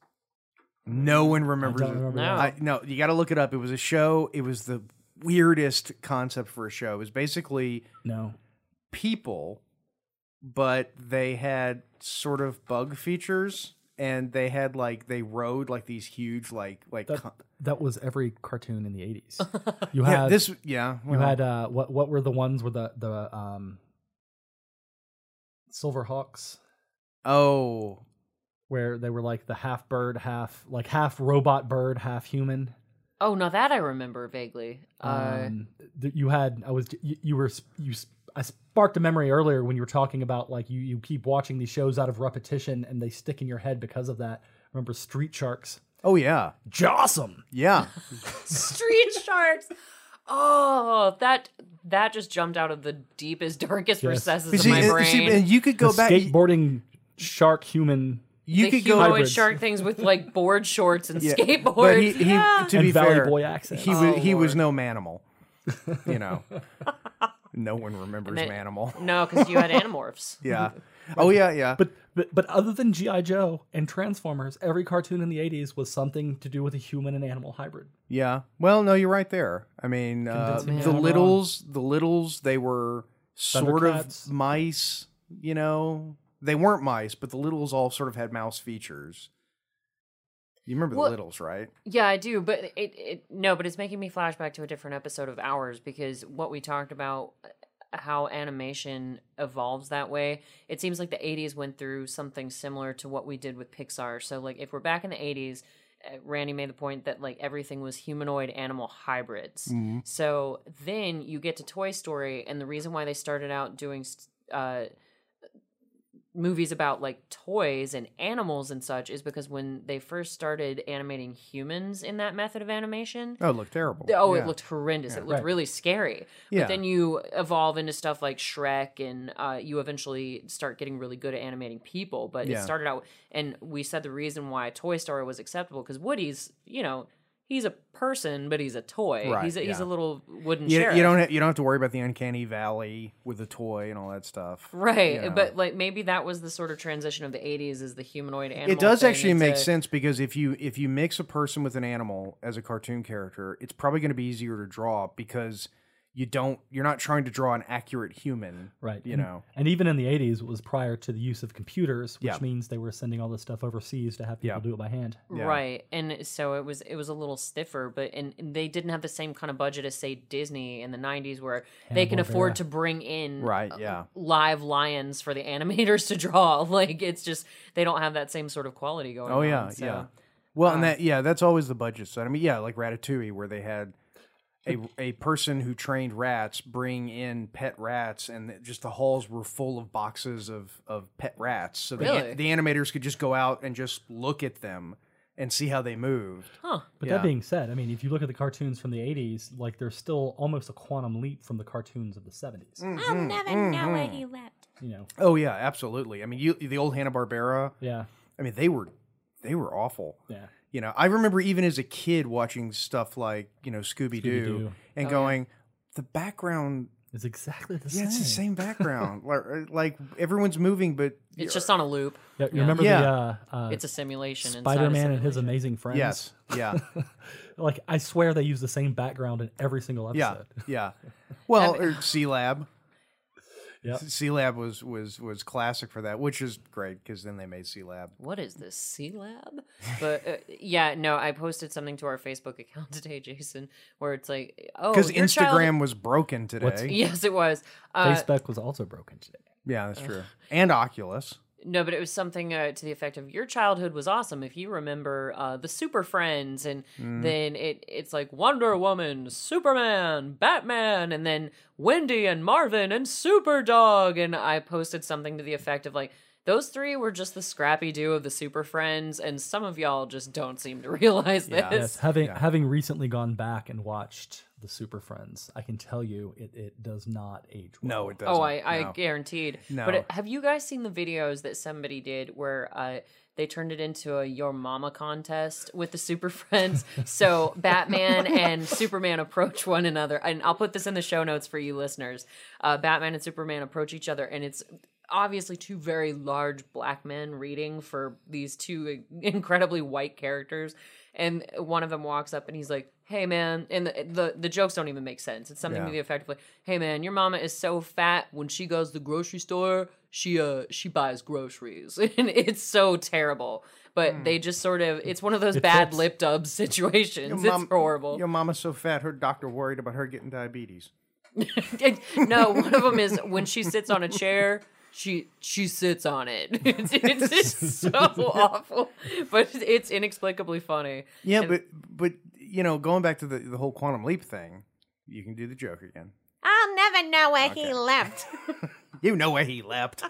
Speaker 1: No one remembers it.
Speaker 3: remember
Speaker 2: No.
Speaker 1: I, no, you got to look it up. It was a show. It was the weirdest concept for a show. It was basically
Speaker 3: No.
Speaker 1: people, but they had sort of bug features, and they had like they rode like these huge like like
Speaker 3: That,
Speaker 1: con-
Speaker 3: that was every cartoon in the 80s. You had
Speaker 1: yeah this yeah
Speaker 3: you
Speaker 1: well,
Speaker 3: had uh what what were the ones with the the um Silverhawks
Speaker 1: oh
Speaker 3: where they were like the half bird, half like half robot bird, half human.
Speaker 2: Oh, now that I remember vaguely. Uh,
Speaker 3: um, th- you had I was you, you were s- you s- I sparked a memory earlier when you were talking about like you you keep watching these shows out of repetition and they stick in your head because of that. Remember Street Sharks?
Speaker 1: Oh yeah,
Speaker 4: Jawsome.
Speaker 1: yeah.
Speaker 2: Street sharks. Oh, that that just jumped out of the deepest, darkest
Speaker 3: Yes.
Speaker 2: recesses
Speaker 1: You
Speaker 2: of
Speaker 1: see,
Speaker 2: my
Speaker 1: and,
Speaker 2: brain.
Speaker 1: see, and you could go
Speaker 3: The
Speaker 1: back.
Speaker 3: skateboarding shark human.
Speaker 1: You
Speaker 2: the
Speaker 1: could go.
Speaker 2: humanoid
Speaker 3: hybrids.
Speaker 2: shark things with like board shorts and
Speaker 1: Yeah,
Speaker 2: skateboards.
Speaker 1: But he, he,
Speaker 2: yeah.
Speaker 1: to
Speaker 3: And
Speaker 1: be
Speaker 3: Valley
Speaker 1: fair,
Speaker 3: Boy accent.
Speaker 1: he
Speaker 2: Oh,
Speaker 1: was he was
Speaker 2: Lord.
Speaker 1: no manimal. You know, no one remembers
Speaker 2: And it-
Speaker 1: manimal.
Speaker 2: No, because you had Animorphs.
Speaker 1: Yeah. Oh yeah, yeah.
Speaker 3: But, but but other than GI Joe and Transformers, every cartoon in the '80s was something to do with a human and animal hybrid.
Speaker 1: Yeah. Well, no, you're right there. I mean, uh,
Speaker 3: Convince me
Speaker 1: the
Speaker 3: I'm wrong.
Speaker 1: littles, the littles, they were sort of
Speaker 3: Thundercats.
Speaker 1: mice. You know, they weren't mice, but the littles all sort of had mouse features. You remember
Speaker 2: Well-
Speaker 1: the littles, right?
Speaker 2: Yeah, I do, but it, it no, but it's making me flashback to a different episode of ours because what we talked about uh, how animation evolves that way. It seems like the 80s went through something similar to what we did with Pixar. So like if we're back in the 80s, uh, Randy made the point that like everything was humanoid animal hybrids.
Speaker 3: Mm-hmm.
Speaker 2: So then you get to Toy Story and the reason why they started out doing s- uh movies about like toys and animals and such is because when they first started animating humans in that method of animation
Speaker 1: Oh, it looked terrible.
Speaker 2: oh
Speaker 1: Yeah.
Speaker 2: it looked horrendous it looked
Speaker 3: Right.
Speaker 2: really scary
Speaker 1: Yeah.
Speaker 2: but then you evolve into stuff like shrek and uh, you eventually start getting really good at animating people but
Speaker 1: Yeah.
Speaker 2: it started out and we said the reason why toy story was acceptable because woody's you know he's a person but he's a toy
Speaker 1: Right,
Speaker 2: he's, a, he's
Speaker 1: yeah.
Speaker 2: a little wooden
Speaker 1: You,
Speaker 2: sheriff.
Speaker 1: you don't have, you don't have to worry about the uncanny valley with the toy and all that stuff.
Speaker 2: Right,
Speaker 1: you know.
Speaker 2: but like maybe that was the sort of transition of the '80s is the humanoid animal.
Speaker 1: it does
Speaker 2: thing
Speaker 1: actually
Speaker 2: into-
Speaker 1: make sense because if you if you mix a person with an animal as a cartoon character, it's probably going to be easier to draw because you don't you're not trying to draw an accurate human,
Speaker 3: Right.
Speaker 1: You
Speaker 3: and,
Speaker 1: know,
Speaker 3: And even in the 80s, it was prior to the use of computers, which
Speaker 1: Yeah.
Speaker 3: means they were sending all this stuff overseas to have people
Speaker 1: Yeah.
Speaker 3: do it by hand.
Speaker 1: Yeah.
Speaker 2: Right, and so it was it was a little stiffer, but and and they didn't have the same kind of budget as say Disney in the '90s, where they can afford
Speaker 3: Hanna-Barbera.
Speaker 2: to bring in uh,
Speaker 1: right? Yeah,
Speaker 2: live lions for the animators to draw. Like it's just they don't have that same sort of quality going.
Speaker 1: Oh
Speaker 2: on,
Speaker 1: yeah,
Speaker 2: so.
Speaker 1: yeah. Well, and that yeah, that's always the budget side. I mean, yeah, like Ratatouille, where they had a a person who trained rats bring in pet rats, and th- just the halls were full of boxes of of pet rats, so the,
Speaker 2: Really?
Speaker 1: the animators could just go out and just look at them and see how they moved.
Speaker 2: Huh.
Speaker 3: But
Speaker 1: Yeah.
Speaker 3: that being said, I mean, if you look at the cartoons from the 80s, like there's still almost a quantum leap from the cartoons of the 70s.
Speaker 1: Mm.
Speaker 5: I'll never know where he left.
Speaker 3: You know,
Speaker 1: Oh yeah, absolutely. I mean, you the old Hanna Barbera.
Speaker 3: yeah,
Speaker 1: I mean, they were they were awful.
Speaker 3: yeah.
Speaker 1: You know, I remember even as a kid watching stuff like you know Scooby Doo
Speaker 3: Scooby-Doo.
Speaker 1: and going, the background
Speaker 3: It's exactly the same.
Speaker 1: Yeah, it's the same background. like, er, like everyone's moving, but
Speaker 2: It's just on a loop.
Speaker 3: Yeah, you remember
Speaker 1: Yeah.
Speaker 3: the uh, uh,
Speaker 2: It's a simulation. inside a
Speaker 3: Spider-Man and his
Speaker 2: simulation.
Speaker 3: amazing friends?
Speaker 1: yes, yeah,
Speaker 3: Like I swear they use the same background in every single
Speaker 1: yeah,
Speaker 3: episode.
Speaker 1: yeah. Well, or C Lab.
Speaker 3: Yep.
Speaker 1: C Lab was was was classic for that, which is great because then they made C Lab.
Speaker 2: what is this C lab? But uh, yeah, no, I posted something to our Facebook account today, Jason, where it's like, oh,
Speaker 1: Because
Speaker 2: your child-
Speaker 1: Instagram was broken today.
Speaker 2: yes, it was. Uh,
Speaker 3: Facebook was also broken today.
Speaker 1: yeah, that's true. And Oculus.
Speaker 2: no, but it was something uh, to the effect of your childhood was awesome if you remember uh, the Super Friends, and then it it's like Wonder Woman, Superman, Batman, and then Wendy and Marvin and Superdog, and I posted something to the effect of like. Those three were just the scrappy do of the Super Friends, and some of y'all just don't seem to realize this.
Speaker 1: Yeah.
Speaker 3: Yes, having having recently gone back and watched the Super Friends, I can tell you it, it does not age well.
Speaker 1: No, it doesn't.
Speaker 2: Oh, I, I
Speaker 1: no.
Speaker 2: guaranteed.
Speaker 1: No.
Speaker 2: But it- have you guys seen the videos that somebody did where uh, they turned it into a Your Mama contest with the Super Friends? so Batman and Superman approach one another. And I'll put this in the show notes for you listeners. Uh, Batman and Superman approach each other, and it's obviously two very large black men reading for these two uh, incredibly white characters. And one of them walks up and he's like, Hey man, and the, the the jokes don't even make sense. It's something
Speaker 1: Yeah.
Speaker 2: to the effect of like, "Hey man, your mama is so fat. When she goes to the grocery store, she uh she buys groceries, and it's so terrible." But
Speaker 1: Hmm.
Speaker 2: they just sort of it's one of those bad
Speaker 3: fits.
Speaker 2: lip dub situations. it's horrible.
Speaker 1: Your mama's so fat, her doctor worried about her getting diabetes.
Speaker 2: It- no, one of them is when she sits on a chair, she she sits on it. It's, it's just so awful, but it's inexplicably funny.
Speaker 1: Yeah,
Speaker 2: And-
Speaker 1: but but you know, going back to the the whole quantum leap thing, you can do the joke again.
Speaker 5: I'll never know where he left.
Speaker 1: You know where he leapt.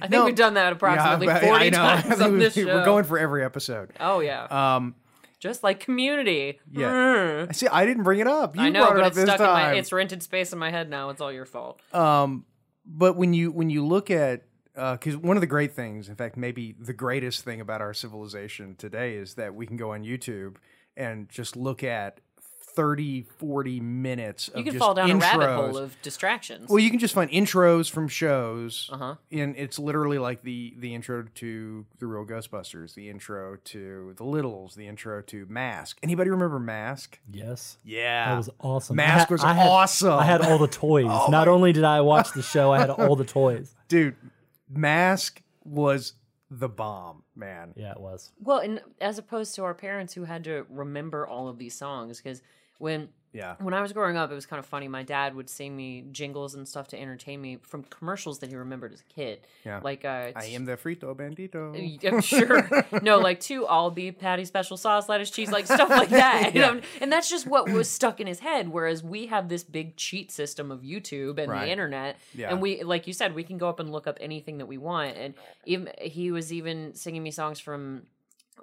Speaker 2: I think we've done that approximately
Speaker 1: but I-
Speaker 2: 40
Speaker 1: I know. I
Speaker 2: times
Speaker 1: think
Speaker 2: on
Speaker 1: we-
Speaker 2: this show.
Speaker 1: We're going for every episode.
Speaker 2: oh, yeah.
Speaker 1: Um,
Speaker 2: Just like community. Mm.
Speaker 1: yeah. See, I didn't bring it up. You
Speaker 2: I know,
Speaker 1: brought it
Speaker 2: but
Speaker 1: up
Speaker 2: it's
Speaker 1: this
Speaker 2: stuck in
Speaker 1: time.
Speaker 2: my, it's rented space in my head now. It's all your fault.
Speaker 1: Um, but when you when you look at because one of the great things, in fact, maybe the greatest thing about our civilization today is that we can go on YouTube and just look at 30, 40 minutes of
Speaker 2: you can
Speaker 1: just
Speaker 2: fall down
Speaker 1: intros.
Speaker 2: a rabbit hole of distractions.
Speaker 1: well, you can just find intros from shows,
Speaker 2: Uh-huh.
Speaker 1: and it's literally like the the intro to the real Ghostbusters, the intro to the Littles, the intro to Mask. Anybody remember Mask?
Speaker 3: Yes.
Speaker 1: Yeah,
Speaker 3: That was awesome. I
Speaker 1: Mask
Speaker 3: ha-
Speaker 1: was
Speaker 3: I had,
Speaker 1: awesome. Oh
Speaker 3: I had all the toys. Not only did I watch the show, I had all the toys.
Speaker 1: dude mask was the bomb man
Speaker 3: Yeah, it was.
Speaker 2: Well, and as opposed to our parents who had to remember all of these songs, because when
Speaker 1: yeah
Speaker 2: when I was growing up, it was kind of funny. My dad would sing me jingles and stuff to entertain me from commercials that he remembered as a kid.
Speaker 1: Yeah.
Speaker 2: like uh,
Speaker 1: i am the frito bandito
Speaker 2: I'm sure. No, like two all beef patty, special sauce, lettuce, cheese, like stuff like that. And, um, and that's just what was stuck in his head. Whereas we have this big cheat system of YouTube and
Speaker 1: Right.
Speaker 2: the internet,
Speaker 1: Yeah.
Speaker 2: and we, like you said, we can go up and look up anything that we want. And even he was even singing me songs from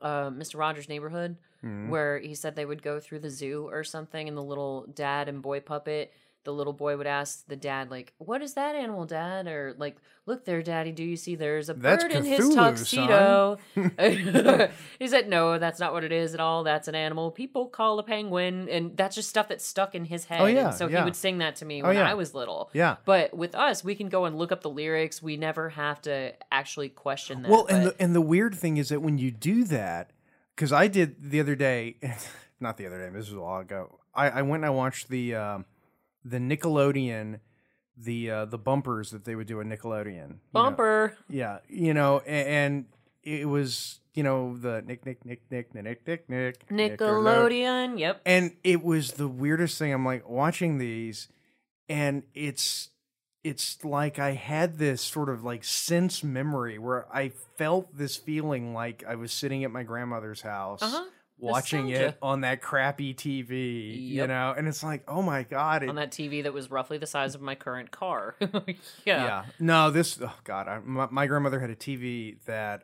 Speaker 2: uh, Mr. Rogers' Neighborhood,
Speaker 1: Mm-hmm. Hmm.
Speaker 2: where he said they would go through the zoo or something, and the little dad and boy puppet, the little boy would ask the dad, like, "What is that animal, Dad?" Or like, "Look there, Daddy, do you see there's a
Speaker 1: That's
Speaker 2: bird in his
Speaker 1: Cthulhu,
Speaker 2: tuxedo?" he said, "No, that's not what it is at all. That's an animal people call a penguin," and that's just stuff that's stuck in his head.
Speaker 1: Oh,
Speaker 2: and
Speaker 1: yeah,
Speaker 2: so
Speaker 1: yeah. Oh,
Speaker 2: he would sing that to me when
Speaker 1: yeah.
Speaker 2: I was little.
Speaker 1: Yeah.
Speaker 2: But with us, we can go and look up the lyrics. We never have to actually question that.
Speaker 1: well and
Speaker 2: but-
Speaker 1: the, and the weird thing is that when you do that because i did the other day not the other day this was a while ago i, I went and i watched the um, the nickelodeon the uh, the bumpers that they would do at nickelodeon you know.
Speaker 2: bumper.
Speaker 1: Yeah, you know, a- and, it was you know the nick nick nick nick nick nick nick nick Nickelode-
Speaker 2: Nickelodeon. Yep.
Speaker 1: and it was the weirdest thing. I'm like watching these, and it's it's like I had this sort of like sense memory where I felt this feeling like I was sitting at my grandmother's house.
Speaker 2: Uh-huh.
Speaker 1: Watching it
Speaker 2: Nostalgia.
Speaker 1: on that crappy TV, you
Speaker 2: Yep.
Speaker 1: know, and it's like, oh my god, it,
Speaker 2: On that TV that was roughly the size of my current car. yeah.
Speaker 1: yeah. No, this. Oh God, I, my, my grandmother had a TV that,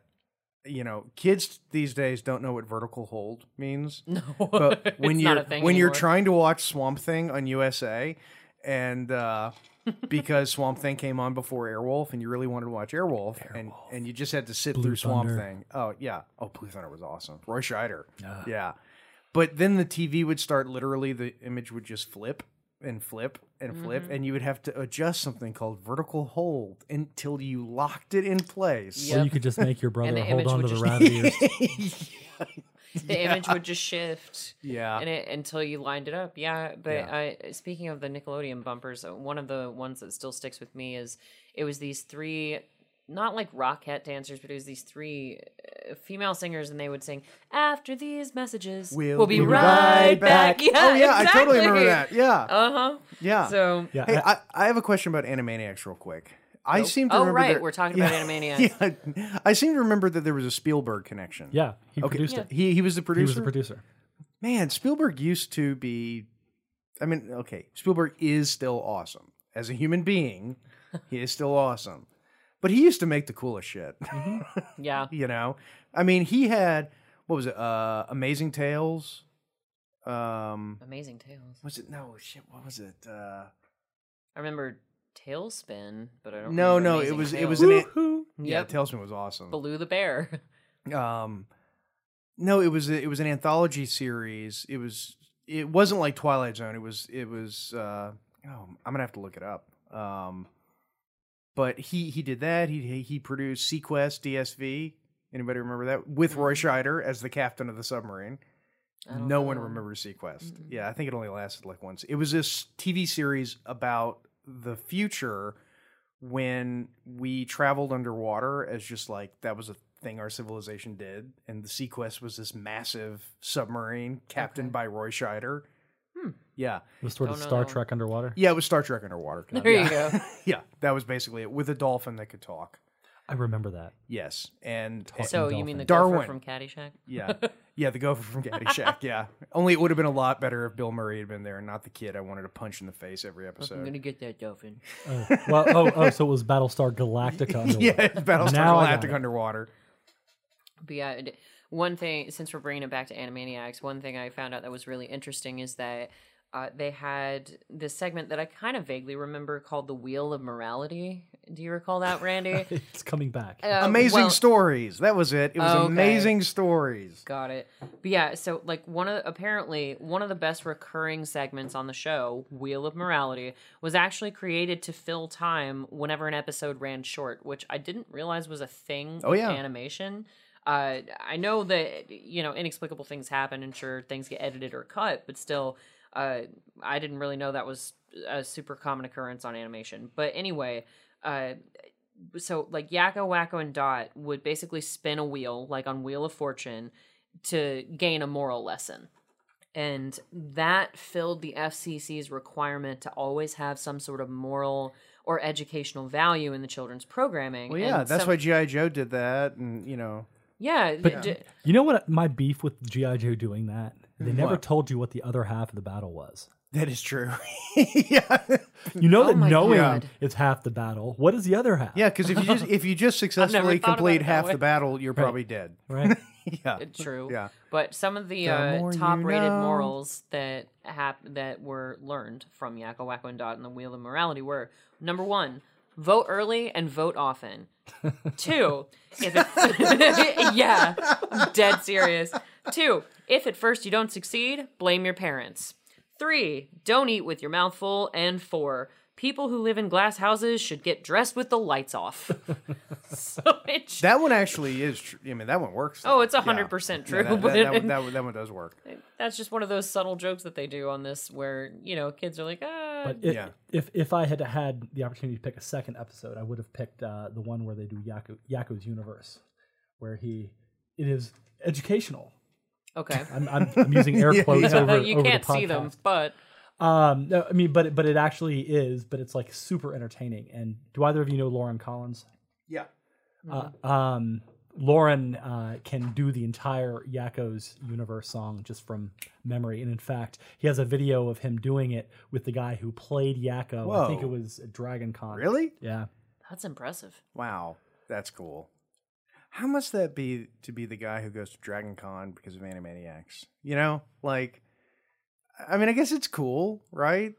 Speaker 1: you know, kids these days don't know what vertical hold means.
Speaker 2: No.
Speaker 1: But when
Speaker 2: it's
Speaker 1: you're
Speaker 2: not a thing
Speaker 1: when you're
Speaker 2: anymore.
Speaker 1: trying to watch Swamp Thing on USA, and uh, because Swamp Thing came on before Airwolf, and you really wanted to watch Airwolf, and and you just had to sit through Swamp
Speaker 3: Thunder.
Speaker 1: Thing. Oh yeah. Oh, Blue Thunder was awesome. Roy Scheider. Yeah. But then the TV would start literally the image would just flip and flip and
Speaker 2: Mm-hmm.
Speaker 1: flip and you would have to adjust something called vertical hold until you locked it in place.
Speaker 2: Yeah.
Speaker 3: Or
Speaker 2: Yep.
Speaker 3: you could just make your brother
Speaker 2: the
Speaker 3: hold
Speaker 2: image
Speaker 3: on to
Speaker 2: would
Speaker 3: the
Speaker 2: just-
Speaker 3: rabbit ears.
Speaker 2: the image would just shift.
Speaker 1: Yeah.
Speaker 2: And it, until you lined it up, yeah. But
Speaker 1: Yeah.
Speaker 2: I, speaking of the Nickelodeon bumpers, uh, one of the ones that still sticks with me is it was these three, not like rockette dancers, but it was these three uh, female singers, and they would sing "After these messages, we'll, be, right back." Yeah,
Speaker 1: oh yeah, I totally remember
Speaker 2: exactly.
Speaker 1: that. Yeah.
Speaker 2: Uh huh.
Speaker 1: yeah.
Speaker 2: So uh,
Speaker 3: Yeah,
Speaker 1: hey,
Speaker 3: I-
Speaker 1: I, I have a question about Animaniacs real quick. I seem to
Speaker 2: Oh,
Speaker 1: remember
Speaker 2: right,
Speaker 1: that-
Speaker 2: we're talking about Animaniacs.
Speaker 1: Yeah. I seem to remember that there was a Spielberg connection.
Speaker 3: yeah, he
Speaker 1: Okay.
Speaker 3: produced it.
Speaker 1: He he was the
Speaker 3: He
Speaker 1: producer.
Speaker 3: was the producer.
Speaker 1: Man, Spielberg used to be. I mean, okay, Spielberg is still awesome as a human being. he is still awesome, but he used to make the coolest shit.
Speaker 2: yeah,
Speaker 1: you know, I mean, he had what was it? Uh, Amazing Tales. Um,
Speaker 2: amazing tales.
Speaker 1: was it no shit? What was it? Uh,
Speaker 2: I remember Tailspin, but I don't.
Speaker 1: no,
Speaker 2: remember
Speaker 1: no, it
Speaker 2: Amazing
Speaker 1: was it
Speaker 2: Tales.
Speaker 1: was an. Yeah,
Speaker 2: Yep.
Speaker 1: Talesman was awesome.
Speaker 2: Baloo the bear.
Speaker 1: um no it was it was an anthology series it was it wasn't like twilight zone it was it was uh oh i'm gonna have to look it up um but he he did that he he- he produced sequest dsv anybody remember that with roy scheider as the captain of the submarine
Speaker 2: I
Speaker 1: no
Speaker 2: don't know.
Speaker 1: one remembers sequest yeah i think it only lasted like once it was this tv series about the future when we traveled underwater as just like that was a thing our civilization did and the sequest was this massive submarine captained
Speaker 2: Okay. Hmm.
Speaker 1: by roy scheider yeah
Speaker 3: It was sort of
Speaker 2: Don't know
Speaker 3: Star
Speaker 2: that one.
Speaker 3: Trek underwater.
Speaker 1: yeah it was star trek underwater
Speaker 2: There you
Speaker 1: Yeah.
Speaker 2: go.
Speaker 1: yeah that was basically it with a dolphin that could talk
Speaker 3: I remember that.
Speaker 1: Yes, and
Speaker 2: So you mean the
Speaker 1: Darwin.
Speaker 2: gopher from Caddyshack?
Speaker 1: yeah, yeah, the gopher from Caddyshack. Yeah, only it would have been a lot better if Bill Murray had been there and not the kid I wanted to punch in the face every
Speaker 2: I'm
Speaker 1: episode.
Speaker 2: gonna get that dolphin.
Speaker 3: Oh, well, oh, oh, so it was Battlestar Galactica. underwater.
Speaker 1: yeah, it's Battlestar
Speaker 3: Now I got
Speaker 1: Galactic
Speaker 3: it.
Speaker 1: underwater.
Speaker 2: But yeah, it- one thing since we're bringing it back to Animaniacs, one thing I found out that was really interesting is that uh, they had this segment that I kind of vaguely remember called the Wheel of Morality. Do you recall that, Randy?
Speaker 3: It's coming back.
Speaker 2: Uh,
Speaker 1: amazing
Speaker 2: well-
Speaker 1: stories. That was it. It was
Speaker 2: Okay.
Speaker 1: amazing stories.
Speaker 2: Got it. But yeah, so like one of apparently one of the best recurring segments on the show, Wheel of Morality, was actually created to fill time whenever an episode ran short, which I didn't realize was a thing.
Speaker 1: Oh,
Speaker 2: with
Speaker 1: yeah.
Speaker 2: animation. Uh, I know that you know inexplicable things happen, and sure things get edited or cut, but still, uh, I didn't really know that was a super common occurrence on animation. But anyway, uh, so like Yakko, Wacko, and Dot would basically spin a wheel, like on Wheel of Fortune, to gain a moral lesson. And that filled the FCC's requirement to always have some sort of moral or educational value in the children's programming.
Speaker 1: Well, yeah,
Speaker 2: And
Speaker 1: that's
Speaker 2: some-
Speaker 1: why GI Joe did that, and you know,
Speaker 2: Yeah,
Speaker 3: But-
Speaker 2: d-
Speaker 3: You know what? My beef with GI Joe doing that. They never
Speaker 1: What?
Speaker 3: told you what the other half of the battle was.
Speaker 1: that is true. yeah,
Speaker 3: You know
Speaker 2: Oh
Speaker 3: that
Speaker 2: my
Speaker 3: knowing
Speaker 2: God.
Speaker 3: it's half the battle. What is the other half?
Speaker 1: yeah, because if you just if you just successfully
Speaker 2: thought about it
Speaker 1: complete
Speaker 2: that
Speaker 1: half
Speaker 2: way.
Speaker 1: the battle, you're probably dead.
Speaker 3: Right.
Speaker 1: Yeah,
Speaker 2: true.
Speaker 1: yeah.
Speaker 2: But some of the,
Speaker 1: The
Speaker 2: uh,
Speaker 1: more you
Speaker 2: top-rated
Speaker 1: know.
Speaker 2: morals that hap- that were learned from Yakko, Wacko, and Dot and the Wheel of Morality were number one, vote early and vote often. Two, if it- yeah, I'm dead serious. Two, if at first you don't succeed, blame your parents. Three, don't eat with your mouth full. And four, people who live in glass houses should get dressed with the lights off. so it's
Speaker 1: That one actually is. Tr- I mean, that one works.
Speaker 2: Oh,
Speaker 1: though.
Speaker 2: it's
Speaker 1: Yeah.
Speaker 2: 100%
Speaker 1: Yeah,
Speaker 2: true,
Speaker 1: that-
Speaker 2: but-
Speaker 1: that, that one, that one- that one does work.
Speaker 2: that's just one of those subtle jokes that they do on this where you know kids are like ah
Speaker 3: But if,
Speaker 1: Yeah.
Speaker 3: if if I had had the opportunity to pick a second episode, I would have picked uh, the one where they do Yaku, Yaku's universe, where he it is educational.
Speaker 2: okay
Speaker 3: I'm, I'm, I'm using air quotes
Speaker 2: Even though
Speaker 3: over
Speaker 2: you
Speaker 3: over the
Speaker 2: can't see them
Speaker 3: podcast.
Speaker 2: but
Speaker 3: Um, no, I mean, but it- but it actually is, but it's like super entertaining. And do either of you know Lauren Collins?
Speaker 1: Yeah. Mm-hmm.
Speaker 3: Uh, um, Lauren uh, can do the entire Yakko's Universe song just from memory. And in fact, he has a video of him doing it with the guy who played Yakko. I think it
Speaker 1: Whoa.
Speaker 3: was at Dragon Con.
Speaker 1: Really?
Speaker 3: Yeah.
Speaker 2: that's impressive
Speaker 1: Wow, that's cool. How must that be to be the guy who goes to Dragon Con because of Animaniacs? You know, like, I mean, I guess it's cool, right?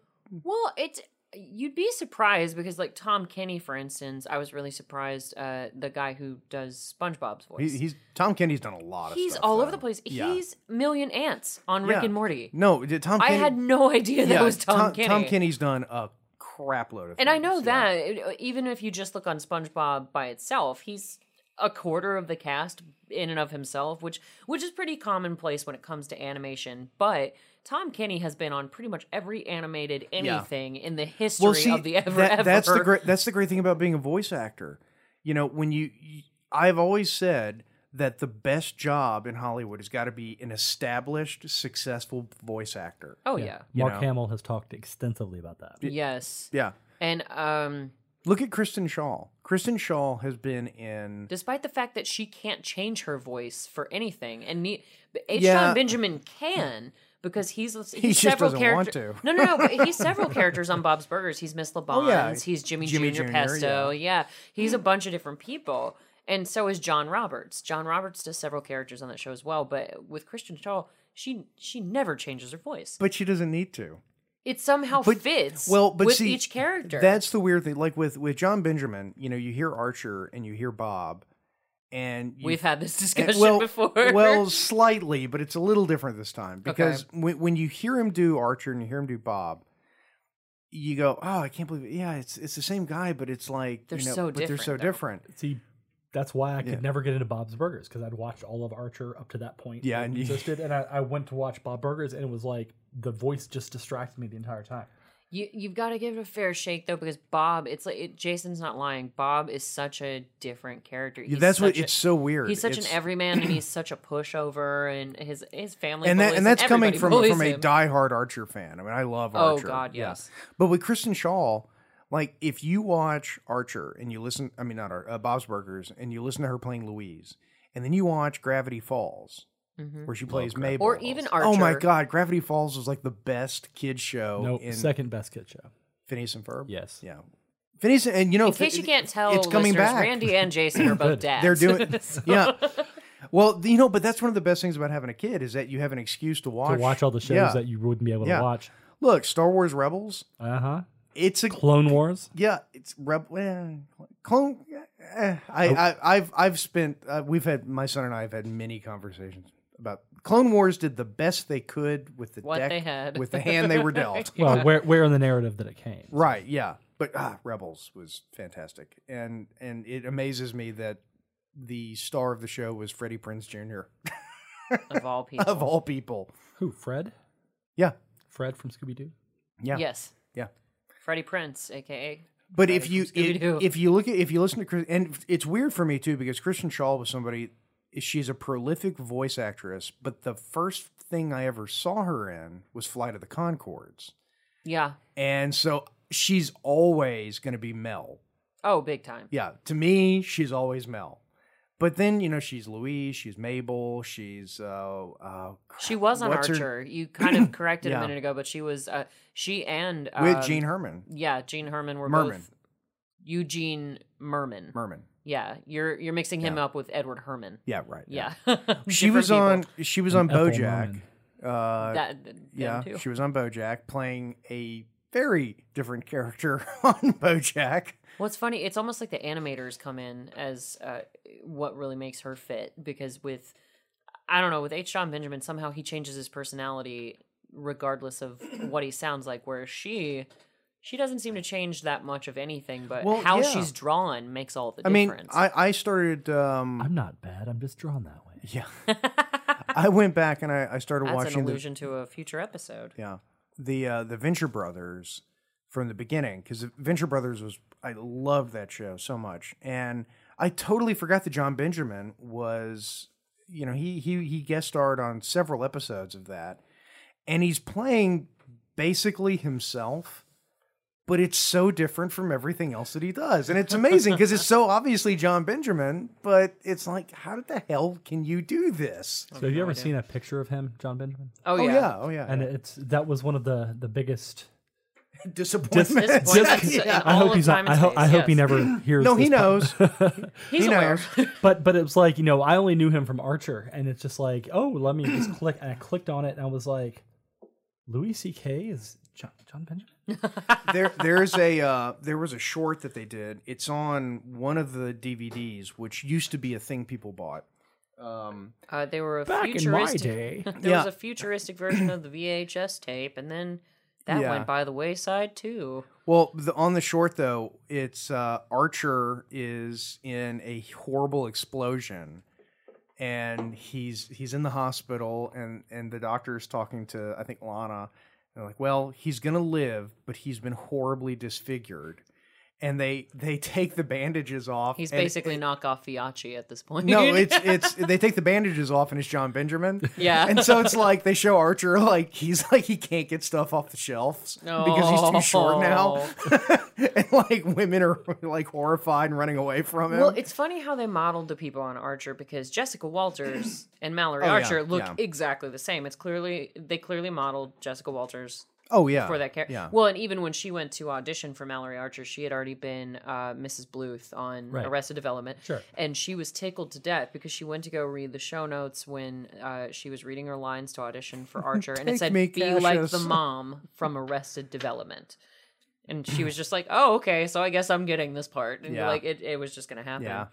Speaker 2: well it's you'd be surprised because like tom kenny for instance i was really surprised uh the guy who does spongebob's
Speaker 1: He,
Speaker 2: voice
Speaker 1: he's Tom Kenny's done a lot of.
Speaker 2: He's
Speaker 1: stuff,
Speaker 2: all
Speaker 1: though.
Speaker 2: over the place
Speaker 1: Yeah.
Speaker 2: he's million ants on rick
Speaker 1: Yeah.
Speaker 2: and morty
Speaker 1: no did Tom.
Speaker 2: i
Speaker 1: Kenny,
Speaker 2: had no idea that
Speaker 1: yeah,
Speaker 2: was tom,
Speaker 1: Tom,
Speaker 2: kenny
Speaker 1: Tom Kenny's done a crap load of.
Speaker 2: and i
Speaker 1: things,
Speaker 2: know
Speaker 1: yeah.
Speaker 2: that it- uh, even if you just look on spongebob by itself he's a quarter of the cast in and of himself which which is pretty commonplace when it comes to animation but tom kenny has been on pretty much every animated anything in the history of the ever
Speaker 1: that-
Speaker 2: ever
Speaker 1: That's the great. That's the great thing about being a voice actor. You know, when you, you- I've always said that the best job in Hollywood has got to be an established, successful voice actor.
Speaker 2: oh yeah
Speaker 3: Mark
Speaker 1: know.
Speaker 3: Hamill has talked extensively about that.
Speaker 2: yes
Speaker 1: Yeah,
Speaker 2: and um
Speaker 1: look at Kristen Shaw. Kristen Shaw has been in.
Speaker 2: despite the fact that she can't change her voice for anything, and ne- but H.
Speaker 1: Yeah.
Speaker 2: John Benjamin can because he's he's
Speaker 1: He just
Speaker 2: several
Speaker 1: doesn't want
Speaker 2: character-
Speaker 1: to. Oh,
Speaker 2: No, no, no. But he's several characters on Bob's Burgers. He's Miss LeBons.
Speaker 1: yeah.
Speaker 2: He's Jimmy,
Speaker 1: Jimmy Hmm.
Speaker 2: Jr.
Speaker 1: Jr.,
Speaker 2: Pesto. Yeah. he's a bunch of different people. And so is John Roberts. John Roberts does several characters on that show as well. But with Christian Shaw, she she never changes her voice.
Speaker 1: But she doesn't need to.
Speaker 2: It somehow
Speaker 1: But-
Speaker 2: Oh, fits
Speaker 1: well, but
Speaker 2: with
Speaker 1: see,
Speaker 2: each character.
Speaker 1: That's the weird thing. Like with with John Benjamin, you know, you hear Archer and you hear Bob, and you
Speaker 2: We've had this
Speaker 1: And-
Speaker 2: discussion
Speaker 1: Eh, well,
Speaker 2: before.
Speaker 1: well, slightly, but it's a little different this time because when, when you hear him do Archer and you hear him do Bob, you go, "Oh, I can't believe it." Yeah, it's it's the same guy, but it's like
Speaker 2: They're
Speaker 1: you know,
Speaker 2: so
Speaker 1: but they're
Speaker 2: different,
Speaker 1: so
Speaker 2: though.
Speaker 1: different.
Speaker 3: See, that's why I could
Speaker 1: Yeah.
Speaker 3: never get into Bob's Burgers because I'd watched all of Archer up to that point.
Speaker 1: Yeah,
Speaker 3: that
Speaker 1: and you-
Speaker 3: existed, and I, I went to watch Bob Burgers, and it was like the voice just distracted me the entire time.
Speaker 2: You you've got to give it a fair shake though, because Bob, it's like it, Jason's not lying. Bob is such a different character.
Speaker 1: Yeah,
Speaker 2: He's
Speaker 1: that's what
Speaker 2: such a-
Speaker 1: it's so weird.
Speaker 2: He's such
Speaker 1: It's-
Speaker 2: an everyman, and he's such a pushover, and his his family
Speaker 1: and that
Speaker 2: bullies
Speaker 1: and that's coming
Speaker 2: everybody
Speaker 1: from
Speaker 2: bullies
Speaker 1: from a
Speaker 2: him.
Speaker 1: diehard Archer fan. I mean, I love
Speaker 2: Oh,
Speaker 1: Archer.
Speaker 2: God,
Speaker 1: Yeah.
Speaker 2: yes.
Speaker 1: But with Kristen Shaw, Like if you watch Archer and you listen, I mean not Ar- uh, Bob's Burgers, and you listen to her playing Louise, and then you watch Gravity Falls, where she plays Mabel,
Speaker 2: Mm-hmm. Or even
Speaker 1: Oh my
Speaker 2: Archer.
Speaker 1: God, Gravity Falls was like the best kid show
Speaker 3: Nope.
Speaker 1: in
Speaker 3: Second best kid show.
Speaker 1: Phineas and Ferb.
Speaker 4: Yes.
Speaker 1: Oh, yeah, Phineas and- and you know
Speaker 2: In case you can't tell,
Speaker 1: it's coming
Speaker 2: listeners,
Speaker 1: back.
Speaker 2: Randy and Jason are both dads.
Speaker 1: They're doing,
Speaker 2: So-
Speaker 1: yeah. Well, you know, but that's one of the best things about having a kid is that you have an excuse to watch
Speaker 3: To watch all the shows
Speaker 1: yeah.
Speaker 3: that you wouldn't be able
Speaker 1: Yeah.
Speaker 3: to watch.
Speaker 1: Look, Star Wars Rebels.
Speaker 3: Uh huh.
Speaker 1: It's a
Speaker 3: Clone Wars.
Speaker 1: yeah. It's Rebel eh, clone. eh, I, I I've I've spent uh, we've had my son and I have had many conversations about Clone Wars. Did the best they could with the
Speaker 2: What
Speaker 1: deck,
Speaker 2: they had.
Speaker 1: with the hand they were dealt.
Speaker 3: Well, where where in the narrative that it came?
Speaker 1: Right. Yeah. But ah, Rebels was fantastic, and and it amazes me that the star of the show was Freddie Prinze Jr.
Speaker 2: of all people.
Speaker 1: of all people.
Speaker 3: Who? Fred?
Speaker 1: Yeah.
Speaker 3: Fred from Scooby Doo.
Speaker 1: Yeah.
Speaker 2: Yes.
Speaker 1: Yeah.
Speaker 2: Freddie Prince, aka
Speaker 1: But
Speaker 2: Friday
Speaker 1: if
Speaker 2: from
Speaker 1: you if,
Speaker 2: Scooby-Doo.
Speaker 1: if you look at if you listen to Chris, and it's weird for me too because Kristen Shaw was somebody she's a prolific voice actress, but the first thing I ever saw her in was Flight of the Concords.
Speaker 2: Yeah.
Speaker 1: And so she's always going to be Mel.
Speaker 2: Oh, big time.
Speaker 1: Yeah, to me she's always Mel. But then, you know, she's Louise, she's Mabel, she's uh, uh
Speaker 2: She was on
Speaker 1: What's her-
Speaker 2: Archer. You kind of corrected
Speaker 1: Yeah.
Speaker 2: a minute ago, but she was uh, she and uh,
Speaker 1: with Gene Herman.
Speaker 2: Yeah, Gene Herman were
Speaker 1: Merman.
Speaker 2: both Eugene Merman.
Speaker 1: Merman.
Speaker 2: yeah, you're you're mixing him
Speaker 1: Yeah.
Speaker 2: up with Edward Herman.
Speaker 1: Yeah, right.
Speaker 2: Yeah.
Speaker 1: She was on she was on
Speaker 3: Ethel
Speaker 1: BoJack.
Speaker 3: Merman.
Speaker 1: Uh
Speaker 2: that. them
Speaker 1: Yeah,
Speaker 2: too.
Speaker 1: she was on BoJack playing a very different character on BoJack.
Speaker 2: What's funny, it's almost like the animators come in as uh, what really makes her fit because with I don't know, with H. John Benjamin, somehow he changes his personality regardless of what he sounds like. Whereas she, she doesn't seem to change that much of anything, but
Speaker 1: Well,
Speaker 2: how
Speaker 1: yeah.
Speaker 2: she's drawn makes all the
Speaker 1: I mean,
Speaker 2: difference.
Speaker 1: I I started. Um,
Speaker 3: I'm not bad. I'm just drawn that way.
Speaker 1: yeah, I went back and I, I started
Speaker 2: That's an
Speaker 1: watching the
Speaker 2: allusion to a future episode.
Speaker 1: yeah the uh, the Venture Brothers from the beginning because Venture Brothers was I loved that show so much and I totally forgot that John Benjamin was you know he he he guest starred on several episodes of that and he's playing basically himself but it's so different from everything else that he does and it's amazing because it's so obviously John Benjamin but it's like how the hell can you do this
Speaker 3: So have you ever seen a picture of him, John Benjamin?
Speaker 2: Oh,
Speaker 1: oh
Speaker 2: yeah.
Speaker 1: yeah oh yeah
Speaker 3: And it's that was one of the the biggest.
Speaker 1: disappointment
Speaker 2: Disappointments in
Speaker 3: I
Speaker 2: all
Speaker 3: hope
Speaker 2: of
Speaker 3: he's
Speaker 2: time
Speaker 3: not.
Speaker 2: and
Speaker 3: I hope
Speaker 2: space,
Speaker 3: I hope he
Speaker 2: yes.
Speaker 3: never hears.
Speaker 1: no
Speaker 3: this
Speaker 1: he
Speaker 3: po-
Speaker 1: knows
Speaker 2: He's
Speaker 1: He
Speaker 2: aware.
Speaker 1: knows.
Speaker 3: But but it was like you know I only knew him from Archer, and it's just like oh let me just click, and I clicked on it, and I was like, Louis C.K. is John, John Benjamin.
Speaker 1: there there's a uh, there was a short that they did. It's on one of the DVDs, which used to be a thing people bought. Um,
Speaker 2: Uh, they were a
Speaker 3: Back in my
Speaker 2: futuristic
Speaker 3: day,
Speaker 2: There was
Speaker 1: Yeah.
Speaker 2: a futuristic version of the VHS tape, and then that
Speaker 1: Yeah.
Speaker 2: went by the wayside too.
Speaker 1: well, the, on the short though, it's uh, Archer is in a horrible explosion, and he's he's in the hospital, and and the doctor is talking to I think Lana. And they're like, well, he's gonna live, but he's been horribly disfigured, and they they take the bandages off.
Speaker 2: He's
Speaker 1: and-
Speaker 2: basically knockoff Fiachi at this point.
Speaker 1: No, it's it's they take the bandages off and it's John Benjamin.
Speaker 2: Yeah.
Speaker 1: And so it's like they show Archer like he's like he can't get stuff off the shelves because he's too short now. and like women are like horrified and running away from him.
Speaker 2: well, it's funny how they modeled the people on Archer because Jessica Walters and Mallory
Speaker 1: Oh, yeah,
Speaker 2: Archer look
Speaker 1: yeah.
Speaker 2: exactly the same. It's clearly they clearly modeled Jessica Walters
Speaker 1: oh yeah.
Speaker 2: for that character.
Speaker 1: Yeah.
Speaker 2: Well, and even when she went to audition for Mallory Archer, she had already been uh, Mrs. Bluth on
Speaker 3: Right.
Speaker 2: Arrested Development.
Speaker 3: Sure.
Speaker 2: And she was tickled to death because she went to go read the show notes when uh, she was reading her lines to audition for Archer, and
Speaker 1: Take
Speaker 2: it said,
Speaker 1: me,
Speaker 2: "Be like the
Speaker 1: Cassius."
Speaker 2: mom from Arrested Development." And she was just like, "Oh, okay, so I guess I'm getting this part." And
Speaker 1: Yeah.
Speaker 2: like it, it was just gonna happen.
Speaker 1: Yeah.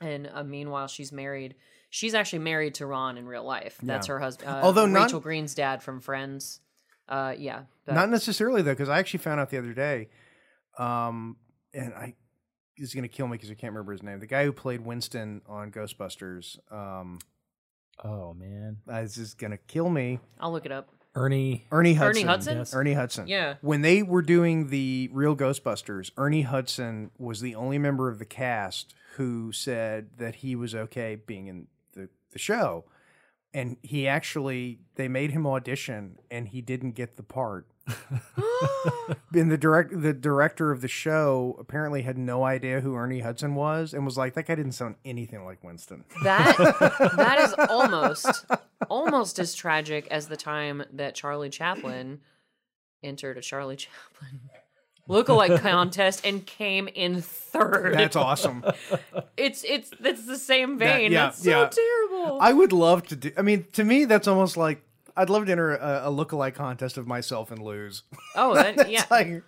Speaker 2: And uh, meanwhile, she's married. She's actually married to Ron in real life. That's her husband. Uh,
Speaker 1: Although not-
Speaker 2: Rachel Green's dad from Friends. Uh, yeah. but-
Speaker 1: Not necessarily though, because I actually found out the other day, um, and I this is gonna kill me because I can't remember his name. The guy who played Winston on Ghostbusters, um,
Speaker 3: Oh man,
Speaker 1: uh, this is gonna kill me.
Speaker 2: I'll look it up.
Speaker 3: Ernie.
Speaker 1: Ernie Hudson.
Speaker 2: Ernie Hudson?
Speaker 3: Yes.
Speaker 1: Ernie Hudson.
Speaker 2: Yeah.
Speaker 1: When they were doing the real Ghostbusters, Ernie Hudson was the only member of the cast who said that he was okay being in the, the show. and he actually they made him audition and he didn't get the part and the direct the director of the show apparently had no idea who ernie hudson was and was like that guy didn't sound anything like winston
Speaker 2: That that is almost almost as tragic as the time that Charlie Chaplin entered a Charlie Chaplin lookalike contest and came in third.
Speaker 1: that's awesome
Speaker 2: it's it's that's the same vein.
Speaker 1: yeah,
Speaker 2: that's so
Speaker 1: yeah.
Speaker 2: terrible.
Speaker 1: i would love to do i mean to me that's almost like i'd love to enter a, a lookalike contest of myself and lose
Speaker 2: oh, that, yeah.
Speaker 1: It's like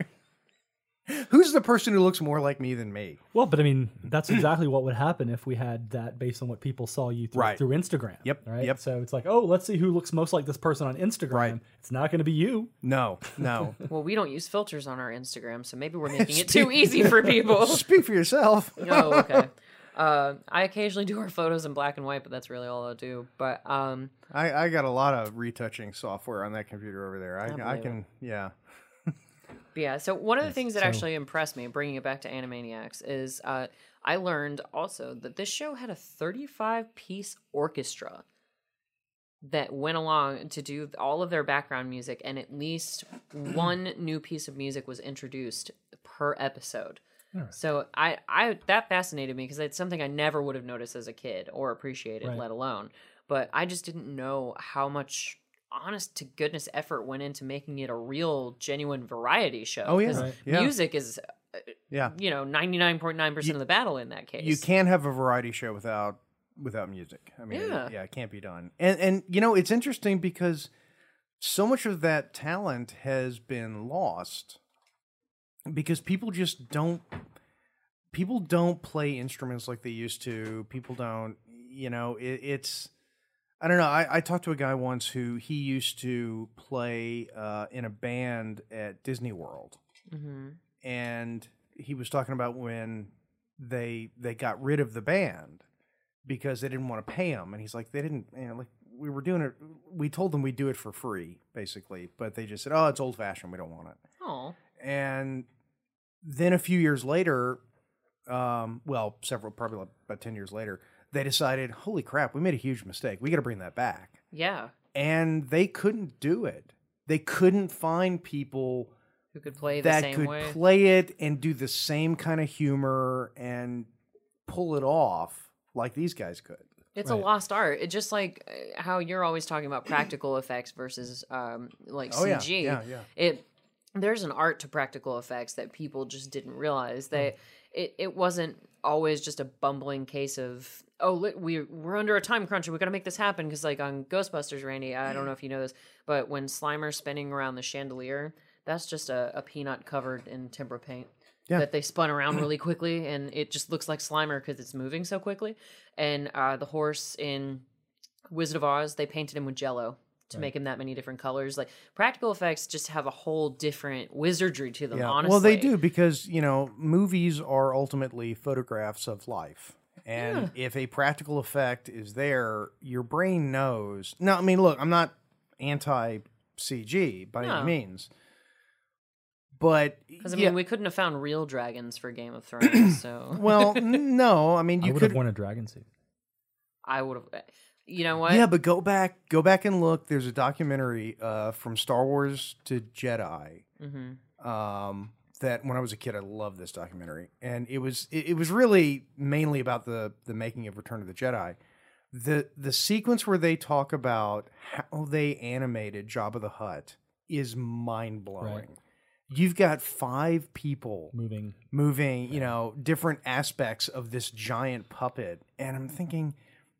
Speaker 1: who's the person who looks more like me than me
Speaker 3: Well, but I mean, that's exactly what would happen if we had that based on what people saw you through,
Speaker 1: Right.
Speaker 3: through Instagram.
Speaker 1: Yep,
Speaker 3: Right.
Speaker 1: yep.
Speaker 3: So it's like, oh, let's see who looks most like this person on Instagram.
Speaker 1: Right.
Speaker 3: It's not going to be you.
Speaker 1: no no
Speaker 2: Well, we don't use filters on our Instagram, so maybe we're making it too easy for people.
Speaker 1: speak for yourself
Speaker 2: oh, okay. Uh, I occasionally do our photos in black and white, but that's really all I'll do. But um,
Speaker 1: I, I got a lot of retouching software on that computer over there. I, I,
Speaker 2: believe
Speaker 1: can, yeah.
Speaker 2: But yeah, so one of the things that
Speaker 3: so-
Speaker 2: actually impressed me, bringing it back to Animaniacs, is uh, I learned also that this show had a 35 piece orchestra that went along to do all of their background music, and at least one new piece of music was introduced per episode. So I, I that fascinated me because it's something I never would have noticed as a kid or appreciated,
Speaker 3: Right.
Speaker 2: let alone. But I just didn't know how much honest to goodness effort went into making it a real, genuine variety show.
Speaker 1: Oh, yeah.
Speaker 2: 'Cause
Speaker 3: Right.
Speaker 1: Yeah.
Speaker 2: music is uh,
Speaker 1: Yeah.
Speaker 2: you know ninety nine point nine percent of the battle in that case.
Speaker 1: You can't have a variety show without without music. I mean,
Speaker 2: Yeah.
Speaker 1: yeah, it can't be done. And and you know, it's interesting because so much of that talent has been lost because people just don't people don't play instruments like they used to. People don't, you know, it, it's I don't know. I, I talked to a guy once who he used to play uh, in a band at Disney World.
Speaker 2: Mhm.
Speaker 1: and he was talking about when they they got rid of the band because they didn't want to pay him and he's like they didn't you know like we were doing it we told them we'd do it for free basically but they just said oh it's old fashioned we don't want it
Speaker 2: Oh,
Speaker 1: and then a few years later um well several probably like about 10 years later they decided holy crap we made a huge mistake we got to bring that back
Speaker 2: yeah.
Speaker 1: and they couldn't do it they couldn't find people
Speaker 2: Who could play the
Speaker 1: that
Speaker 2: same
Speaker 1: could
Speaker 2: way?
Speaker 1: play it and do the same kind of humor and pull it off like these guys could.
Speaker 2: It's a
Speaker 3: Right.
Speaker 2: lost art. It's just like uh, how you're always talking about practical effects versus um, like
Speaker 1: Oh, yeah,
Speaker 2: CG.
Speaker 1: yeah, yeah.
Speaker 2: It there's an art to practical effects that people just didn't realize that it, it wasn't always just a bumbling case of oh li- we we're under a time crunch and we got to make this happen because like on Ghostbusters, Randy, I don't know if you know this, but when Slimer's spinning around the chandelier, that's just a, a peanut covered in tempera paint
Speaker 1: Yeah.
Speaker 2: that they spun around really quickly, and it just looks like Slimer because it's moving so quickly. And uh, the horse in Wizard of Oz, they painted him with Jello to make him that many different colors. Like practical effects, just have a whole different wizardry to them. Honestly,
Speaker 1: Well, they do because, you know, movies are ultimately photographs of life. And if a practical effect is there, your brain knows. No, I mean, look, I'm not anti CG by
Speaker 2: No.
Speaker 1: any means. But
Speaker 2: Because I mean,
Speaker 1: yeah,
Speaker 2: we couldn't have found real dragons for Game of Thrones, so
Speaker 1: well, n- no, I mean,
Speaker 3: I
Speaker 1: you
Speaker 3: would
Speaker 1: could
Speaker 3: have worn a dragon suit.
Speaker 2: I would have. You know what?
Speaker 1: Yeah, but go back, go back and look. There's a documentary uh, from Star Wars to Jedi.
Speaker 2: Mm-hmm.
Speaker 1: Um, that when I was a kid, I loved this documentary, and it was it, it was really mainly about the the making of Return of the Jedi. the The sequence where they talk about how they animated Jabba the Hutt is mind blowing.
Speaker 3: Right.
Speaker 1: You've got five people
Speaker 3: Moving.
Speaker 1: moving, you know, different aspects of this giant puppet. And I'm thinking,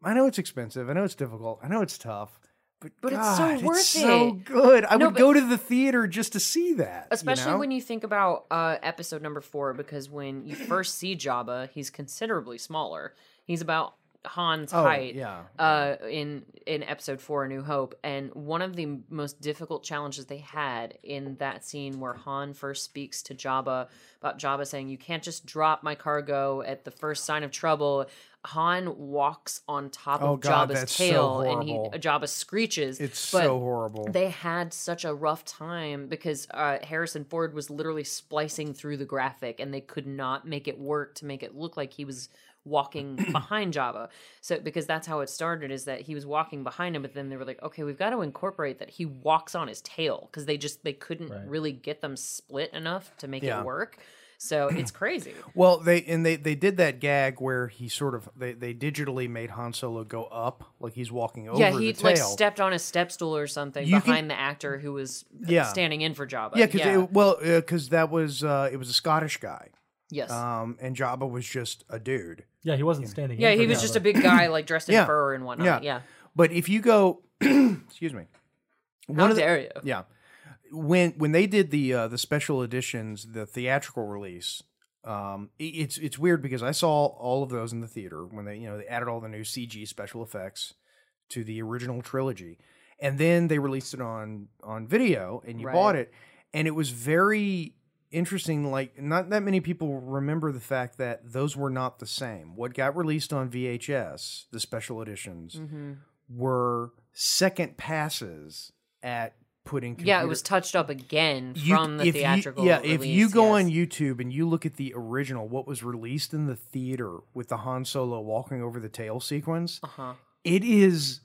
Speaker 1: I know it's expensive, I know it's difficult, I know it's tough, but,
Speaker 2: But it's so
Speaker 1: God,
Speaker 2: worth
Speaker 1: so
Speaker 2: it.
Speaker 1: good. I
Speaker 2: No,
Speaker 1: would
Speaker 2: but-
Speaker 1: go to the theater just to see that.
Speaker 2: Especially
Speaker 1: you know?
Speaker 2: when you think about uh, episode number four, because when you first see Jabba, he's considerably smaller. He's about Han's
Speaker 1: Oh,
Speaker 2: height.
Speaker 1: yeah.
Speaker 2: Uh, in in episode four, A New Hope, and one of the most difficult challenges they had in that scene where Han first speaks to Jabba about Jabba saying, "You can't just drop my cargo at the first sign of trouble." Han walks on top
Speaker 1: Oh,
Speaker 2: of
Speaker 1: God,
Speaker 2: Jabba's
Speaker 1: that's so
Speaker 2: tail, and he
Speaker 1: horrible.
Speaker 2: Jabba screeches.
Speaker 1: It's
Speaker 2: but
Speaker 1: so horrible.
Speaker 2: they had such a rough time because uh, Harrison Ford was literally splicing through the graphic and they could not make it work to make it look like he was walking behind Jabba. So because that's how it started is that he was walking behind him, but then they were like, okay, we've got to incorporate that he walks on his tail because they just they couldn't
Speaker 3: Right.
Speaker 2: really get them split enough to make
Speaker 1: Yeah.
Speaker 2: it work. So it's crazy.
Speaker 1: Well, they and they they did that gag where he sort of they they digitally made Han Solo go up like he's walking over
Speaker 2: yeah, he
Speaker 1: the
Speaker 2: like
Speaker 1: tail.
Speaker 2: stepped on a step stool or something
Speaker 1: You can-
Speaker 2: behind the actor who was
Speaker 1: Yeah.
Speaker 2: standing in for Jabba.
Speaker 1: yeah, because well, because that was uh, it was a Scottish guy,
Speaker 2: yes.
Speaker 1: um, and Jabba was just a dude.
Speaker 3: Yeah, he wasn't standing.
Speaker 2: yeah,
Speaker 3: in
Speaker 2: he
Speaker 3: for
Speaker 2: was
Speaker 3: Jabba.
Speaker 2: just a big guy like dressed in
Speaker 1: Yeah.
Speaker 2: fur and whatnot. Yeah.
Speaker 1: But if you go, excuse me,
Speaker 2: How
Speaker 1: of the-
Speaker 2: dare you?
Speaker 1: yeah, when when they did the uh, the special editions, the theatrical release, um, i- it's it's weird because I saw all of those in the theater when they you know they added all the new CG special effects to the original trilogy, and then they released it on on video, and you
Speaker 2: Right.
Speaker 1: bought it, and it was very interesting like not that many people remember the fact that those were not the same what got released on vhs the special editions
Speaker 2: hmm
Speaker 1: were second passes at putting computer.
Speaker 2: Yeah, it was touched up again
Speaker 1: You-
Speaker 2: from the
Speaker 1: if you-
Speaker 2: theatrical.
Speaker 1: yeah, if you
Speaker 2: release,
Speaker 1: go
Speaker 2: yes.
Speaker 1: on YouTube and you look at the original, what was released in the theater with the Han Solo walking over the tail sequence,
Speaker 2: uh-huh.
Speaker 1: it is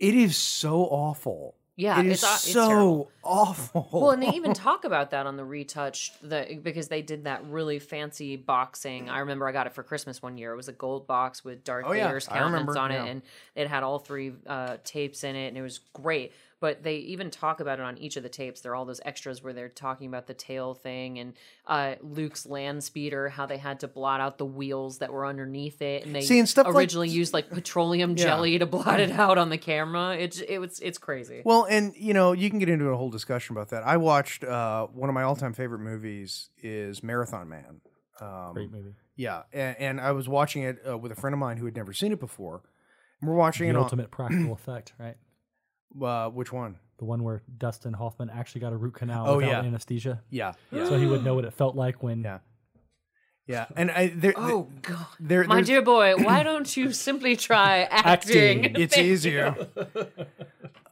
Speaker 1: it is so awful.
Speaker 2: Yeah,
Speaker 1: it is
Speaker 2: it's aw- it's
Speaker 1: so
Speaker 2: terrible.
Speaker 1: awful.
Speaker 2: Well, and they even talk about that on the retouched the because they did that really fancy boxing. I remember I got it for Christmas one year. It was a gold box with Darth
Speaker 1: Oh, yeah,
Speaker 2: Vader's
Speaker 1: I remember,
Speaker 2: countenance on it,
Speaker 1: yeah.
Speaker 2: and it had all three uh, tapes in it, and it was great. But they even talk about it on each of the tapes. There are all those extras where they're talking about the tail thing and uh, Luke's land speeder, how they had to blot out the wheels that were underneath it, and they
Speaker 1: See, and stuff like-
Speaker 2: originally used like petroleum jelly to blot it out on the camera. It's it was it's crazy.
Speaker 1: Well, and you know, you can get into a whole discussion about that. I watched uh, one of my all-time favorite movies is Marathon Man. Um,
Speaker 3: great movie.
Speaker 1: Yeah, and, and I was watching it uh, with a friend of mine who had never seen it before. And we're watching
Speaker 3: The
Speaker 1: it
Speaker 3: ultimate practical effect, right?
Speaker 1: on uh, which one?
Speaker 3: The one where Dustin Hoffman actually got a root canal
Speaker 1: Oh,
Speaker 3: without
Speaker 1: yeah.
Speaker 3: anesthesia,
Speaker 1: Yeah, yeah,
Speaker 3: so he would know what it felt like when.
Speaker 1: Yeah. yeah. And I there,
Speaker 2: Oh God,
Speaker 1: there,
Speaker 2: my
Speaker 1: there's-
Speaker 2: dear boy, why don't you simply try acting?
Speaker 3: Acting.
Speaker 1: it's easier.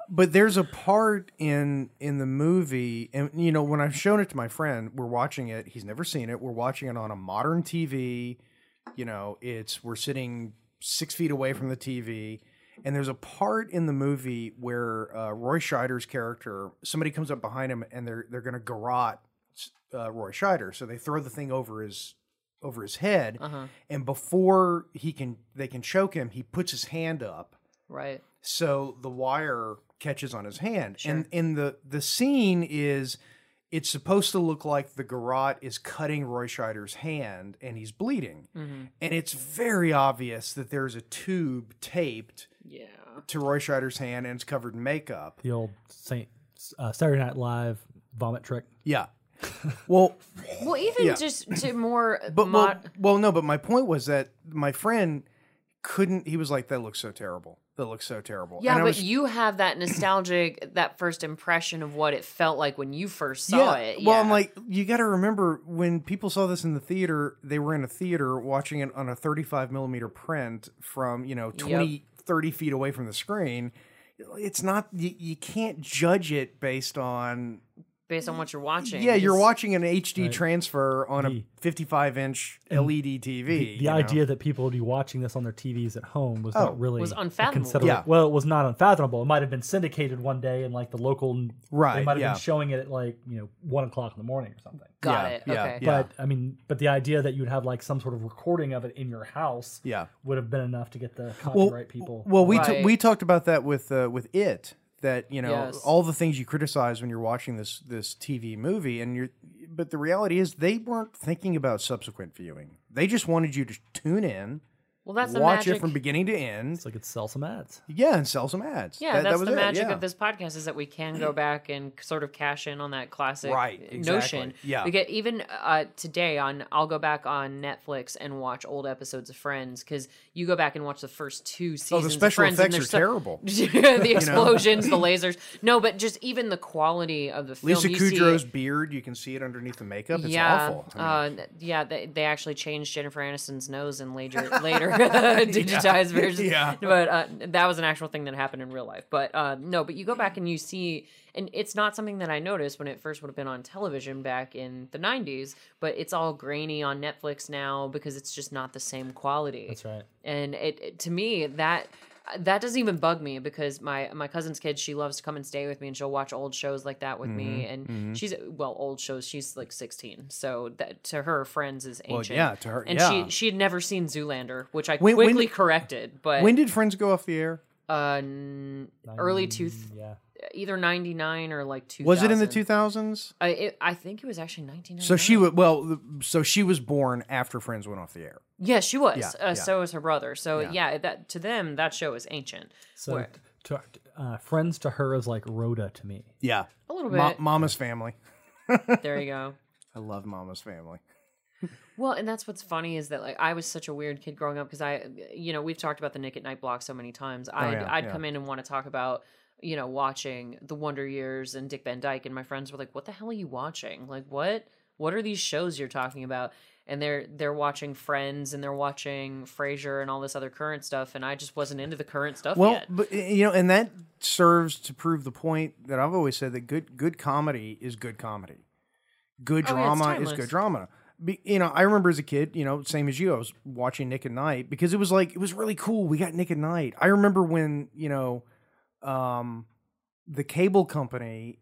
Speaker 1: but there's a part in in the movie, and you know, when I've shown it to my friend, we're watching it. He's never seen it. We're watching it on a modern TV. You know, it's we're sitting six feet away from the TV. And there's a part in the movie where uh, Roy Scheider's character, somebody comes up behind him and they're they're gonna garrote uh, Roy Scheider, so they throw the thing over his over his head,
Speaker 2: Uh. Uh-huh,
Speaker 1: and before he can they can choke him, he puts his hand up,
Speaker 2: right.
Speaker 1: so the wire catches on his hand, and and the the scene is it's supposed to look like the garrote is cutting Roy Scheider's hand and he's bleeding,
Speaker 2: Mm-hmm.
Speaker 1: and it's very obvious that there's a tube taped
Speaker 2: Yeah.
Speaker 1: to Roy Scheider's hand and it's covered in makeup.
Speaker 3: The old Saint uh, Saturday Night Live vomit trick.
Speaker 1: Yeah, well.
Speaker 2: Well, even
Speaker 1: Yeah.
Speaker 2: just to more,
Speaker 1: But
Speaker 2: but mod-
Speaker 1: well, well, no. But my point was that my friend couldn't. He was like, "That looks so terrible. That looks so terrible."
Speaker 2: yeah.
Speaker 1: And I
Speaker 2: But
Speaker 1: was-
Speaker 2: you have that nostalgic, that first impression of what it felt like when you first saw it.
Speaker 1: Well, I'm
Speaker 2: yeah.
Speaker 1: like, you got to remember when people saw this in the theater, they were in a theater watching it on a 35 millimeter print from you know 20, 30 feet away from the screen. It's not you, you can't judge it based on
Speaker 2: based on what you're watching.
Speaker 1: yeah you're
Speaker 2: it's-
Speaker 1: watching an HD
Speaker 3: Right.
Speaker 1: transfer on a
Speaker 3: The-
Speaker 1: 55 inch E LED TV.
Speaker 3: The
Speaker 1: you know?
Speaker 3: idea that people would be watching this on their TVs at home was
Speaker 1: Oh.
Speaker 3: not really
Speaker 2: Was
Speaker 3: a
Speaker 2: unfathomable.
Speaker 3: consider-
Speaker 1: Yeah.
Speaker 3: Well, it was not unfathomable. It might have been syndicated one day in like the local.
Speaker 1: Right,
Speaker 3: They might have
Speaker 1: yeah.
Speaker 3: been showing it at like you know one o'clock in the morning or something.
Speaker 2: Got
Speaker 1: Yeah,
Speaker 2: it.
Speaker 1: yeah,
Speaker 2: okay.
Speaker 1: yeah.
Speaker 3: But I mean, but the idea that you'd have like some sort of recording of it in your house,
Speaker 1: Yeah.
Speaker 3: would have been enough to get the copyright people.
Speaker 1: Well, we t-
Speaker 2: Right.
Speaker 1: we talked about that with uh, with it that you know
Speaker 2: Yes.
Speaker 1: all the things you criticize when you're watching this this TV movie and you're but the reality is they weren't thinking about subsequent viewing. They just wanted you to tune in,
Speaker 2: Well, that's the
Speaker 1: watch
Speaker 2: magic.
Speaker 1: it from beginning to end.
Speaker 3: so I could sell some ads.
Speaker 1: Yeah, and sell some ads.
Speaker 2: yeah,
Speaker 1: That- that
Speaker 2: that's
Speaker 1: was
Speaker 2: the
Speaker 1: it,
Speaker 2: magic
Speaker 1: yeah.
Speaker 2: of this podcast is that we can go back and sort of cash in on that classic
Speaker 1: Right,
Speaker 2: notion.
Speaker 1: exactly. Yeah.
Speaker 2: we get even uh, today on. I'll go back on Netflix and watch old episodes of Friends because you go back and watch the first two seasons.
Speaker 1: Oh, the
Speaker 2: of
Speaker 1: special
Speaker 2: Friends, and
Speaker 1: effects are
Speaker 2: they're so-
Speaker 1: terrible.
Speaker 2: the explosions, the lasers. No, but just even the quality of the film.
Speaker 1: Lisa
Speaker 2: you see
Speaker 1: Kudrow's
Speaker 2: it-
Speaker 1: beard, you can see it underneath the makeup. It's
Speaker 2: yeah,
Speaker 1: awful. I mean,
Speaker 2: uh, yeah. They, they actually changed Jennifer Aniston's nose in later later digitized version.
Speaker 1: Yeah.
Speaker 2: But uh, that was an actual thing that happened in real life. But uh, no, but you go back and you see, and it's not something that I noticed when it first would have been on television back in the 90s, but it's all grainy on Netflix now because it's just not the same quality
Speaker 3: That's right.
Speaker 2: and it, it- to me that that doesn't even bug me because my my cousin's kid she loves to come and stay with me and she'll watch old shows like that with me
Speaker 1: Mm-hmm,
Speaker 2: and she's well old shows she's like 16 so that to her friends is ancient
Speaker 1: yeah, to her-
Speaker 2: and
Speaker 1: yeah.
Speaker 2: she she had never seen Zoolander which I
Speaker 1: When- when
Speaker 2: quickly
Speaker 1: did-
Speaker 2: corrected but
Speaker 1: When did Friends go off the air?
Speaker 2: uh, n- early two
Speaker 3: Yeah.
Speaker 2: either 99 or like 2000
Speaker 1: Was it in the 2000s?
Speaker 2: I, it, I think it was actually 1999
Speaker 1: So she was well. the- So she was born after Friends went off the air.
Speaker 2: yeah she was
Speaker 1: Yeah,
Speaker 2: uh,
Speaker 1: yeah.
Speaker 2: so was her brother so yeah. that to them that show is ancient
Speaker 3: So
Speaker 2: Where-
Speaker 3: to, uh, friends to her is like Rhoda to me.
Speaker 1: Yeah,
Speaker 2: a little bit
Speaker 1: Ma- Mama's Family.
Speaker 2: there you go
Speaker 1: I love Mama's Family.
Speaker 2: Well, and that's what's funny is that like I was such a weird kid growing up because I, you know, we've talked about the Nick at Night block so many times. I'd,
Speaker 1: Oh, yeah,
Speaker 2: I'd
Speaker 1: yeah.
Speaker 2: come in and want to talk about, you know, watching The Wonder Years and Dick Van Dyke, and my friends were like, "What the hell are you watching? Like, what what are these shows you're talking about?" And they're they're watching Friends and they're watching Frasier and all this other current stuff, and I just wasn't into the current stuff
Speaker 1: Well,
Speaker 2: yet.
Speaker 1: but you know, and that serves to prove the point that I've always said that good good comedy is good comedy. Good
Speaker 2: Oh, yeah,
Speaker 1: drama
Speaker 2: it's
Speaker 1: is
Speaker 2: timeless.
Speaker 1: good drama. Be, you know, I remember as a kid, you know, same as you, I was watching Nick at Night because it was like it was really cool. We got Nick at Night. I remember when you know, um, the cable company,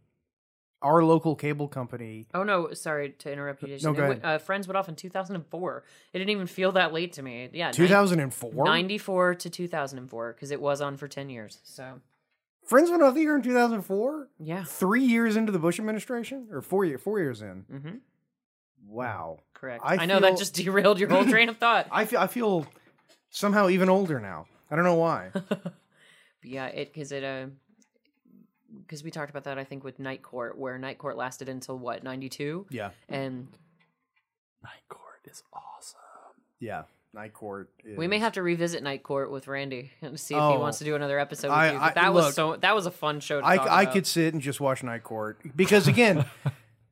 Speaker 1: our local cable company,
Speaker 2: Oh no! Sorry to interrupt you. Jason.
Speaker 1: No,
Speaker 2: It
Speaker 1: go
Speaker 2: went-
Speaker 1: ahead.
Speaker 2: Uh, Friends went off in 2004. It didn't even feel that late to me. Yeah,
Speaker 1: two
Speaker 2: 90
Speaker 1: thousand and four.
Speaker 2: 94 to 2004 because it was on for 10 years so
Speaker 1: Friends went off the air in 2004.
Speaker 2: Yeah.
Speaker 1: Three years into the Bush administration, or four year, four years in. Mm-hmm. Wow.
Speaker 2: correct i,
Speaker 1: I
Speaker 2: know that
Speaker 1: feel-
Speaker 2: just derailed your whole train of thought
Speaker 1: I feel I feel somehow even older now. I don't know why.
Speaker 2: yeah it because it uh because we talked about that i think with night court where night court lasted until what 92
Speaker 1: yeah,
Speaker 2: and
Speaker 3: Night Court is awesome.
Speaker 1: yeah. Night Court. Is,
Speaker 2: we may have to revisit night court with randy and see if he
Speaker 1: Oh.
Speaker 2: wants to do another episode with
Speaker 1: I-
Speaker 2: you
Speaker 1: I-
Speaker 2: but that was
Speaker 1: look,
Speaker 2: so that was a fun show to talk
Speaker 1: I I
Speaker 2: about.
Speaker 1: could sit and just watch Night Court because again,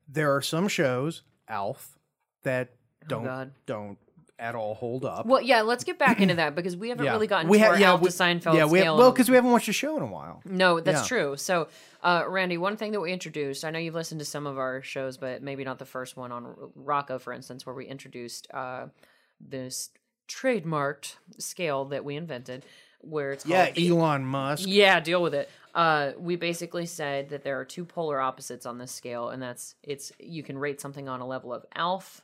Speaker 1: there are some shows Alf that don't
Speaker 2: Oh, God.
Speaker 1: don't at all hold up.
Speaker 2: well yeah let's get back into that because we haven't really gotten
Speaker 1: we
Speaker 2: to
Speaker 1: have
Speaker 2: our Alf
Speaker 1: we-
Speaker 2: to seinfeld
Speaker 1: yeah, we have,
Speaker 2: scale Oh,
Speaker 1: well
Speaker 2: in-
Speaker 1: because we haven't watched the show in a while.
Speaker 2: No, that's
Speaker 1: Yeah.
Speaker 2: true. So, uh, Randy, one thing that we introduced, I know you've listened to some of our shows, but maybe not the first one on R- Rocco, for instance, where we introduced uh, this trademarked scale that we invented, where it's called
Speaker 1: Yeah,
Speaker 2: the-
Speaker 1: Elon Musk.
Speaker 2: yeah, deal with it. Uh, we basically said that there are two polar opposites on this scale, and that's it's you can rate something on a level of Alf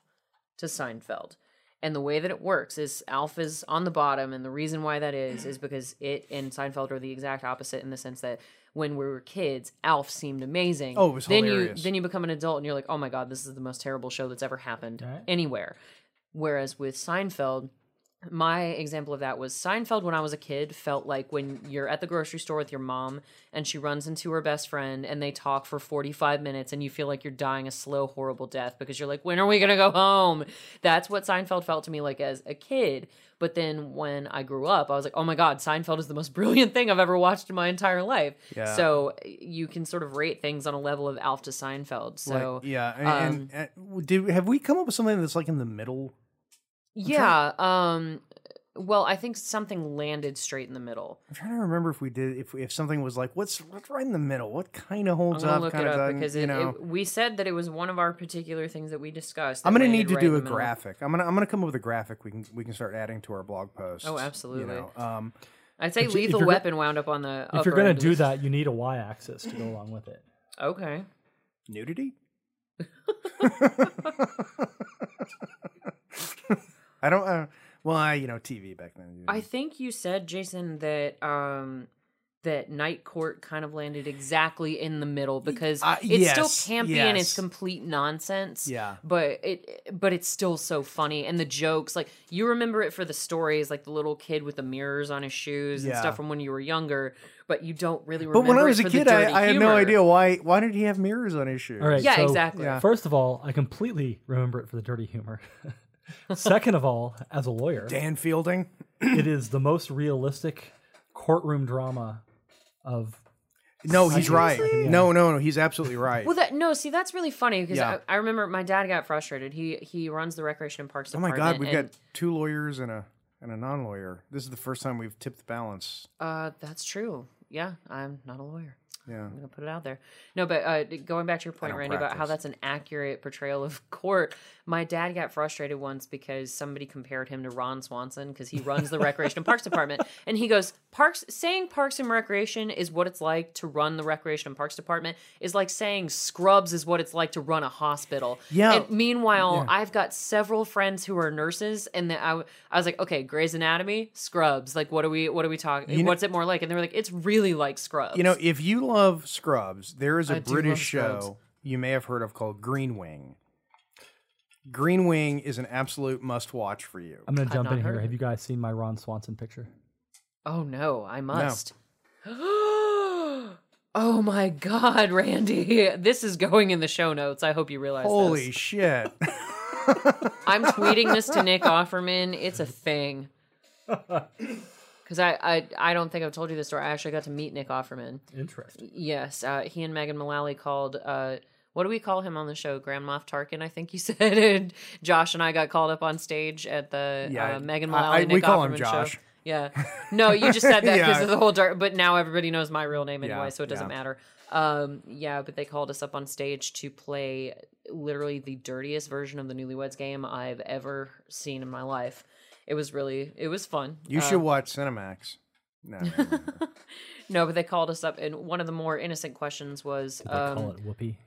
Speaker 2: to Seinfeld. And the way that it works is Alf is on the bottom, and the reason why that is is because it and Seinfeld are the exact opposite in the sense that when we were kids, Alf seemed amazing.
Speaker 1: Oh, it was
Speaker 2: then
Speaker 1: hilarious.
Speaker 2: you then you become an adult and you're like, oh my god, this is the most terrible show that's ever happened anywhere. Whereas with Seinfeld, my example of that was Seinfeld when I was a kid felt like when you're at the grocery store with your mom and she runs into her best friend and they talk for 45 minutes and you feel like you're dying a slow, horrible death because you're like, when are we going to go home? That's what Seinfeld felt to me like as a kid. But then when I grew up, I was like, oh my God, Seinfeld is the most brilliant thing I've ever watched in my entire life.
Speaker 1: Yeah.
Speaker 2: So eh, you can sort of rate things on a level of Alf to Seinfeld.
Speaker 1: Like,
Speaker 2: So um,
Speaker 1: yeah, and, and, and did have we come up with something that's like in the middle?
Speaker 2: yeah. Um, well, I think something landed straight in the middle.
Speaker 1: I'm trying to remember if we did if if something was like what's what's right in the middle. What kind of
Speaker 2: I'm
Speaker 1: holds
Speaker 2: gonna
Speaker 1: up?
Speaker 2: look
Speaker 1: kind of
Speaker 2: it up
Speaker 1: doesn't,
Speaker 2: because it,
Speaker 1: you know.
Speaker 2: it, we said that it was one of our particular things that we discussed. that
Speaker 1: I'm gonna
Speaker 2: landed
Speaker 1: need to
Speaker 2: right in
Speaker 1: do
Speaker 2: the
Speaker 1: a
Speaker 2: middle.
Speaker 1: graphic. I'm gonna I'm gonna come up with a graphic we can we can start adding to our blog post.
Speaker 2: Oh, absolutely.
Speaker 1: You know, um,
Speaker 2: I'd say
Speaker 3: If you- if
Speaker 2: Lethal
Speaker 3: you're go-
Speaker 2: Weapon wound up on the.
Speaker 3: If you're
Speaker 2: upper
Speaker 3: gonna
Speaker 2: end of
Speaker 3: do
Speaker 2: this.
Speaker 3: that, you need a y-axis to go along with it.
Speaker 2: okay.
Speaker 1: nudity. I don't. Uh, well, I you know TV back then.
Speaker 2: I think you said Jason that um that Night Court kind of landed exactly in the middle because
Speaker 1: uh,
Speaker 2: it's
Speaker 1: yes,
Speaker 2: still campy and it's
Speaker 1: yes.
Speaker 2: complete nonsense.
Speaker 1: Yeah.
Speaker 2: but it but it's still so funny and the jokes like you remember it for the stories like the little kid with the mirrors on his shoes and
Speaker 1: Yeah.
Speaker 2: stuff from when you were younger, but you don't really
Speaker 1: but
Speaker 2: remember.
Speaker 1: when I
Speaker 2: it
Speaker 1: was a
Speaker 2: for the
Speaker 1: kid, I,
Speaker 2: dirty
Speaker 1: I had no
Speaker 2: humor.
Speaker 1: idea why. Why did he have mirrors on his shoes?
Speaker 3: All right.
Speaker 2: Yeah,
Speaker 3: so,
Speaker 2: exactly.
Speaker 1: Yeah.
Speaker 3: First of all, I completely remember it for the dirty humor. Second of all, as a lawyer,
Speaker 1: Dan Fielding.
Speaker 3: it is the most realistic courtroom drama of
Speaker 1: No, he's right.
Speaker 3: Seriously?
Speaker 1: No, no, no. He's absolutely right.
Speaker 2: Well, that no, see, that's really funny because
Speaker 1: Yeah.
Speaker 2: I, I remember my dad got frustrated. He he runs the recreation and parks
Speaker 1: oh my
Speaker 2: department.
Speaker 1: God, we've
Speaker 2: and-
Speaker 1: got two lawyers and a and a non lawyer. This is the first time we've tipped the balance.
Speaker 2: Uh, that's true. Yeah, I'm not a lawyer.
Speaker 1: Yeah.
Speaker 2: I'm gonna put it out there. No, but uh, d- going back to your point,
Speaker 1: don't
Speaker 2: Randy, about how
Speaker 1: practice.
Speaker 2: that's an accurate portrayal of court. My dad got frustrated once because somebody compared him to Ron Swanson because he runs the Recreation and Parks Department, and he goes, "Parks saying Parks and Recreation is what it's like to run the Recreation and Parks Department is like saying Scrubs is what it's like to run a hospital."
Speaker 1: Yeah.
Speaker 2: And meanwhile, I've got several friends who are nurses, and the, I, w- I was like, "Okay, Grey's Anatomy, Scrubs. Like, what are we? What are we talking?
Speaker 1: know-
Speaker 2: What's it more like?" And they were like, "It's really like Scrubs."
Speaker 1: You know, if you love Scrubs, there is a
Speaker 2: I do
Speaker 1: British show
Speaker 2: love Scrubs.
Speaker 1: you may have heard of called Green Wing. Green Wing is an absolute must watch for you.
Speaker 3: I'm going to jump
Speaker 2: not
Speaker 3: in
Speaker 2: heard
Speaker 3: here.
Speaker 2: of
Speaker 3: Have
Speaker 2: it.
Speaker 3: you guys seen my Ron Swanson picture?
Speaker 2: Oh no, I must. oh my god, Randy. This is going in the show notes. I hope you realize
Speaker 1: Holy
Speaker 2: this.
Speaker 1: shit.
Speaker 2: I'm tweeting this to Nick Offerman. It's a thing. Cause I, I I don't think I've told you this story. I actually got to meet Nick Offerman.
Speaker 3: Interesting.
Speaker 2: Yes, uh, he and Megan Mullally called. Uh, what do we call him on the show? Grand Moff Tarkin, I think you said. And Josh and I got called up on stage at the
Speaker 1: Yeah,
Speaker 2: uh, Megan
Speaker 1: I- I-
Speaker 2: Mullally.
Speaker 1: we
Speaker 2: Nick
Speaker 1: call him
Speaker 2: Offerman
Speaker 1: Josh.
Speaker 2: Show. Yeah. No, you just said that because
Speaker 1: Yeah.
Speaker 2: of the whole dark. But now everybody knows my real name anyway,
Speaker 1: Yeah,
Speaker 2: so it doesn't
Speaker 1: yeah.
Speaker 2: matter. Um, yeah, but they called us up on stage to play literally the dirtiest version of the Newlyweds game I've ever seen in my life. It was really, it was fun.
Speaker 1: you should watch Cinemax. No, no, no, no.
Speaker 2: No, but they called us up, and one of the more innocent questions was
Speaker 3: They
Speaker 2: um,
Speaker 3: call it whoopee.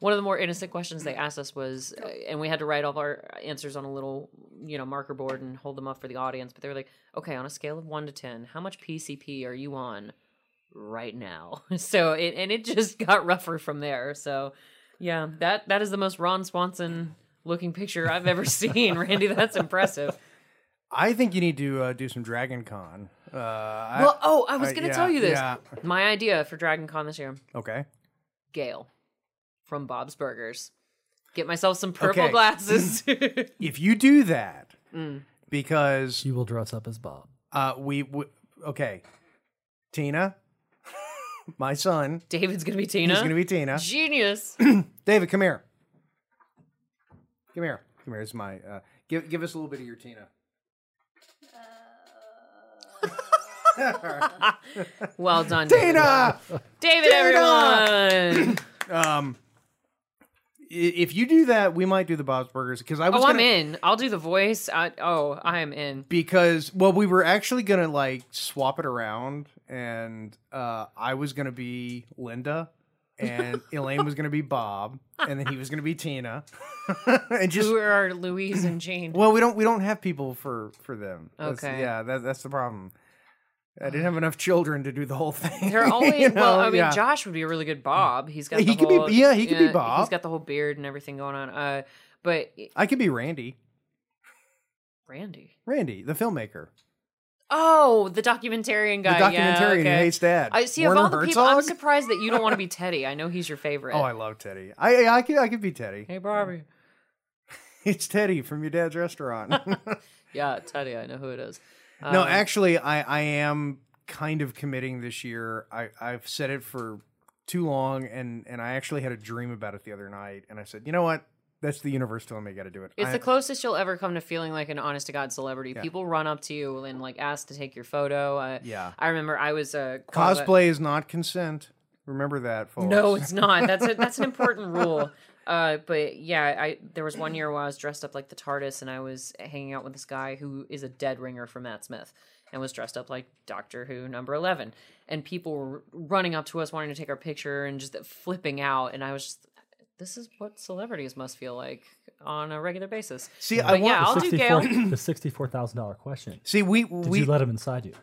Speaker 2: one of the more innocent questions they asked us was, uh, and we had to write all of our answers on a little, you know, marker board and hold them up for the audience. But they were like, okay, on a scale of one to 10, how much PCP are you on right now? So it, and it just got rougher from there. So yeah, that, that is the most Ron Swanson looking picture I've ever seen. Randy, that's impressive.
Speaker 1: I think you need to uh, do some Dragon Con. Uh, I-
Speaker 2: Well, oh, I was
Speaker 1: I-
Speaker 2: going to
Speaker 1: yeah,
Speaker 2: tell you this.
Speaker 1: yeah.
Speaker 2: My idea for Dragon Con this year.
Speaker 1: okay.
Speaker 2: Gail from Bob's Burgers. Get myself some purple
Speaker 1: Okay.
Speaker 2: glasses.
Speaker 1: If you do that, Mm. because
Speaker 3: You will dress up as Bob.
Speaker 1: uh, we, we, okay, Tina, my son,
Speaker 2: David's gonna be Tina.
Speaker 1: he's going to be Tina.
Speaker 2: genius.
Speaker 1: David, come here. Come here. Come here. It's my uh, give give us a little bit of your Tina.
Speaker 2: Well done,
Speaker 1: Tina.
Speaker 2: David. David, everyone.
Speaker 1: Um, i- if you do that, we might do the Bob's Burgers because I was
Speaker 2: oh, I'm
Speaker 1: gonna,
Speaker 2: in. I'll do the voice. I, oh, I am in.
Speaker 1: because well we were actually gonna like swap it around and uh, I was gonna be Linda and Elaine was gonna be Bob and then he was gonna be Tina and just
Speaker 2: Who are Louise and Jane?
Speaker 1: well we don't we don't have people for for them That's-
Speaker 2: Okay.
Speaker 1: yeah that, that's the problem I didn't have enough children to do the whole thing
Speaker 2: They're always
Speaker 1: you know?
Speaker 2: well. I mean,
Speaker 1: yeah.
Speaker 2: Josh would be a really good Bob. He's got the
Speaker 1: He could be-
Speaker 2: whole-
Speaker 1: yeah, he could be Bob.
Speaker 2: He's got the whole beard and everything going on. Uh, but
Speaker 1: I could be Randy
Speaker 2: Randy.
Speaker 1: Randy the filmmaker
Speaker 2: Oh, the documentarian
Speaker 1: the
Speaker 2: guy. yeah,
Speaker 1: documentarian
Speaker 2: okay.
Speaker 1: who hates dad
Speaker 2: I see.
Speaker 1: Werner
Speaker 2: of all the people, I'm
Speaker 1: Herzog?
Speaker 2: surprised that you don't want to be Teddy. I know he's your favorite.
Speaker 1: oh I love Teddy I I could I could be Teddy
Speaker 2: hey, Barbie.
Speaker 1: it's Teddy from your dad's restaurant.
Speaker 2: Yeah, Teddy. I know who it is. Oh. Um,
Speaker 1: No, actually, I, I am kind of committing this year. I, I've said it for too long, and, and I actually had a dream about it the other night, and I said, you know what? That's the universe telling me I got to do it.
Speaker 2: It's
Speaker 1: I-
Speaker 2: the closest you'll ever come to feeling like an honest to God celebrity.
Speaker 1: Yeah.
Speaker 2: People run up to you and like ask to take your photo. Uh,
Speaker 1: Yeah.
Speaker 2: I remember I was uh, quali-
Speaker 1: Cosplay is not consent. Remember that, folks.
Speaker 2: No, it's not. That's a, that's an important rule. Uh, but yeah, I there was one year where I was dressed up like the TARDIS, and I was hanging out with this guy who is a dead ringer from Matt Smith, and was dressed up like Doctor Who number eleven, and people were running up to us wanting to take our picture and just flipping out, and I was just. This is what celebrities must feel like on a regular basis.
Speaker 1: See,
Speaker 2: but
Speaker 1: I want-
Speaker 2: yeah,
Speaker 1: The
Speaker 2: I'll do Gail.
Speaker 3: the sixty-four thousand dollar question.
Speaker 1: See, we
Speaker 3: Did
Speaker 1: we
Speaker 3: you let him inside you?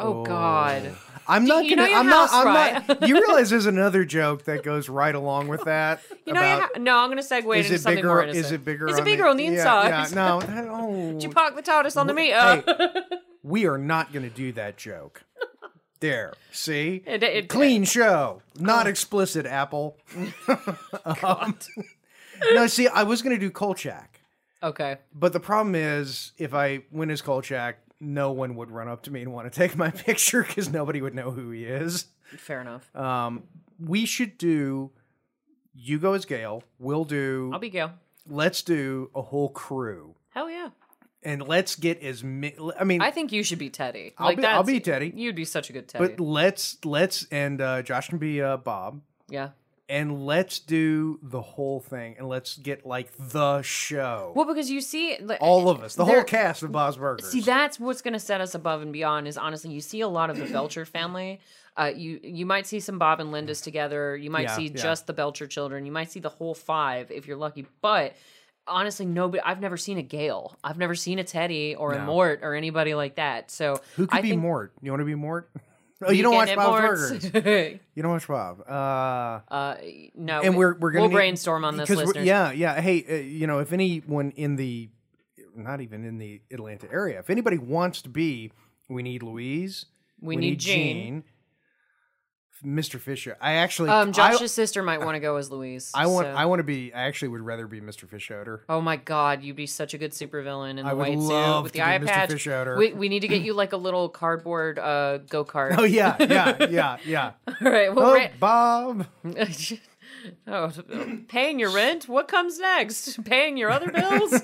Speaker 2: Oh, God.
Speaker 1: I'm not
Speaker 2: you
Speaker 1: gonna.
Speaker 2: know your
Speaker 1: I'm not.
Speaker 2: house,
Speaker 1: I'm not. You realize there's another joke that goes right along with that.
Speaker 2: You know,
Speaker 1: about,
Speaker 2: you ha- no, I'm going to segue
Speaker 1: is
Speaker 2: into
Speaker 1: it
Speaker 2: something
Speaker 1: bigger?
Speaker 2: more
Speaker 1: Is
Speaker 2: innocent.
Speaker 1: it bigger?
Speaker 2: Is it
Speaker 1: on
Speaker 2: bigger on the inside?
Speaker 1: Yeah, yeah, no, that- oh.
Speaker 2: Did you Oh. park the TARDIS on the meat?
Speaker 1: Hey, we are not going to do that joke. There, see,
Speaker 2: It- it- Oh.
Speaker 1: clean show, not explicit. Apple. um, no, see, I was going to do Kolchak,
Speaker 2: Okay.
Speaker 1: but the problem is, if I went as Kolchak, no one would run up to me and want to take my picture because nobody would know who he is.
Speaker 2: Fair enough.
Speaker 1: Um, we should do. You go as Gail. We'll do.
Speaker 2: I'll be Gail.
Speaker 1: let's do a whole crew
Speaker 2: Hell yeah.
Speaker 1: and let's get as mi- I mean
Speaker 2: I think you should be Teddy.
Speaker 1: I'll be- I'll
Speaker 2: that's-
Speaker 1: be Teddy.
Speaker 2: You'd be such a good Teddy.
Speaker 1: but let's let's and uh, Josh can be uh, Bob
Speaker 2: yeah.
Speaker 1: and let's do the whole thing and let's get like the show.
Speaker 2: Well, because you see, like,
Speaker 1: All of us, the
Speaker 2: there-
Speaker 1: whole cast of Bob's Burgers.
Speaker 2: See, that's what's going to set us above and beyond. Is honestly, you see a lot of the Belcher family. Uh, you you might see some Bob and Linda's together. You might
Speaker 1: Yeah,
Speaker 2: see
Speaker 1: yeah.
Speaker 2: just the Belcher children. You might see the whole five if you're lucky. But honestly, nobody. I've never seen a Gale. I've never seen a Teddy or a
Speaker 1: No.
Speaker 2: Mort or anybody like that. So
Speaker 1: Who could
Speaker 2: I
Speaker 1: be
Speaker 2: think
Speaker 1: Mort? You want to be Mort? Oh, you don't watch
Speaker 2: Weekend at
Speaker 1: Bob's
Speaker 2: Mort's-
Speaker 1: Burgers. You don't watch Bob. Uh,
Speaker 2: uh, no,
Speaker 1: and we're we're gonna
Speaker 2: we'll
Speaker 1: need-
Speaker 2: brainstorm on this,
Speaker 1: because we're-
Speaker 2: listeners.
Speaker 1: Yeah, yeah. Hey, uh, you know, if anyone in the not even in the Atlanta area, if anybody wants to be, we need Louise.
Speaker 2: We need Jean.
Speaker 1: Jean, Mr. Fisher. I actually,
Speaker 2: Um, Josh's
Speaker 1: I,
Speaker 2: sister might want to go as Louise.
Speaker 1: I want,
Speaker 2: so-
Speaker 1: I want to be. I actually would rather be Mr. Fish Odor.
Speaker 2: Oh my God, you'd be such a good supervillain in
Speaker 1: I
Speaker 2: the
Speaker 1: would
Speaker 2: white suit
Speaker 1: love
Speaker 2: with
Speaker 1: to
Speaker 2: the eye
Speaker 1: be Mr.
Speaker 2: patch.
Speaker 1: Fish Outer.
Speaker 2: We, we need to get you like a little cardboard uh, go kart.
Speaker 1: Oh yeah, yeah, yeah, yeah.
Speaker 2: All right. Well,
Speaker 1: oh,
Speaker 2: ra-
Speaker 1: Bob.
Speaker 2: oh, paying your rent. What comes next? Paying your other bills?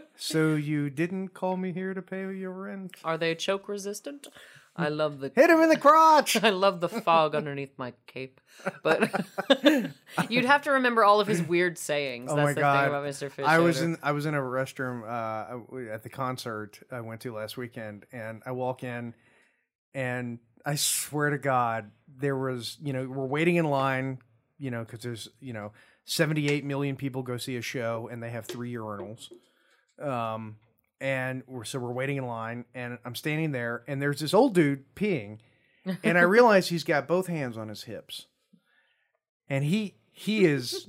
Speaker 1: So you didn't call me here to pay your rent?
Speaker 2: Are they choke resistant? I love the.
Speaker 1: Hit him in the crotch.
Speaker 2: I love the fog underneath my cape, but you'd have to remember all of his weird sayings.
Speaker 1: Oh
Speaker 2: That's
Speaker 1: my
Speaker 2: the
Speaker 1: god!
Speaker 2: thing about Mr. Fish.
Speaker 1: I was
Speaker 2: Odor.
Speaker 1: in I was in a restroom uh, w- at the concert I went to last weekend, and I walk in, and I swear to God, there was you know we're waiting in line, you know, because there's you know 78 million people go see a show, and they have three urinals. Um, and we're, so we're waiting in line, and I'm standing there, and there's this old dude peeing, and I realize he's got both hands on his hips, and he he is.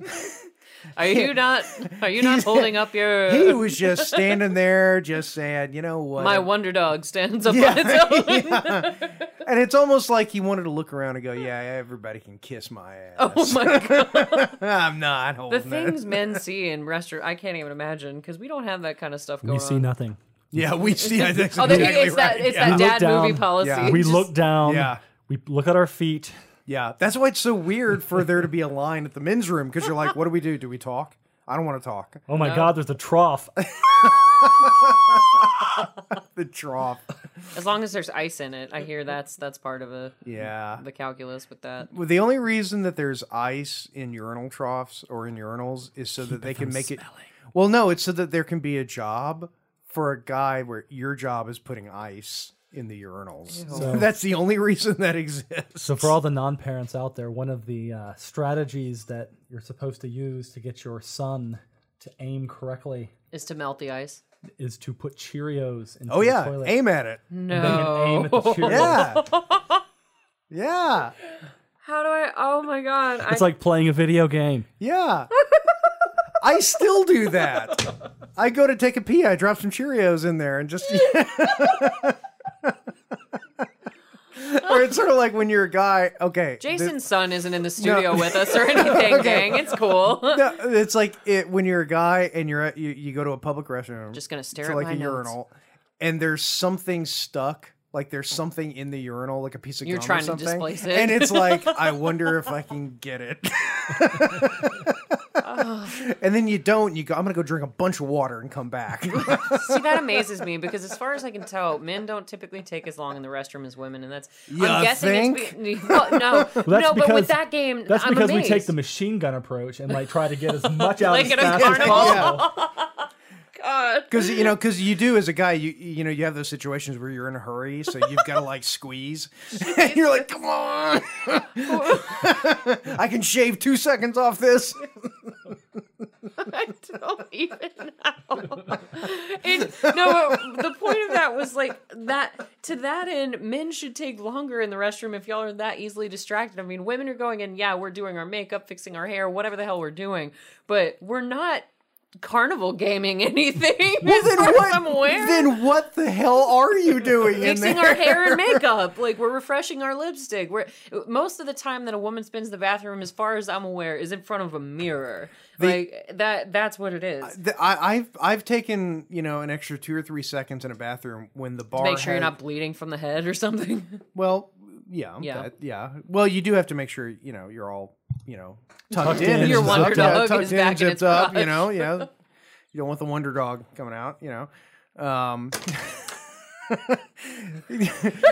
Speaker 2: Are you not? Are you not holding up your?
Speaker 1: he was just standing there, just saying, you know what?
Speaker 2: Uh, my wonder dog stands up on
Speaker 1: yeah,
Speaker 2: its own.
Speaker 1: yeah. And it's almost like he wanted to look around and go, yeah, everybody can kiss my ass.
Speaker 2: Oh my god.
Speaker 1: I'm not holding
Speaker 2: The
Speaker 1: it.
Speaker 2: things men see in restaurant, I can't even imagine because we don't have that kind of stuff going
Speaker 3: You see
Speaker 2: on.
Speaker 3: nothing.
Speaker 1: Yeah, we see. I think
Speaker 2: Oh,
Speaker 1: that's exactly
Speaker 2: they- it's
Speaker 1: right.
Speaker 2: that it's
Speaker 1: yeah.
Speaker 3: We look
Speaker 2: that dad movie
Speaker 3: down.
Speaker 2: policy.
Speaker 1: Yeah.
Speaker 3: We
Speaker 2: Just-
Speaker 3: look down.
Speaker 1: Yeah.
Speaker 3: We look at our feet.
Speaker 1: yeah, that's why it's so weird for there to be a line at the men's room because you're like, what do we do? Do we talk? I don't want to talk.
Speaker 3: Oh my God! There's a trough.
Speaker 1: The trough.
Speaker 2: as long as there's ice in it. I hear that's that's part of a,
Speaker 1: Yeah.
Speaker 2: the calculus with that.
Speaker 1: Well, the only reason that there's ice in urinal troughs or in urinals is so that they can make it. Well, no, it's so that there can be a job for a guy where your job is putting ice in the urinals. So that's the only reason that exists.
Speaker 3: So for all the non-parents out there, one of the uh, strategies that you're supposed to use to get your son to aim correctly
Speaker 2: Is to melt the ice.
Speaker 3: is to put Cheerios into
Speaker 1: Oh
Speaker 3: the
Speaker 1: yeah,
Speaker 3: toilet.
Speaker 1: aim at it.
Speaker 3: and they can aim at the Cheerios.
Speaker 1: Yeah. Yeah,
Speaker 2: How do I? Oh my god! I,
Speaker 3: It's like playing a video game.
Speaker 1: yeah. I still do that. I go to take a pee. I drop some Cheerios in there, and just. or it's sort of like when you're a guy. Okay, th-
Speaker 2: Jason's son isn't in the studio with us or anything, gang. It's cool.
Speaker 1: no, it's like it, when you're a guy and you're at, you, you go to a public restroom.
Speaker 2: Just gonna stare
Speaker 1: to
Speaker 2: at
Speaker 1: like
Speaker 2: my
Speaker 1: a
Speaker 2: notes.
Speaker 1: urinal, and there's something stuck. Like there's something in the urinal, like a piece of
Speaker 2: You're
Speaker 1: gum or
Speaker 2: trying to
Speaker 1: something,
Speaker 2: displace it.
Speaker 1: and it's like I wonder if I can get it. and then you don't. And you go. I'm gonna go drink a bunch of water and come back.
Speaker 2: See, that amazes me because, as far as I can tell, men don't typically take as long in the restroom as women, and that's.
Speaker 1: Ya
Speaker 2: I'm guessing
Speaker 1: think?
Speaker 2: it's. Be- well, no, no, but
Speaker 3: because-
Speaker 2: with that game,
Speaker 3: That's
Speaker 2: I'm
Speaker 3: because
Speaker 2: amazed.
Speaker 3: we take the machine gun approach and like try to get as much out
Speaker 2: Like
Speaker 3: as
Speaker 2: in a
Speaker 3: fast as
Speaker 2: carnival.
Speaker 3: possible.
Speaker 2: God.
Speaker 1: Because you know, because you do as a guy, you you know, you have those situations where you're in a hurry, so you've got to like squeeze. and you're like, come on, I can shave two seconds off this.
Speaker 2: I don't even know. It, no, but the point of that was like that. To that end, men should take longer in the restroom if y'all are that easily distracted. I mean, women are going in. Yeah, we're doing our makeup, fixing our hair, whatever the hell we're doing, but we're not carnival gaming anything. as
Speaker 1: then
Speaker 2: far as
Speaker 1: what?
Speaker 2: I'm aware.
Speaker 1: Then what the hell are you doing in
Speaker 2: fixing
Speaker 1: there?
Speaker 2: our hair and makeup. Like we're refreshing our lipstick. We're most of the time that a woman spends the bathroom, as far as I'm aware, is in front of a mirror. like that. That's what it is.
Speaker 1: The- I, I've I've taken you know an extra two or three seconds in a bathroom when the bar
Speaker 2: Make sure you're
Speaker 1: had-
Speaker 2: not bleeding from the head or something.
Speaker 1: well yeah
Speaker 2: Yeah.
Speaker 1: yeah yeah well you do have to make sure you know you're all you know tucked,
Speaker 3: in.
Speaker 1: in and
Speaker 3: Your
Speaker 1: zipped
Speaker 2: wonder
Speaker 1: up.
Speaker 2: dog
Speaker 1: yeah,
Speaker 2: is
Speaker 1: tucked in
Speaker 2: back in
Speaker 1: zipped
Speaker 2: its
Speaker 1: up
Speaker 2: crotch.
Speaker 1: you know yeah you don't want the wonder dog coming out you know Um,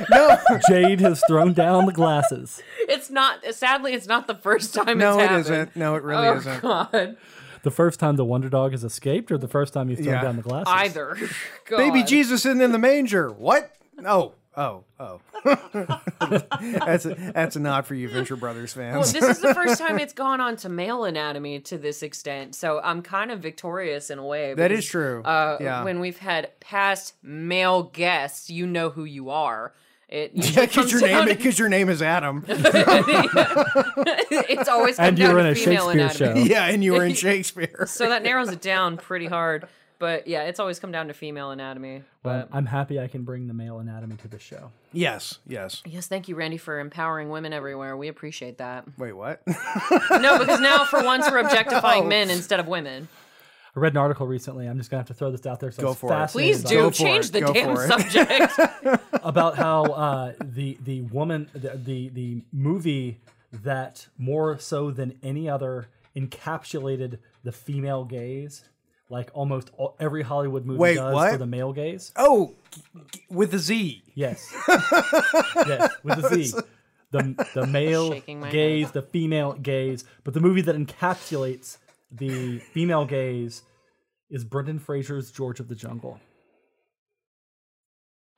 Speaker 1: no,
Speaker 3: Jade has thrown down the glasses.
Speaker 2: It's not. Sadly, it's not the first time.
Speaker 1: no,
Speaker 2: it's
Speaker 1: it
Speaker 2: happened.
Speaker 1: isn't. No, it really
Speaker 2: oh
Speaker 1: isn't.
Speaker 2: God!
Speaker 3: The first time the Wonder Dog has escaped, or the first time you've thrown
Speaker 1: Yeah.
Speaker 3: down the glasses.
Speaker 2: Either. God.
Speaker 1: Baby Jesus in, in the manger. What? Oh, oh, oh. that's a, that's a nod for you, Venture Brothers
Speaker 2: Well,
Speaker 1: fans.
Speaker 2: Oh, this is the first time it's gone on to male anatomy to this extent, so I'm kind of victorious in a way.
Speaker 1: That
Speaker 2: because,
Speaker 1: is true.
Speaker 2: Uh,
Speaker 1: Yeah.
Speaker 2: When we've had past male guests, you know who you are. It
Speaker 1: Yeah,
Speaker 2: usually
Speaker 1: because
Speaker 2: comes
Speaker 1: your name
Speaker 2: down-
Speaker 1: because your name is Adam.
Speaker 2: it's always come
Speaker 3: And
Speaker 2: down
Speaker 3: you're
Speaker 2: to
Speaker 3: in a
Speaker 2: female
Speaker 3: Shakespeare
Speaker 2: anatomy.
Speaker 3: show.
Speaker 1: yeah, and you were in Shakespeare.
Speaker 2: So that narrows it down pretty hard. But yeah, it's always come down to female anatomy. But
Speaker 3: Well, I'm happy I can bring the male anatomy to the show.
Speaker 1: Yes, yes.
Speaker 2: yes, thank you, Randy, for empowering women everywhere. We appreciate that.
Speaker 1: Wait, what?
Speaker 2: No, because now for once we're objectifying
Speaker 1: Oh.
Speaker 2: men instead of women.
Speaker 3: I read an article recently. I'm just gonna have to throw this out there. So
Speaker 1: Go
Speaker 3: it's
Speaker 1: for it.
Speaker 3: fascinated
Speaker 2: Please
Speaker 3: by-
Speaker 1: Go
Speaker 2: do
Speaker 1: for
Speaker 2: change
Speaker 1: it.
Speaker 2: the
Speaker 1: Go
Speaker 2: damn
Speaker 1: for it.
Speaker 2: subject.
Speaker 3: about how uh, the the woman the, the the movie that more so than any other encapsulated the female gaze, like almost all, every Hollywood movie
Speaker 1: Wait,
Speaker 3: does
Speaker 1: what?
Speaker 3: for the male gaze.
Speaker 1: oh, g- g- with a Z.
Speaker 3: Yes, yes, with a Z. The, the male
Speaker 2: Shaking my
Speaker 3: gaze, the female gaze, but the movie that encapsulates the female gaze is Brendan Fraser's George of the Jungle.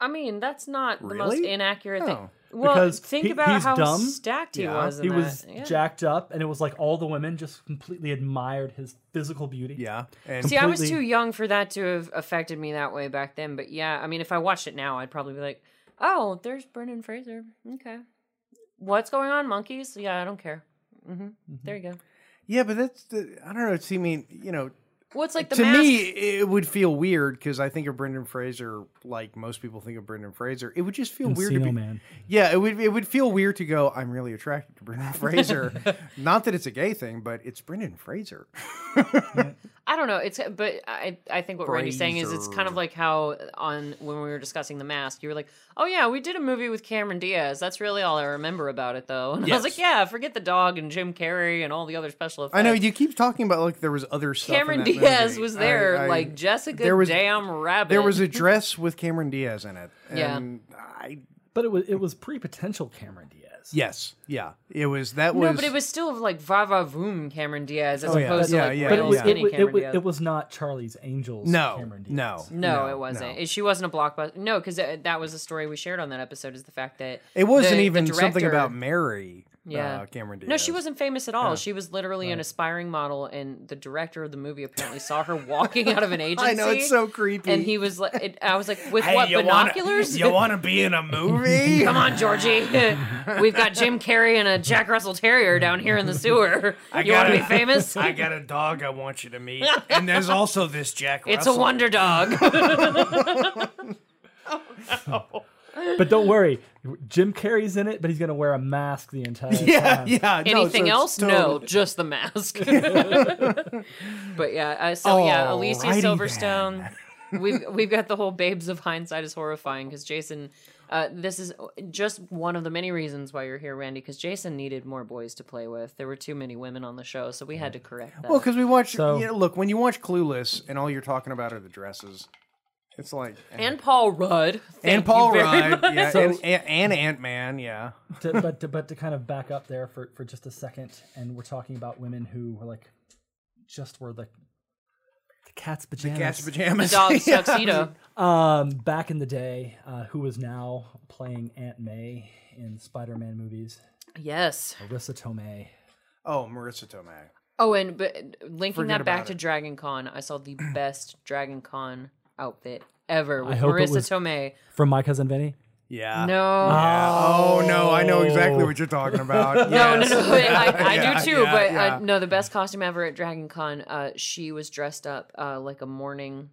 Speaker 2: I mean, that's not the most
Speaker 1: Really? Oh.
Speaker 2: inaccurate
Speaker 1: No.
Speaker 2: thing. Well,
Speaker 3: Because
Speaker 2: think
Speaker 3: he-
Speaker 2: about
Speaker 3: he's
Speaker 2: how
Speaker 3: dumb.
Speaker 2: stacked he
Speaker 1: Yeah.
Speaker 2: was. In
Speaker 3: he
Speaker 2: that.
Speaker 3: was
Speaker 2: Yeah.
Speaker 3: jacked up and it was like all the women just completely admired his physical beauty
Speaker 1: Yeah, and
Speaker 2: See, I was too
Speaker 3: completely-
Speaker 2: young for that to have affected me that way back then. But yeah, I mean, if I watched it now, I'd probably be like, "Oh, there's Brendan Fraser. Okay, what's going on, monkeys? Yeah, I don't care.
Speaker 1: Mm-hmm.
Speaker 2: hmm There you go.
Speaker 1: yeah, but that's the, I don't know. See, I mean, you know,
Speaker 2: Well, it's like the
Speaker 1: to
Speaker 2: mask.
Speaker 1: me, it would feel weird because I think of Brendan Fraser like most people think of Brendan Fraser. It would just feel weird to
Speaker 3: Encino
Speaker 1: be.
Speaker 3: Man.
Speaker 1: Yeah, it would it would feel weird to go. I'm really attracted to Brendan Fraser. Not that it's a gay thing, but it's Brendan Fraser.
Speaker 2: I don't know. It's but I I think what Randy's saying is it's kind of
Speaker 1: Fraser.
Speaker 2: like how on when we were discussing the mask, you were like, "Oh yeah, we did a movie with Cameron Diaz. That's really all I remember about it, though." And I was
Speaker 1: Yes.
Speaker 2: like, "Yeah, forget the dog and Jim Carrey and all the other special effects."
Speaker 1: I know you keep talking about like there was other stuff. in
Speaker 2: Cameron
Speaker 1: that
Speaker 2: Diaz
Speaker 1: movie.
Speaker 2: was there,
Speaker 1: I- I-
Speaker 2: like Jessica
Speaker 1: there was-
Speaker 2: Damn Rabbit.
Speaker 1: There was a dress with Cameron Diaz in it.
Speaker 2: Yeah.
Speaker 1: And I
Speaker 3: but it was it was pre-potential cameron diaz
Speaker 1: yes, yeah. It was that was
Speaker 2: no, but it was still like va va voom Cameron Diaz as
Speaker 1: Oh, yeah.
Speaker 2: opposed
Speaker 1: Yeah,
Speaker 2: to like
Speaker 1: yeah,
Speaker 2: yeah,
Speaker 3: but
Speaker 1: yeah.
Speaker 3: it was, it,
Speaker 2: skinny
Speaker 3: wa- it,
Speaker 2: Cameron
Speaker 3: wa-
Speaker 2: Diaz.
Speaker 3: it was not charlie's angels
Speaker 1: no,
Speaker 3: cameron diaz
Speaker 1: no,
Speaker 2: no,
Speaker 1: no,
Speaker 2: it wasn't.
Speaker 1: no.
Speaker 2: It- She wasn't a blockbuster. No, because that was a story we shared on that episode. Is the fact that
Speaker 1: It wasn't
Speaker 2: the- the
Speaker 1: even something
Speaker 2: director-
Speaker 1: about Mary.
Speaker 2: Yeah.
Speaker 1: uh, Cameron Diaz.
Speaker 2: No, she wasn't famous at all. She was literally an aspiring model, and the director of the movie apparently saw her walking out of an agency.
Speaker 1: I know it's so creepy.
Speaker 2: And he was like, it, "I was like, with what binoculars?
Speaker 1: want to be in a movie?
Speaker 2: Come on, Georgie. We've got Jim Carrey and a Jack Russell Terrier down here in the sewer. you want to be
Speaker 1: gotta-
Speaker 2: famous?
Speaker 1: got a dog I want you to meet, and there's also this Jack.
Speaker 2: it's a wonder dog.
Speaker 3: but don't worry jim carrey's in it but he's gonna wear a mask the entire
Speaker 1: Yeah,
Speaker 3: time
Speaker 1: yeah. no,
Speaker 2: Anything
Speaker 1: so it's
Speaker 2: else? No,
Speaker 1: totally-
Speaker 2: just the mask. but yeah, uh, so
Speaker 1: Oh,
Speaker 2: yeah, Alicia
Speaker 1: Alrighty
Speaker 2: Silverstone. we've we've got the whole babes of hindsight is horrifying because Jason. Uh, this is just one of the many reasons why you're here, Randy. Because Jason needed more boys to play with. There were too many women on the show, so we had to correct that.
Speaker 1: Well, because we watch.
Speaker 3: So-
Speaker 1: yeah, look, when you watch Clueless, and all you're talking about are the dresses, it's like eh. and,
Speaker 2: and Paul Rudd. Thank you
Speaker 1: Paul
Speaker 2: very
Speaker 1: Rudd,
Speaker 2: much.
Speaker 1: yeah,
Speaker 3: So-
Speaker 1: and, and, and Ant Man, yeah.
Speaker 3: to, but to, but to kind of back up there for, for just a second, and we're talking about women who were like, just were like the cat's pajamas.
Speaker 1: Cat's pajamas.
Speaker 2: Dog's tuxedo.
Speaker 3: um, back in the day, uh, who is now playing Aunt May in Spider-Man movies,
Speaker 2: Yes.
Speaker 3: Marissa Tomei.
Speaker 1: Oh, Marissa Tomei.
Speaker 2: Oh, and but linking
Speaker 1: Forget
Speaker 2: that back
Speaker 1: about
Speaker 2: to
Speaker 1: it.
Speaker 2: Dragon Con, I saw the best Dragon Con outfit ever with
Speaker 3: hope it
Speaker 2: Marissa
Speaker 3: was-
Speaker 2: Tomei.
Speaker 3: From My Cousin Vinny?
Speaker 1: Yeah.
Speaker 2: No.
Speaker 1: Yeah. Oh no, I know exactly what you're talking about.
Speaker 2: No,
Speaker 1: Yes.
Speaker 2: no, no. I, I
Speaker 1: Yeah,
Speaker 2: do too,
Speaker 1: yeah,
Speaker 2: but
Speaker 1: yeah.
Speaker 2: Uh, no, the best costume ever at Dragon Con, uh, she was dressed up uh, like a mourning,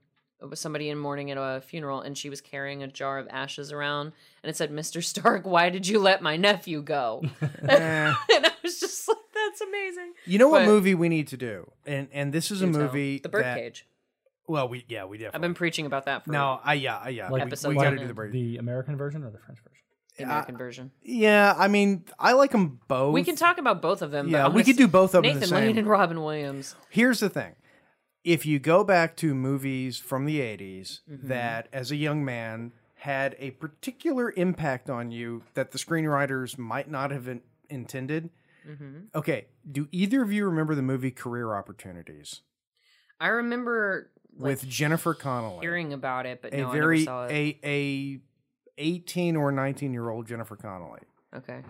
Speaker 2: somebody in mourning at a funeral, and she was carrying a jar of ashes around, and it said, Mr. Stark, why did you let my nephew go?
Speaker 1: Eh.
Speaker 2: and I was just like, that's amazing.
Speaker 1: You know what
Speaker 2: But-
Speaker 1: movie we need to do, and and this is a movie.
Speaker 2: The
Speaker 1: that-
Speaker 2: Birdcage.
Speaker 1: Well, we yeah we
Speaker 2: I've
Speaker 1: definitely.
Speaker 2: been preaching about that for
Speaker 1: no, I yeah I, yeah.
Speaker 3: Like-
Speaker 1: we
Speaker 2: Episode
Speaker 1: we got to
Speaker 2: one.
Speaker 1: do the bird.
Speaker 3: The American version or the French version?
Speaker 2: the American
Speaker 1: uh,
Speaker 2: version.
Speaker 1: Yeah, I mean I like them both.
Speaker 2: We can talk about both of them.
Speaker 1: Yeah,
Speaker 2: but
Speaker 1: we could do both of them
Speaker 2: Nathan
Speaker 1: the
Speaker 2: Lane
Speaker 1: same.
Speaker 2: and Robin Williams.
Speaker 1: Here's the thing. if you go back to movies from the 80s
Speaker 2: Mm-hmm.
Speaker 1: that as a young man had a particular impact on you that the screenwriters might not have in- intended
Speaker 2: Mm-hmm.
Speaker 1: okay do either of you remember the movie career opportunities
Speaker 2: I remember like,
Speaker 1: with jennifer connelly
Speaker 2: hearing about it, but
Speaker 1: a
Speaker 2: no, I never
Speaker 1: very
Speaker 2: saw it.
Speaker 1: a a 18 or 19 year old jennifer connelly
Speaker 2: okay,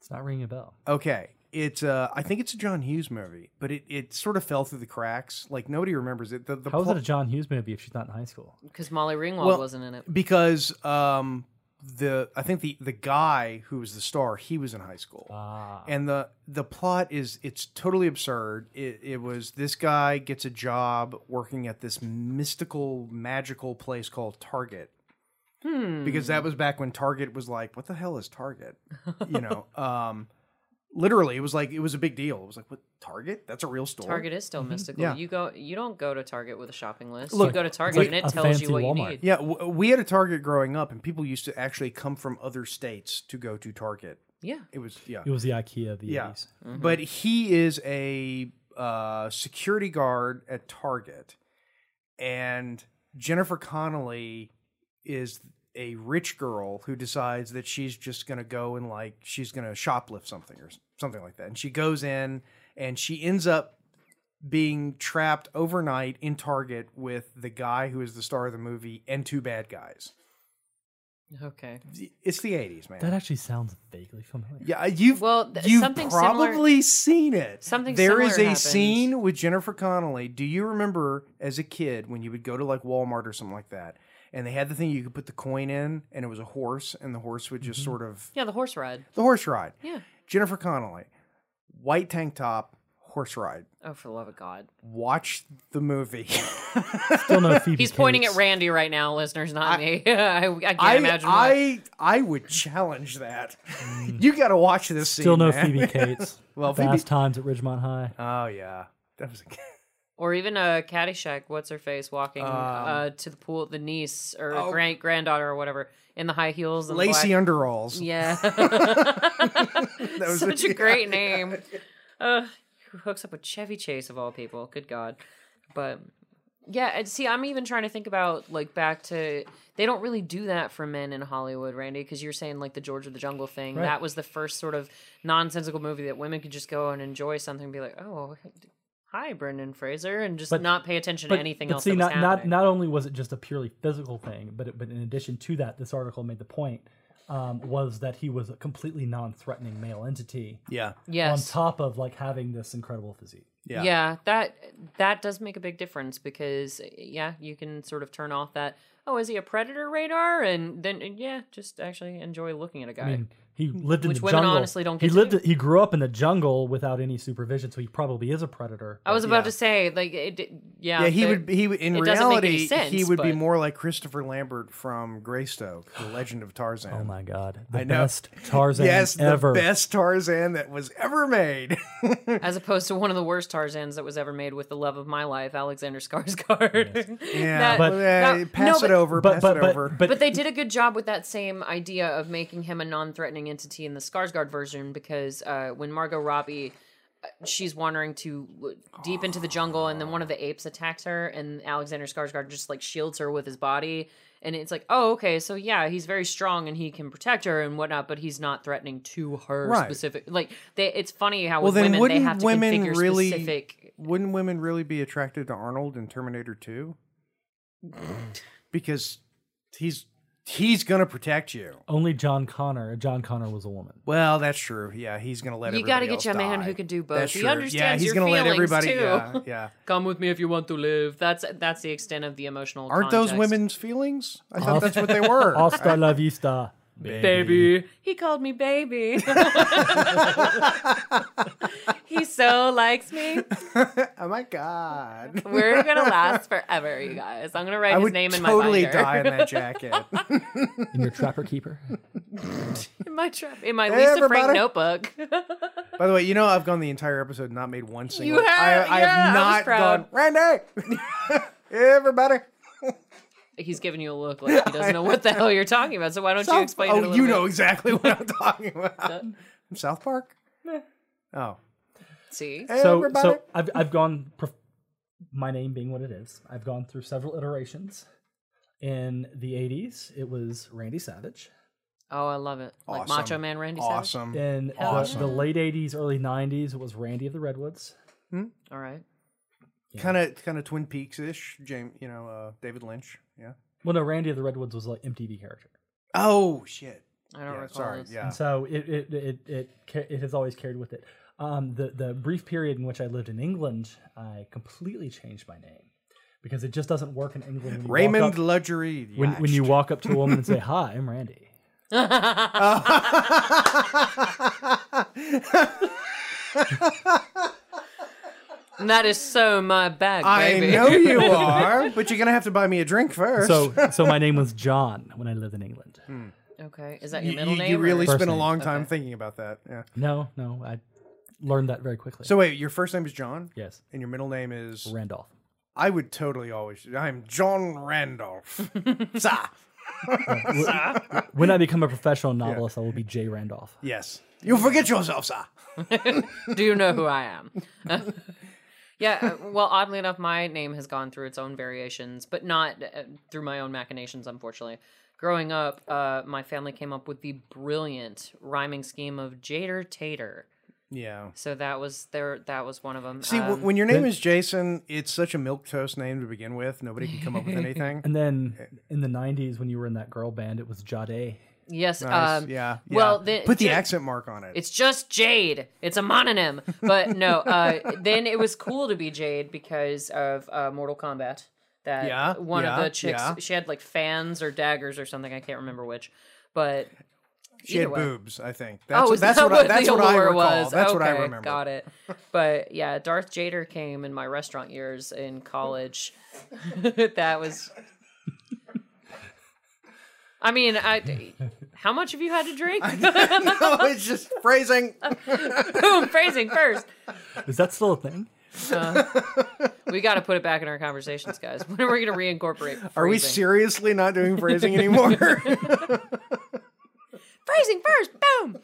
Speaker 3: It's not ringing a bell.
Speaker 1: Okay. It's uh I think it's a John Hughes movie, but it, it sort of fell through the cracks. Like nobody remembers it. The, the
Speaker 3: How is
Speaker 1: plot-
Speaker 3: it a John Hughes movie if she's not in high school?
Speaker 2: because Molly Ringwald
Speaker 1: Well,
Speaker 2: wasn't in it.
Speaker 1: because um the I think the the guy who was the star, he was in high school.
Speaker 3: Ah,
Speaker 1: and the the plot is it's totally absurd. It, it was this guy gets a job working at this mystical magical place called Target. Because that was back when Target was like, what the hell is Target? You know, um literally it was like it was a big deal. It was like, what Target? That's a real store.
Speaker 2: Target is still mystical.
Speaker 1: Mm-hmm. Yeah.
Speaker 2: You go, you don't go to Target with a shopping list.
Speaker 1: Look,
Speaker 2: you go to Target
Speaker 3: like
Speaker 2: and it
Speaker 3: a
Speaker 2: tells you
Speaker 3: fancy
Speaker 2: what
Speaker 3: Walmart.
Speaker 2: you need.
Speaker 1: Yeah, w- we had a Target growing up and people used to actually come from other states to go to Target.
Speaker 2: Yeah, Mm-hmm.
Speaker 1: It was yeah.
Speaker 3: it was the IKEA of the
Speaker 1: Yeah.
Speaker 3: 80s.
Speaker 1: But he is a uh, security guard at Target, and Jennifer Connolly is a rich girl who decides that she's just going to go and like she's going to shoplift something or s- something like that. And she goes in and she ends up being trapped overnight in Target with the guy who is the star of the movie and two bad guys.
Speaker 2: Okay.
Speaker 1: It's the 80s, man.
Speaker 3: That actually sounds vaguely familiar.
Speaker 1: Yeah, uh, you've
Speaker 2: Well, th-
Speaker 1: you've
Speaker 2: something similar-
Speaker 1: probably seen it.
Speaker 2: Something
Speaker 1: There is a
Speaker 2: similar
Speaker 1: scene with Jennifer Connelly. Do you remember as a kid when you would go to like Walmart or something like that, and they had the thing you could put the coin in, and it was a horse, and the horse would just sort of
Speaker 2: Yeah, the horse ride.
Speaker 1: the horse ride.
Speaker 2: Mm-hmm. Yeah.
Speaker 1: Jennifer Connelly, white tank top, horse ride.
Speaker 2: Oh, for the love of God.
Speaker 1: Watch the movie.
Speaker 3: Still no Phoebe.
Speaker 2: He's pointing at
Speaker 3: Cates.
Speaker 2: Randy right now, listeners, not me. I, I can't
Speaker 1: I
Speaker 2: imagine Mm. why.
Speaker 1: I I would challenge that. you got to watch this.
Speaker 3: Still
Speaker 1: scene,
Speaker 3: no
Speaker 1: man.
Speaker 3: Phoebe Cates.
Speaker 1: Well, Phoebe-
Speaker 3: Fast Times at Ridgemont High.
Speaker 1: Oh yeah, that was a.
Speaker 2: Or even a Caddyshack, what's her face, walking uh, to the pool, the niece or
Speaker 1: Oh.
Speaker 2: grand granddaughter or whatever, in the high heels and the
Speaker 1: Lacy
Speaker 2: black-
Speaker 1: underalls.
Speaker 2: Yeah,
Speaker 1: was
Speaker 2: such
Speaker 1: it,
Speaker 2: a great name. Uh, who hooks up with Chevy Chase of all people? Good God! But yeah, and see, I'm even trying to think about like back to they don't really do that for men in Hollywood, Randy, because you're saying like the George of the Jungle thing.
Speaker 3: Right.
Speaker 2: That was the first sort of nonsensical movie that women could just go and enjoy something and be like, oh. Hi, Brendan Fraser, and just
Speaker 3: But-
Speaker 2: not pay attention to anything else.
Speaker 3: see,
Speaker 2: that was
Speaker 3: not, not
Speaker 2: happening.
Speaker 3: not only was it just a purely physical thing, but it, but in addition to that, this article made the point um, was that he was a completely non-threatening male entity
Speaker 1: Yeah.
Speaker 2: Yes.
Speaker 3: on top of like having this incredible physique.
Speaker 1: Yeah.
Speaker 2: that that does make a big difference because yeah, you can sort of turn off that oh, is he a predator radar and then yeah, just actually enjoy looking at a guy.
Speaker 3: I mean, he lived in
Speaker 2: Mm, Which
Speaker 3: the
Speaker 2: women
Speaker 3: jungle.
Speaker 2: honestly don't
Speaker 3: he
Speaker 2: get to
Speaker 3: lived.
Speaker 2: do.
Speaker 3: He grew up in the jungle without any supervision, so he probably is a predator.
Speaker 2: I was
Speaker 1: uh,
Speaker 2: about
Speaker 1: yeah.
Speaker 2: to say like it, it- yeah,
Speaker 1: Yeah, he
Speaker 2: there-
Speaker 1: would. He would- in
Speaker 2: it doesn't make any
Speaker 1: reality, he
Speaker 2: sense,
Speaker 1: would be
Speaker 2: but-
Speaker 1: more like Christopher Lambert from Greystoke, The Legend of Tarzan.
Speaker 3: Oh my god, the
Speaker 1: I know.
Speaker 3: best Tarzan
Speaker 1: Yes,
Speaker 3: ever.
Speaker 1: the best Tarzan that was ever made.
Speaker 2: as opposed to one of the worst Tarzans that was ever made with the love of my life, Alexander Skarsgård.
Speaker 1: yeah,
Speaker 2: That-
Speaker 1: but
Speaker 2: that-
Speaker 1: eh,
Speaker 2: no,
Speaker 1: pass
Speaker 2: but-
Speaker 1: it over.
Speaker 3: But
Speaker 1: pass
Speaker 3: but
Speaker 1: it
Speaker 3: but,
Speaker 1: over.
Speaker 3: but
Speaker 2: But they did a good job with that same idea of making him a non-threatening entity in the Skarsgård version because uh, when Margot Robbie, uh, she's wandering to deep into the jungle and then one of the apes attacks her and Alexander Skarsgård just like shields her with his body and it's like oh okay so yeah he's very strong and he can protect her and whatnot but he's not threatening to her
Speaker 1: Right.
Speaker 2: specific like they it's funny how
Speaker 1: well,
Speaker 2: with
Speaker 1: then
Speaker 2: women they have
Speaker 1: wouldn't
Speaker 2: to
Speaker 1: women
Speaker 2: configure
Speaker 1: really?
Speaker 2: specific
Speaker 1: Wouldn't women really be attracted to Arnold in Terminator Two? because he's he's gonna protect you.
Speaker 3: only John Connor. John Connor was a woman.
Speaker 1: Well, that's true. Yeah, he's gonna let
Speaker 2: You
Speaker 1: everybody
Speaker 2: gotta get
Speaker 1: else
Speaker 2: you a man
Speaker 1: die.
Speaker 2: who can do both.
Speaker 1: That's
Speaker 2: He
Speaker 1: true. yeah,
Speaker 2: understands
Speaker 1: he's
Speaker 2: your
Speaker 1: gonna let
Speaker 2: feelings,
Speaker 1: everybody.
Speaker 2: too.
Speaker 1: Yeah, yeah.
Speaker 2: come with me if you want to live that's that's the extent of the emotional
Speaker 1: Aren't those
Speaker 2: context.
Speaker 1: women's feelings? I thought that's what they were.
Speaker 3: Hasta la vista,
Speaker 2: baby. He called me baby. he so likes me.
Speaker 1: oh my god!
Speaker 2: We're gonna last forever, you guys. I'm gonna write
Speaker 1: I
Speaker 2: his
Speaker 1: would
Speaker 2: name in
Speaker 1: totally
Speaker 2: my binder.
Speaker 1: die in that jacket.
Speaker 3: in your trapper keeper.
Speaker 2: in my trap. In my
Speaker 1: Hey,
Speaker 2: Lisa Frank
Speaker 1: everybody.
Speaker 2: notebook.
Speaker 1: By the way, you know I've gone the entire episode and not made one single.
Speaker 2: You have,
Speaker 1: I, I
Speaker 2: yeah,
Speaker 1: have
Speaker 2: I
Speaker 1: not
Speaker 2: was
Speaker 1: gone.
Speaker 2: proud.
Speaker 1: Randy, everybody.
Speaker 2: He's giving you a look like he doesn't know what the hell you're talking about. So why don't you
Speaker 1: South-
Speaker 2: explain it a
Speaker 1: oh,
Speaker 2: little
Speaker 1: you
Speaker 2: bit?
Speaker 1: know exactly what I'm talking about. From South Park. Oh,
Speaker 2: See,
Speaker 3: so
Speaker 1: everybody.
Speaker 3: so I've I've gone prof- my name being what it is, I've gone through several iterations. In the 80s, it was Randy Savage.
Speaker 2: Oh, I love it. Like
Speaker 1: Awesome.
Speaker 2: Macho Man Randy Savage.
Speaker 1: Awesome.
Speaker 3: In the-
Speaker 1: Awesome.
Speaker 3: the, late 80s, early 90s, it was Randy of the Redwoods.
Speaker 2: All right.
Speaker 1: Kind of kind of Twin Peaks ish. James, you know, uh, David Lynch. Yeah.
Speaker 3: Well, no, Randy of the Redwoods was like MTV character.
Speaker 1: Oh shit.
Speaker 2: I don't
Speaker 1: Yeah,
Speaker 2: recall
Speaker 1: sorry.
Speaker 2: this.
Speaker 1: Yeah.
Speaker 3: And so it it it it, ca- it has always carried with it. Um, the the brief period in which I lived in England, I completely changed my name because it just doesn't work in England. When you walk
Speaker 1: Raymond
Speaker 3: up,
Speaker 1: Ludgery.
Speaker 3: when, when you walk up to a woman and say, "Hi, I'm Randy."
Speaker 2: And that is so my bag,
Speaker 1: I
Speaker 2: baby.
Speaker 1: know you are, but you're gonna have to buy me a drink first. Hmm.
Speaker 3: So so my name was John when I lived in England.
Speaker 2: Okay. Is that
Speaker 1: you,
Speaker 2: your middle
Speaker 1: you-
Speaker 2: name?
Speaker 1: you
Speaker 2: or-
Speaker 1: really
Speaker 3: First
Speaker 1: spent a
Speaker 3: name.
Speaker 1: long time thinking about that. Yeah.
Speaker 3: No, no, I learned that very quickly.
Speaker 1: So wait, your first name is John,
Speaker 3: yes,
Speaker 1: and your middle name is
Speaker 3: Randolph.
Speaker 1: I would totally always. I'm John Randolph. Sa.
Speaker 3: When I become a professional novelist, I will be Jay Randolph.
Speaker 1: Yes. You forget yourself, sir.
Speaker 2: Do you know who I am? yeah. uh, Well, oddly enough, my name has gone through its own variations, but not uh, through my own machinations, unfortunately. Growing up, uh, my family came up with the brilliant rhyming scheme of Jader Tater.
Speaker 1: Yeah.
Speaker 2: So that was there. That was one of Um, them.
Speaker 1: See, w when your name is Jason, it's such a milk toast name to begin with. Nobody can come up with anything.
Speaker 3: And then in the '90s, when you were in that girl band, it was Jade.
Speaker 2: yes.
Speaker 1: Nice.
Speaker 2: Um,
Speaker 1: yeah,
Speaker 2: Well,
Speaker 1: yeah.
Speaker 2: the,
Speaker 1: put the
Speaker 2: accent.
Speaker 1: accent mark on it.
Speaker 2: It's just Jade. It's a mononym. But no, uh, then it was cool to be Jade because of uh, Mortal Kombat. That
Speaker 1: Yeah,
Speaker 2: one
Speaker 1: yeah,
Speaker 2: of the chicks,
Speaker 1: yeah.
Speaker 2: she had like fans or daggers or something. I can't remember which. But
Speaker 1: she had
Speaker 2: either way.
Speaker 1: boobs, I think. That's,
Speaker 2: oh, is
Speaker 1: that's
Speaker 2: that
Speaker 1: what,
Speaker 2: what,
Speaker 1: I, that's
Speaker 2: the
Speaker 1: what I
Speaker 2: allure
Speaker 1: recall.
Speaker 2: was?
Speaker 1: That's what I
Speaker 2: Okay,
Speaker 1: remember.
Speaker 2: Got it. But yeah, Darth Jader came in my restaurant years in college. that was. I mean, I. How much have you had to drink?
Speaker 1: no, it's just phrasing.
Speaker 2: Boom, phrasing first.
Speaker 3: Is that still a thing?
Speaker 2: We got to put it back in our conversations, guys. When are we going to reincorporate? Phrasing?
Speaker 1: Are we seriously not doing phrasing anymore?
Speaker 2: Phrasing first, boom.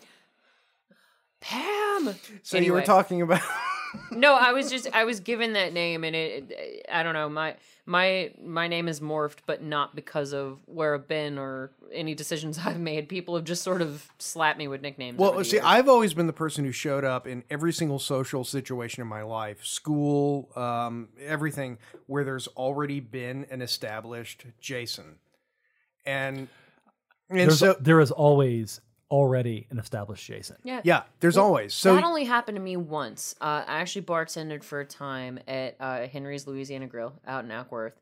Speaker 2: Pam.
Speaker 1: so you were
Speaker 2: Anyway.
Speaker 1: talking about.
Speaker 2: No, I was just I was given that name, and it, it- I don't know my my my name is morphed, but not because of where I've been or any decisions I've made. People have just sort of slapped me with nicknames. over
Speaker 1: Well,
Speaker 2: the
Speaker 1: see,
Speaker 2: years.
Speaker 1: I've always been the person who showed up in every single social situation in my life, school, um, everything, where there's already been an established Jason, and and
Speaker 3: There's,
Speaker 1: so
Speaker 3: there is always already an established Jason.
Speaker 1: yeah, there's always so
Speaker 2: that only happened to me once. Uh, I actually bartended for a time at uh, Henry's Louisiana Grill out in Ackworth,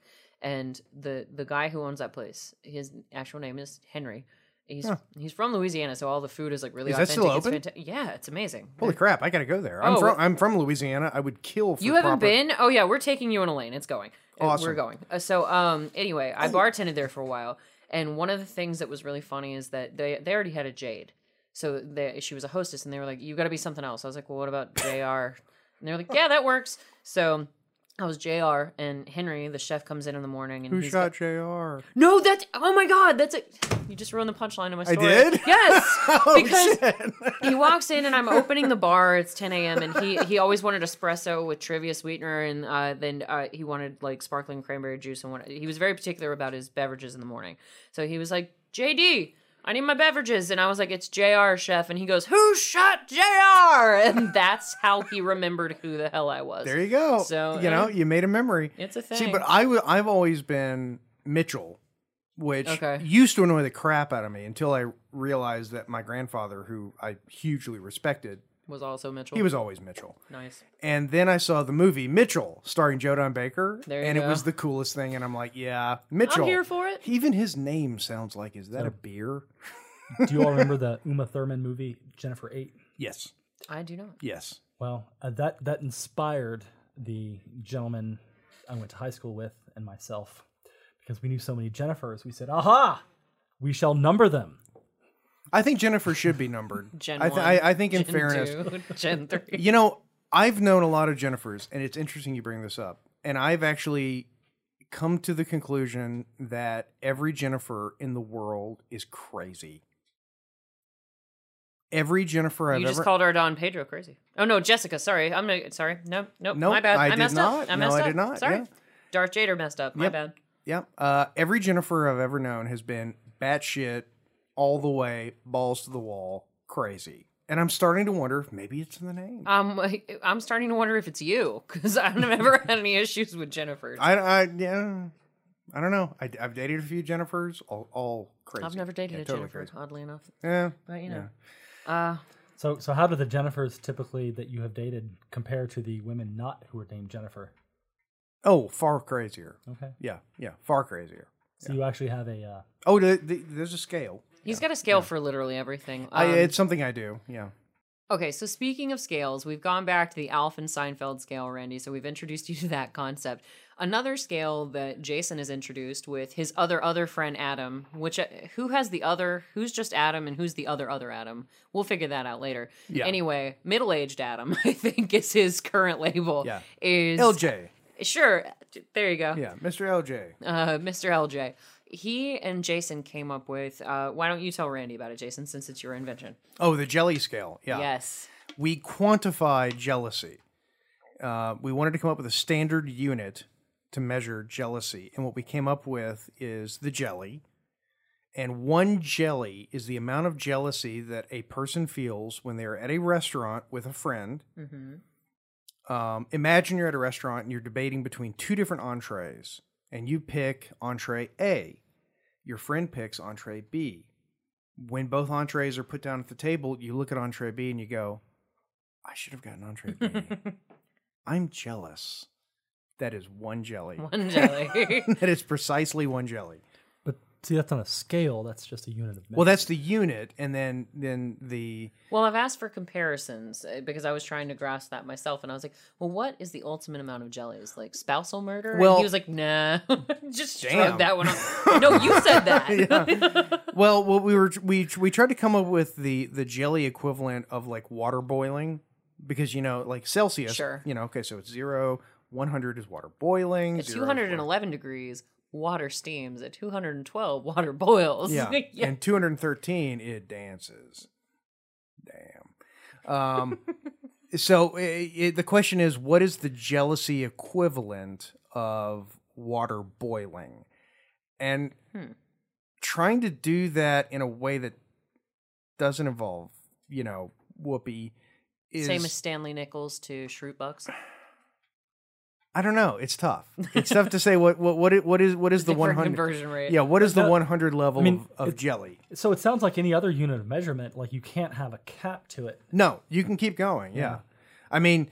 Speaker 2: and the the guy who owns that place, his actual name is Henry. He's he's from Louisiana, so all the food is like really
Speaker 1: Is that
Speaker 2: authentic.
Speaker 1: still
Speaker 2: It's
Speaker 1: open?
Speaker 2: fanta- yeah, it's amazing.
Speaker 1: Holy crap! I gotta go there. I'm
Speaker 2: Oh,
Speaker 1: from
Speaker 2: well-
Speaker 1: I'm from Louisiana. I would kill. for
Speaker 2: You haven't
Speaker 1: proper-
Speaker 2: been? Oh yeah, we're taking you in a lane. It's going. Uh, We're
Speaker 1: Awesome. Oh.
Speaker 2: going. Uh, so um anyway, I bartended there for a while, and one of the things that was really funny is that they they already had a Jade, so they, she was a hostess, and they were like, "You got to be something else." I was like, "Well, what about Jr.?" and they were like, "Yeah, that works." So. I was Jr. and Henry, the chef, comes in in the morning and
Speaker 1: Who
Speaker 2: he's
Speaker 1: shot
Speaker 2: like,
Speaker 1: Jr.
Speaker 2: "No, that's oh my god, that's a you just ruined the punchline of my story."
Speaker 1: did?
Speaker 2: Yes,
Speaker 1: Oh
Speaker 2: because
Speaker 1: shit!
Speaker 2: he walks in and I'm opening the bar. It's 10 a.m. and he he always wanted espresso with trivia sweetener and uh, then uh, he wanted like sparkling cranberry juice and what he was very particular about his beverages in the morning. So he was like, JD, I need my beverages, and I was like, it's Jr. Chef, and he goes, who shot Jr. and that's how he remembered who the hell I was.
Speaker 1: There you go.
Speaker 2: So,
Speaker 1: you know,
Speaker 2: eh,
Speaker 1: you made a memory.
Speaker 2: it's a
Speaker 1: See,
Speaker 2: thing.
Speaker 1: but I w- I've always been Mitchell, which
Speaker 2: Okay.
Speaker 1: used to annoy the crap out of me until I realized that my grandfather, who I hugely respected,
Speaker 2: was also Mitchell.
Speaker 1: he was always Mitchell.
Speaker 2: nice.
Speaker 1: And then I saw the movie Mitchell starring Jodan Baker,
Speaker 2: There you
Speaker 1: and it
Speaker 2: go.
Speaker 1: was the coolest thing. And I'm like, yeah, Mitchell.
Speaker 2: here for it.
Speaker 1: Even his name sounds like, is that a beer?
Speaker 3: Do you all remember the Uma Thurman movie Jennifer Eight?
Speaker 1: Yes,
Speaker 2: I do not.
Speaker 1: yes.
Speaker 3: Well, uh, that that inspired the gentleman I went to high school with and myself because we knew so many Jennifers. We said, "Aha, we shall number them."
Speaker 1: I think Jennifer should be numbered.
Speaker 2: Gen
Speaker 1: I, th-
Speaker 2: one,
Speaker 1: I, I think in
Speaker 2: Gen
Speaker 1: fairness,
Speaker 2: two, Gen three.
Speaker 1: You know, I've known a lot of Jennifers, and it's interesting you bring this up. And I've actually come to the conclusion that every Jennifer in the world is crazy. every Jennifer I've
Speaker 2: You just
Speaker 1: ever.
Speaker 2: called our Don Pedro crazy. Oh no, Jessica. Sorry, I'm not, sorry. No, no,
Speaker 1: Nope,
Speaker 2: my bad.
Speaker 1: I
Speaker 2: I,
Speaker 1: did
Speaker 2: messed
Speaker 1: not.
Speaker 2: up. I
Speaker 1: No,
Speaker 2: messed
Speaker 1: I
Speaker 2: up.
Speaker 1: did not,
Speaker 2: Sorry,
Speaker 1: yeah.
Speaker 2: Darth Jader messed up. My
Speaker 1: Yep.
Speaker 2: bad.
Speaker 1: yeah. Uh, every Jennifer I've ever known has been batshit, all the way, balls to the wall, crazy. And I'm starting to wonder if maybe it's in the name.
Speaker 2: Um, I'm starting to wonder if it's you because I've never had any issues with Jennifer.
Speaker 1: I, I yeah, I don't know. I, have dated a few Jennifers, all, all crazy.
Speaker 2: I've never dated
Speaker 1: Yeah,
Speaker 2: a
Speaker 1: totally
Speaker 2: Jennifer, oddly enough.
Speaker 1: crazy. Yeah,
Speaker 2: But you know, uh,
Speaker 3: So, so how do the Jennifers typically that you have dated compare to the women not who are named Jennifer?
Speaker 1: Oh, far crazier.
Speaker 3: Okay,
Speaker 1: Yeah, yeah, far crazier.
Speaker 3: so you actually have a. Uh,
Speaker 1: Oh, the, the, there's a scale.
Speaker 2: he's got a scale for literally everything.
Speaker 1: I,
Speaker 2: Um,
Speaker 1: it's something I do. Yeah.
Speaker 2: Okay, so speaking of scales, we've gone back to the Alf and Seinfeld scale, Randy. So we've introduced you to that concept. Another scale that Jason has introduced with his other other friend Adam, which uh, who has the other, who's just Adam, and who's the other other Adam? We'll figure that out later.
Speaker 1: Yeah.
Speaker 2: Anyway, middle aged Adam, I think, is his current label.
Speaker 1: Yeah.
Speaker 2: Is
Speaker 1: LJ.
Speaker 2: Sure. There you go
Speaker 1: Yeah, Mr. LJ.
Speaker 2: uh, Mr. LJ. He and Jason came up with. Uh, why don't you tell Randy about it, Jason, since it's your invention?
Speaker 1: Oh, the jelly scale. Yeah.
Speaker 2: Yes.
Speaker 1: We quantify jealousy. Uh, we wanted to come up with a standard unit to measure jealousy. And what we came up with is the jelly. And one jelly is the amount of jealousy that a person feels when they're at a restaurant with a friend. Um, imagine you're at a restaurant and you're debating between two different entrees, and you pick entree A. Your friend picks entree B. When both entrees are put down at the table, you look at entree B and you go, I should have gotten entree B. I'm jealous. That is one jelly.
Speaker 2: One jelly.
Speaker 1: that is precisely one jelly.
Speaker 3: but see, that's on a scale. That's just a unit of. Measure.
Speaker 1: Well, that's the unit, and then then the
Speaker 2: well, I've asked for comparisons uh, because I was trying to grasp that myself, and I was like, "Well, what is the ultimate amount of jellies? Like spousal murder?" And
Speaker 1: Well-
Speaker 2: he was like, "Nah, just
Speaker 1: Damn.
Speaker 2: shrug that one off." no, you said that.
Speaker 1: well, what we were we we tried to come up with the the jelly equivalent of like water boiling because you know like Celsius,
Speaker 2: Sure.
Speaker 1: You know, okay, so it's zero. 100 is water boiling.
Speaker 2: At
Speaker 1: zero is
Speaker 2: 211 degrees, water steams. At 212, water boils.
Speaker 1: Yeah. And 213, it dances. Damn. Um, so i i the question is what is the jealousy equivalent of water boiling? And
Speaker 2: Hmm.
Speaker 1: trying to do that in a way that doesn't involve, you know, whoopee is.
Speaker 2: Same as Stanley Nichols to Shroot Bucks.
Speaker 1: I don't know. It's tough. It's tough to say what what what is, what is what is the
Speaker 2: Different
Speaker 1: 100
Speaker 2: conversion rate.
Speaker 1: Yeah, what is the
Speaker 3: no,
Speaker 1: 100 level
Speaker 3: I mean,
Speaker 1: of, of
Speaker 3: it's-
Speaker 1: jelly?
Speaker 3: so it sounds like any other unit of measurement. Like you can't have a cap to it.
Speaker 1: No, you can keep going. Yeah. I mean,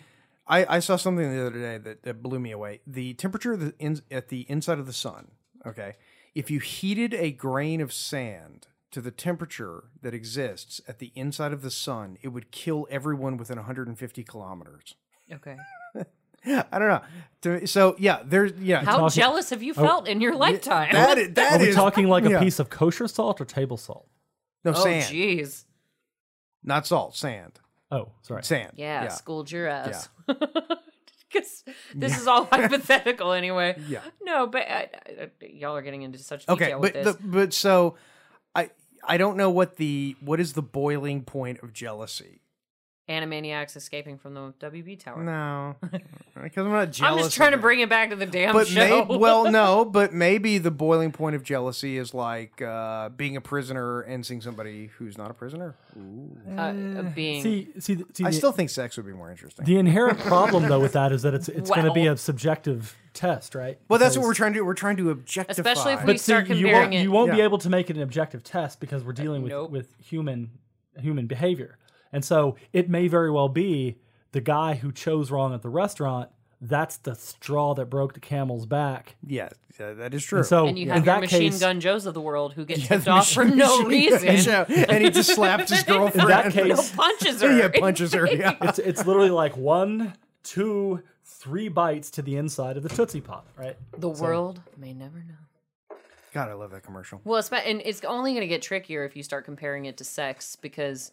Speaker 1: I, I saw something the other day that, that blew me away. The temperature of the in, at the inside of the sun, okay? If you heated a grain of sand to the temperature that exists at the inside of the sun, it would kill everyone within 150 kilometers.
Speaker 2: Okay.
Speaker 1: I don't know. To- So, yeah, there's, yeah.
Speaker 2: How
Speaker 3: talking-
Speaker 2: jealous have you felt in your lifetime?
Speaker 1: Oh, that is, that
Speaker 3: Are we
Speaker 1: is-
Speaker 3: talking like a
Speaker 1: yeah.
Speaker 3: piece of kosher salt or table salt?
Speaker 1: No,
Speaker 2: oh,
Speaker 1: sand.
Speaker 2: jeez.
Speaker 1: Not salt, sand.
Speaker 3: Oh, sorry.
Speaker 1: Sand.
Speaker 2: Yeah, schooled your ass. Because this
Speaker 1: Yeah.
Speaker 2: is all hypothetical anyway.
Speaker 1: Yeah.
Speaker 2: No, but I, I, y'all are getting into such detail
Speaker 1: okay
Speaker 2: with
Speaker 1: but
Speaker 2: this.
Speaker 1: the, but so i i don't know what the what is the boiling point of jealousy
Speaker 2: Animaniacs escaping from the WB tower.
Speaker 1: no because i'm not
Speaker 2: I'm
Speaker 1: jealous
Speaker 2: just trying to
Speaker 1: of it.
Speaker 2: bring it back to the damn
Speaker 1: but
Speaker 2: show.
Speaker 1: may- well no but maybe the boiling point of jealousy is like uh being a prisoner and seeing somebody who's not a prisoner
Speaker 2: uh, uh,
Speaker 1: mm,
Speaker 2: being
Speaker 3: See, see, th- see
Speaker 1: i
Speaker 3: the,
Speaker 1: still think sex would be more interesting
Speaker 3: the inherent problem though with that is that it's it's going to be
Speaker 2: Well.
Speaker 3: a subjective test, right?
Speaker 1: well that's what
Speaker 3: Because-
Speaker 1: we're trying to do we're trying to objectify
Speaker 2: Especially if we-
Speaker 3: But see,
Speaker 2: start
Speaker 3: you
Speaker 2: comparing
Speaker 3: won't,
Speaker 2: it-
Speaker 3: you won't be
Speaker 1: Yeah.
Speaker 3: able to make it an objective test because we're dealing with
Speaker 2: nope.
Speaker 3: with human human behavior, and so it may very well be the guy who chose wrong at the restaurant. That's the straw that broke the camel's back.
Speaker 1: yeah oh, yeah, that is true
Speaker 3: So
Speaker 2: and you
Speaker 3: in
Speaker 2: have your
Speaker 3: that
Speaker 2: machine
Speaker 3: case,
Speaker 2: gun Joes of the world who get
Speaker 1: Yeah,
Speaker 2: tipped
Speaker 1: the
Speaker 2: off for
Speaker 1: machine-
Speaker 2: no
Speaker 1: machine gun
Speaker 2: reason.
Speaker 1: show. and he just slapped his girlfriend
Speaker 3: that
Speaker 2: No
Speaker 3: case-
Speaker 2: punches her.
Speaker 1: yeah punches her yeah
Speaker 3: it's it's literally like one, two, three bites to the inside of the tootsie pop, right?
Speaker 2: The world may never know.
Speaker 1: god i love that commercial
Speaker 2: Well, it's, and it's only going to get trickier if you start comparing it to sex because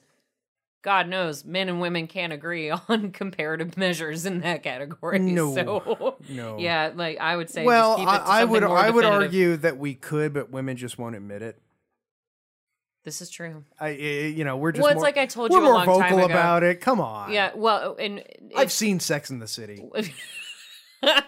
Speaker 2: God knows men and women can't agree on comparative measures in that category.
Speaker 1: No.
Speaker 2: So,
Speaker 1: No.
Speaker 2: Yeah, like I would say.
Speaker 1: well,
Speaker 2: just keep it to
Speaker 1: I, I
Speaker 2: something
Speaker 1: would
Speaker 2: more
Speaker 1: I would
Speaker 2: definitive.
Speaker 1: argue that we could, but women just won't admit it.
Speaker 2: This is true.
Speaker 1: I, I- you know, we're just
Speaker 2: Well, it's
Speaker 1: more,
Speaker 2: like I told
Speaker 1: we're
Speaker 2: you a
Speaker 1: more
Speaker 2: long
Speaker 1: vocal
Speaker 2: time ago.
Speaker 1: about it. Come on,
Speaker 2: Yeah. Well, and
Speaker 1: I've seen Sex in the City.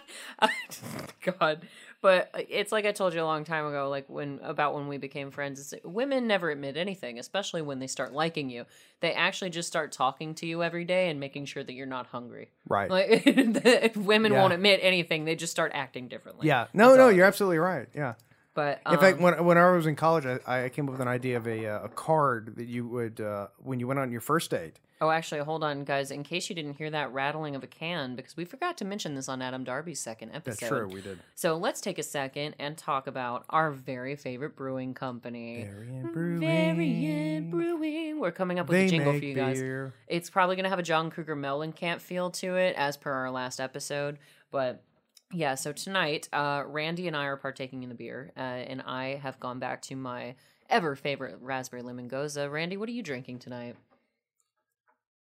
Speaker 2: God. But it's like I told you a long time ago, like when about when we became friends, it's, women never admit anything, especially when they start liking you. They actually just start talking to you every day and making sure that you're not hungry.
Speaker 1: Right.
Speaker 2: Like women
Speaker 1: Yeah.
Speaker 2: won't admit anything; they just start acting differently.
Speaker 1: yeah. No, no, you're absolutely right. Yeah.
Speaker 2: But
Speaker 1: In
Speaker 2: um,
Speaker 1: fact, when when I was in college, I, I came up with an idea of a uh, a card that you would uh, when you went on your first date.
Speaker 2: oh, actually, hold on, guys. In case you didn't hear that rattling of a can, because we forgot to mention this on Adam Darby's second episode.
Speaker 1: That's true. We did.
Speaker 2: So let's take a second and talk about our very favorite brewing company.
Speaker 1: Variant Brewing.
Speaker 2: Variant Brewing. We're coming up with
Speaker 1: They
Speaker 2: a jingle for
Speaker 1: make
Speaker 2: you guys.
Speaker 1: beer.
Speaker 2: It's probably going to have a John Cougar Mellencamp feel to it, as per our last episode. But yeah, so tonight, uh, Randy and I are partaking in the beer, uh, and I have gone back to my ever favorite raspberry lemon goza. Randy, what are you drinking tonight?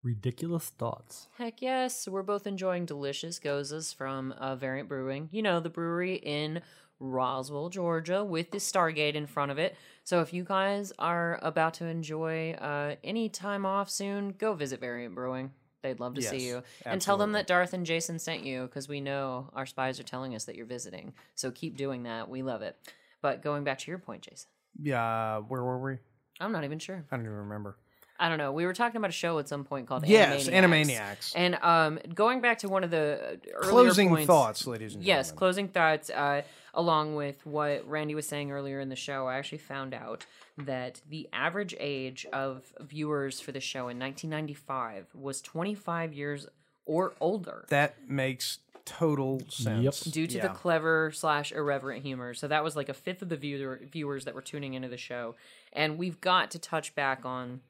Speaker 3: Ridiculous thoughts.
Speaker 2: Heck yes, we're both enjoying delicious gozas from uh, Variant Brewing. You know, the brewery in Roswell, Georgia, with the Stargate in front of it. So if you guys are about to enjoy uh, any time off soon, go visit Variant Brewing. They'd love to see
Speaker 1: Yes,
Speaker 2: you. And tell them
Speaker 1: absolutely.
Speaker 2: that Darth and Jason sent you because we know our spies are telling us that you're visiting. So keep doing that. We love it. But going back to your point, Jason,
Speaker 1: Yeah. Where were we?
Speaker 2: I'm not even sure.
Speaker 1: I don't even remember.
Speaker 2: I don't know. We were talking about a show at some point called
Speaker 1: Yes,
Speaker 2: Animaniacs.
Speaker 1: Animaniacs.
Speaker 2: And um, going back to one of the uh, earlier
Speaker 1: Closing
Speaker 2: points,
Speaker 1: thoughts, ladies and
Speaker 2: Yes,
Speaker 1: gentlemen.
Speaker 2: closing thoughts. Uh, along with what Randy was saying earlier in the show, I actually found out that the average age of viewers for the show in 1995 was 25 years or older.
Speaker 1: that makes total sense.
Speaker 2: due to the
Speaker 1: Yeah.
Speaker 2: clever slash irreverent humor. So that was like a fifth of the viewer, viewers that were tuning into the show. And we've got to touch back on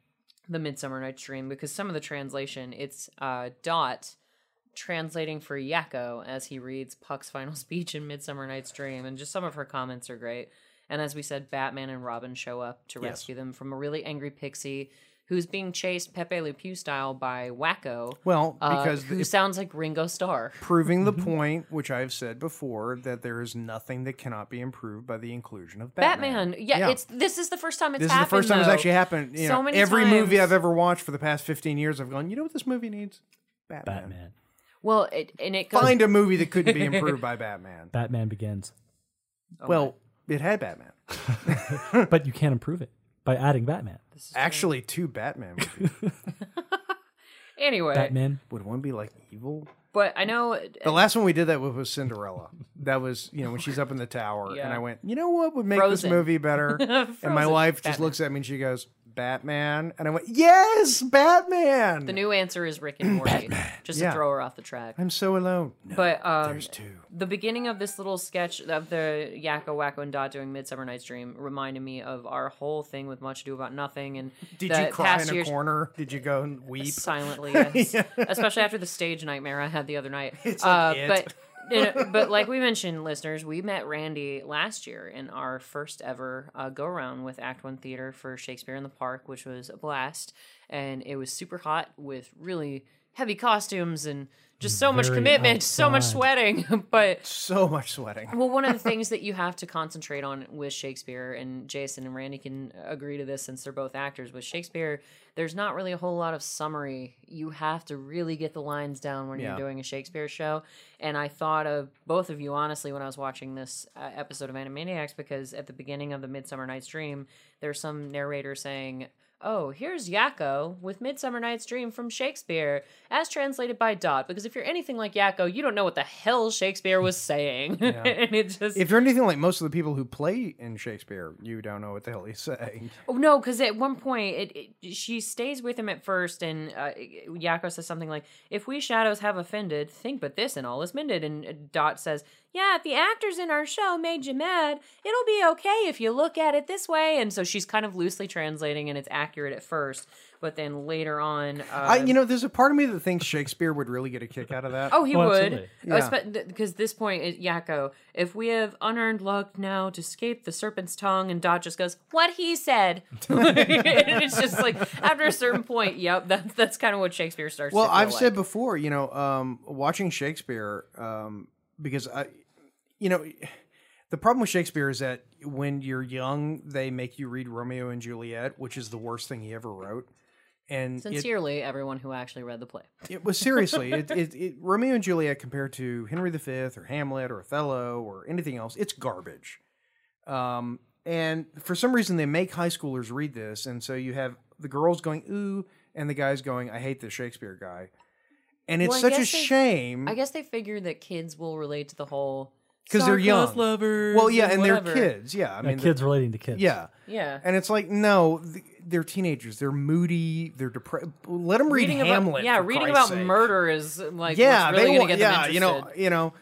Speaker 2: the Midsummer Night's Dream because some of the translation, it's uh, Dot translating for Yakko as he reads Puck's final speech in Midsummer Night's Dream. And just some of her comments are great. And as we said, Batman and Robin show up to rescue them from a really angry pixie who's being chased Pepe Le Pew style by Wacko.
Speaker 1: Well,
Speaker 2: uh,
Speaker 1: because
Speaker 2: who
Speaker 1: it-
Speaker 2: sounds like Ringo Starr.
Speaker 1: proving the point, which I've said before, that there is nothing that cannot be improved by the inclusion of Batman.
Speaker 2: Batman. Yeah, it's this is the first time it's
Speaker 1: this is
Speaker 2: happened.
Speaker 1: the first time it's
Speaker 2: though.
Speaker 1: actually happened. You
Speaker 2: So
Speaker 1: know,
Speaker 2: many
Speaker 1: every movie
Speaker 2: times.
Speaker 1: I've ever watched for the past fifteen years, I've gone. You know what this movie needs? Batman.
Speaker 3: Batman.
Speaker 2: Well, it, and it goes.
Speaker 1: Find a movie that couldn't be improved by Batman.
Speaker 3: Batman begins.
Speaker 2: Oh,
Speaker 1: Well, it had Batman.
Speaker 3: but you can't improve it by adding Batman.
Speaker 1: Actually, two Batman. movies.
Speaker 2: anyway,
Speaker 3: Batman.
Speaker 1: Would one be like evil?
Speaker 2: but I know.
Speaker 1: The last one we did that with was Cinderella. That was you know when she's up in the tower,
Speaker 2: Yeah.
Speaker 1: and I went, you know what would make
Speaker 2: Frozen.
Speaker 1: this movie better? and my
Speaker 2: Frozen.
Speaker 1: wife just looks at me and she goes, Batman, and I went, yes, Batman.
Speaker 2: The new answer is Rick and Morty, just
Speaker 1: Yeah.
Speaker 2: to throw her off the track.
Speaker 1: I'm so alone. No,
Speaker 2: But um,
Speaker 1: there's two.
Speaker 2: the beginning of this little sketch of the Yakko, Wacko, and Dot doing Midsummer Night's Dream reminded me of our whole thing with Much Ado About Nothing. And
Speaker 1: Did
Speaker 2: the
Speaker 1: you cry
Speaker 2: past
Speaker 1: in a
Speaker 2: year's-
Speaker 1: corner? Did you go and weep?
Speaker 2: silently yes especially after the stage nightmare i had the other night Uh,
Speaker 1: like it.
Speaker 2: but you know, but like we mentioned listeners we met randy last year in our first ever uh, go round with act one theater for shakespeare in the park which was a blast and it was super hot with really heavy costumes and just so much
Speaker 3: Very
Speaker 2: commitment so much
Speaker 3: outside.
Speaker 2: sweating but
Speaker 1: So much sweating.
Speaker 2: well, one of the things that you have to concentrate on with Shakespeare, and Jason and Randy can agree to this since they're both actors, with Shakespeare, there's not really a whole lot of summary. You have to really get the lines down when
Speaker 1: Yeah.
Speaker 2: you're doing a Shakespeare show. And I thought of both of you, honestly, when I was watching this uh, episode of Animaniacs, because at the beginning of the Midsummer Night's Dream, there's some narrator saying, Oh, here's Yakko with Midsummer Night's Dream from Shakespeare, as translated by Dot. Because if you're anything like Yakko, you don't know what the hell Shakespeare was saying. and it just.
Speaker 1: If you're anything like most of the people who play in Shakespeare, you don't know what the hell he's saying.
Speaker 2: Oh, no, because at one point, it, it, she stays with him at first, and uh, Yakko says something like, If we shadows have offended, think but this, and all is mended. And uh, Dot says, Yeah, if the actors in our show made you mad, it'll be okay if you look at it this way. And so she's kind of loosely translating, and it's accurate at first, but then later on. Uh,
Speaker 1: I, you know, there's a part of me that thinks Shakespeare would really get a kick out of that.
Speaker 2: Oh, he
Speaker 3: Oh,
Speaker 2: would.
Speaker 3: absolutely.
Speaker 1: Yeah.
Speaker 2: Because this point, is Yakko, if we have unearned luck now to escape the serpent's tongue, and Dot just goes, what he said. And it's just like, after a certain point, yep, that's, that's kind of what Shakespeare starts
Speaker 1: well
Speaker 2: to feel
Speaker 1: i've
Speaker 2: like.
Speaker 1: said before you know um watching shakespeare um because i you know the problem with shakespeare is that when you're young, they make you read Romeo and Juliet, which is the worst thing he ever wrote. And it,
Speaker 2: Sincerely, everyone who actually read the play.
Speaker 1: it was seriously it, it, it, Romeo and Juliet compared to Henry V or Hamlet or Othello or anything else. It's garbage. Um, and for some reason, they make high schoolers read this, and so you have the girls going ooh, and the guys going I hate this Shakespeare guy, and it's
Speaker 2: Well, I
Speaker 1: such a
Speaker 2: guess they-
Speaker 1: shame
Speaker 2: I guess they figured that kids will relate to the whole
Speaker 1: 'Cause they're young.
Speaker 2: "Star-crossed lovers.
Speaker 1: Well, yeah, and
Speaker 2: whatever."
Speaker 1: they're kids. Yeah, I mean,
Speaker 3: Uh,
Speaker 1: the-
Speaker 3: kids relating to kids.
Speaker 1: yeah,
Speaker 2: Yeah,
Speaker 1: and it's like no, th- they're teenagers. They're moody. They're depressed. Let them read Hamlet.
Speaker 2: About, yeah,
Speaker 1: for
Speaker 2: reading
Speaker 1: Christ's
Speaker 2: about
Speaker 1: sake.
Speaker 2: murder is like
Speaker 1: Yeah,
Speaker 2: yeah, what's really
Speaker 1: they
Speaker 2: gonna
Speaker 1: want.
Speaker 2: get them
Speaker 1: Yeah, you know,
Speaker 2: interested.
Speaker 1: you know.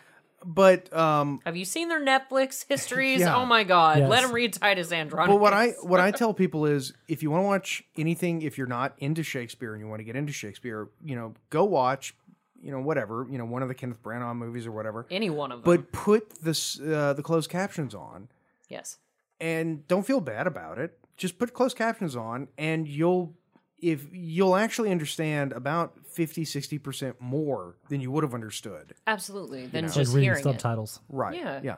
Speaker 1: But um,
Speaker 2: Have you seen their Netflix histories?
Speaker 1: Yeah.
Speaker 2: Oh my god, Let 'em let
Speaker 3: Yes.
Speaker 2: them read Titus Andronicus.
Speaker 1: Well, what I what I tell people is, if you want to watch anything, if you're not into Shakespeare and you want to get into Shakespeare, you know, go watch, you know, whatever, you know, one of the Kenneth Branagh movies or whatever.
Speaker 2: any one of them.
Speaker 1: But put this uh, the closed captions on,
Speaker 2: yes,
Speaker 1: and don't feel bad about it. Just put closed captions on, and you'll if you'll actually understand about 50 60% more than you would have understood
Speaker 2: absolutely. Then
Speaker 3: It's
Speaker 2: just
Speaker 3: like reading
Speaker 2: hearing it.
Speaker 3: subtitles.
Speaker 1: right
Speaker 2: Yeah.
Speaker 1: yeah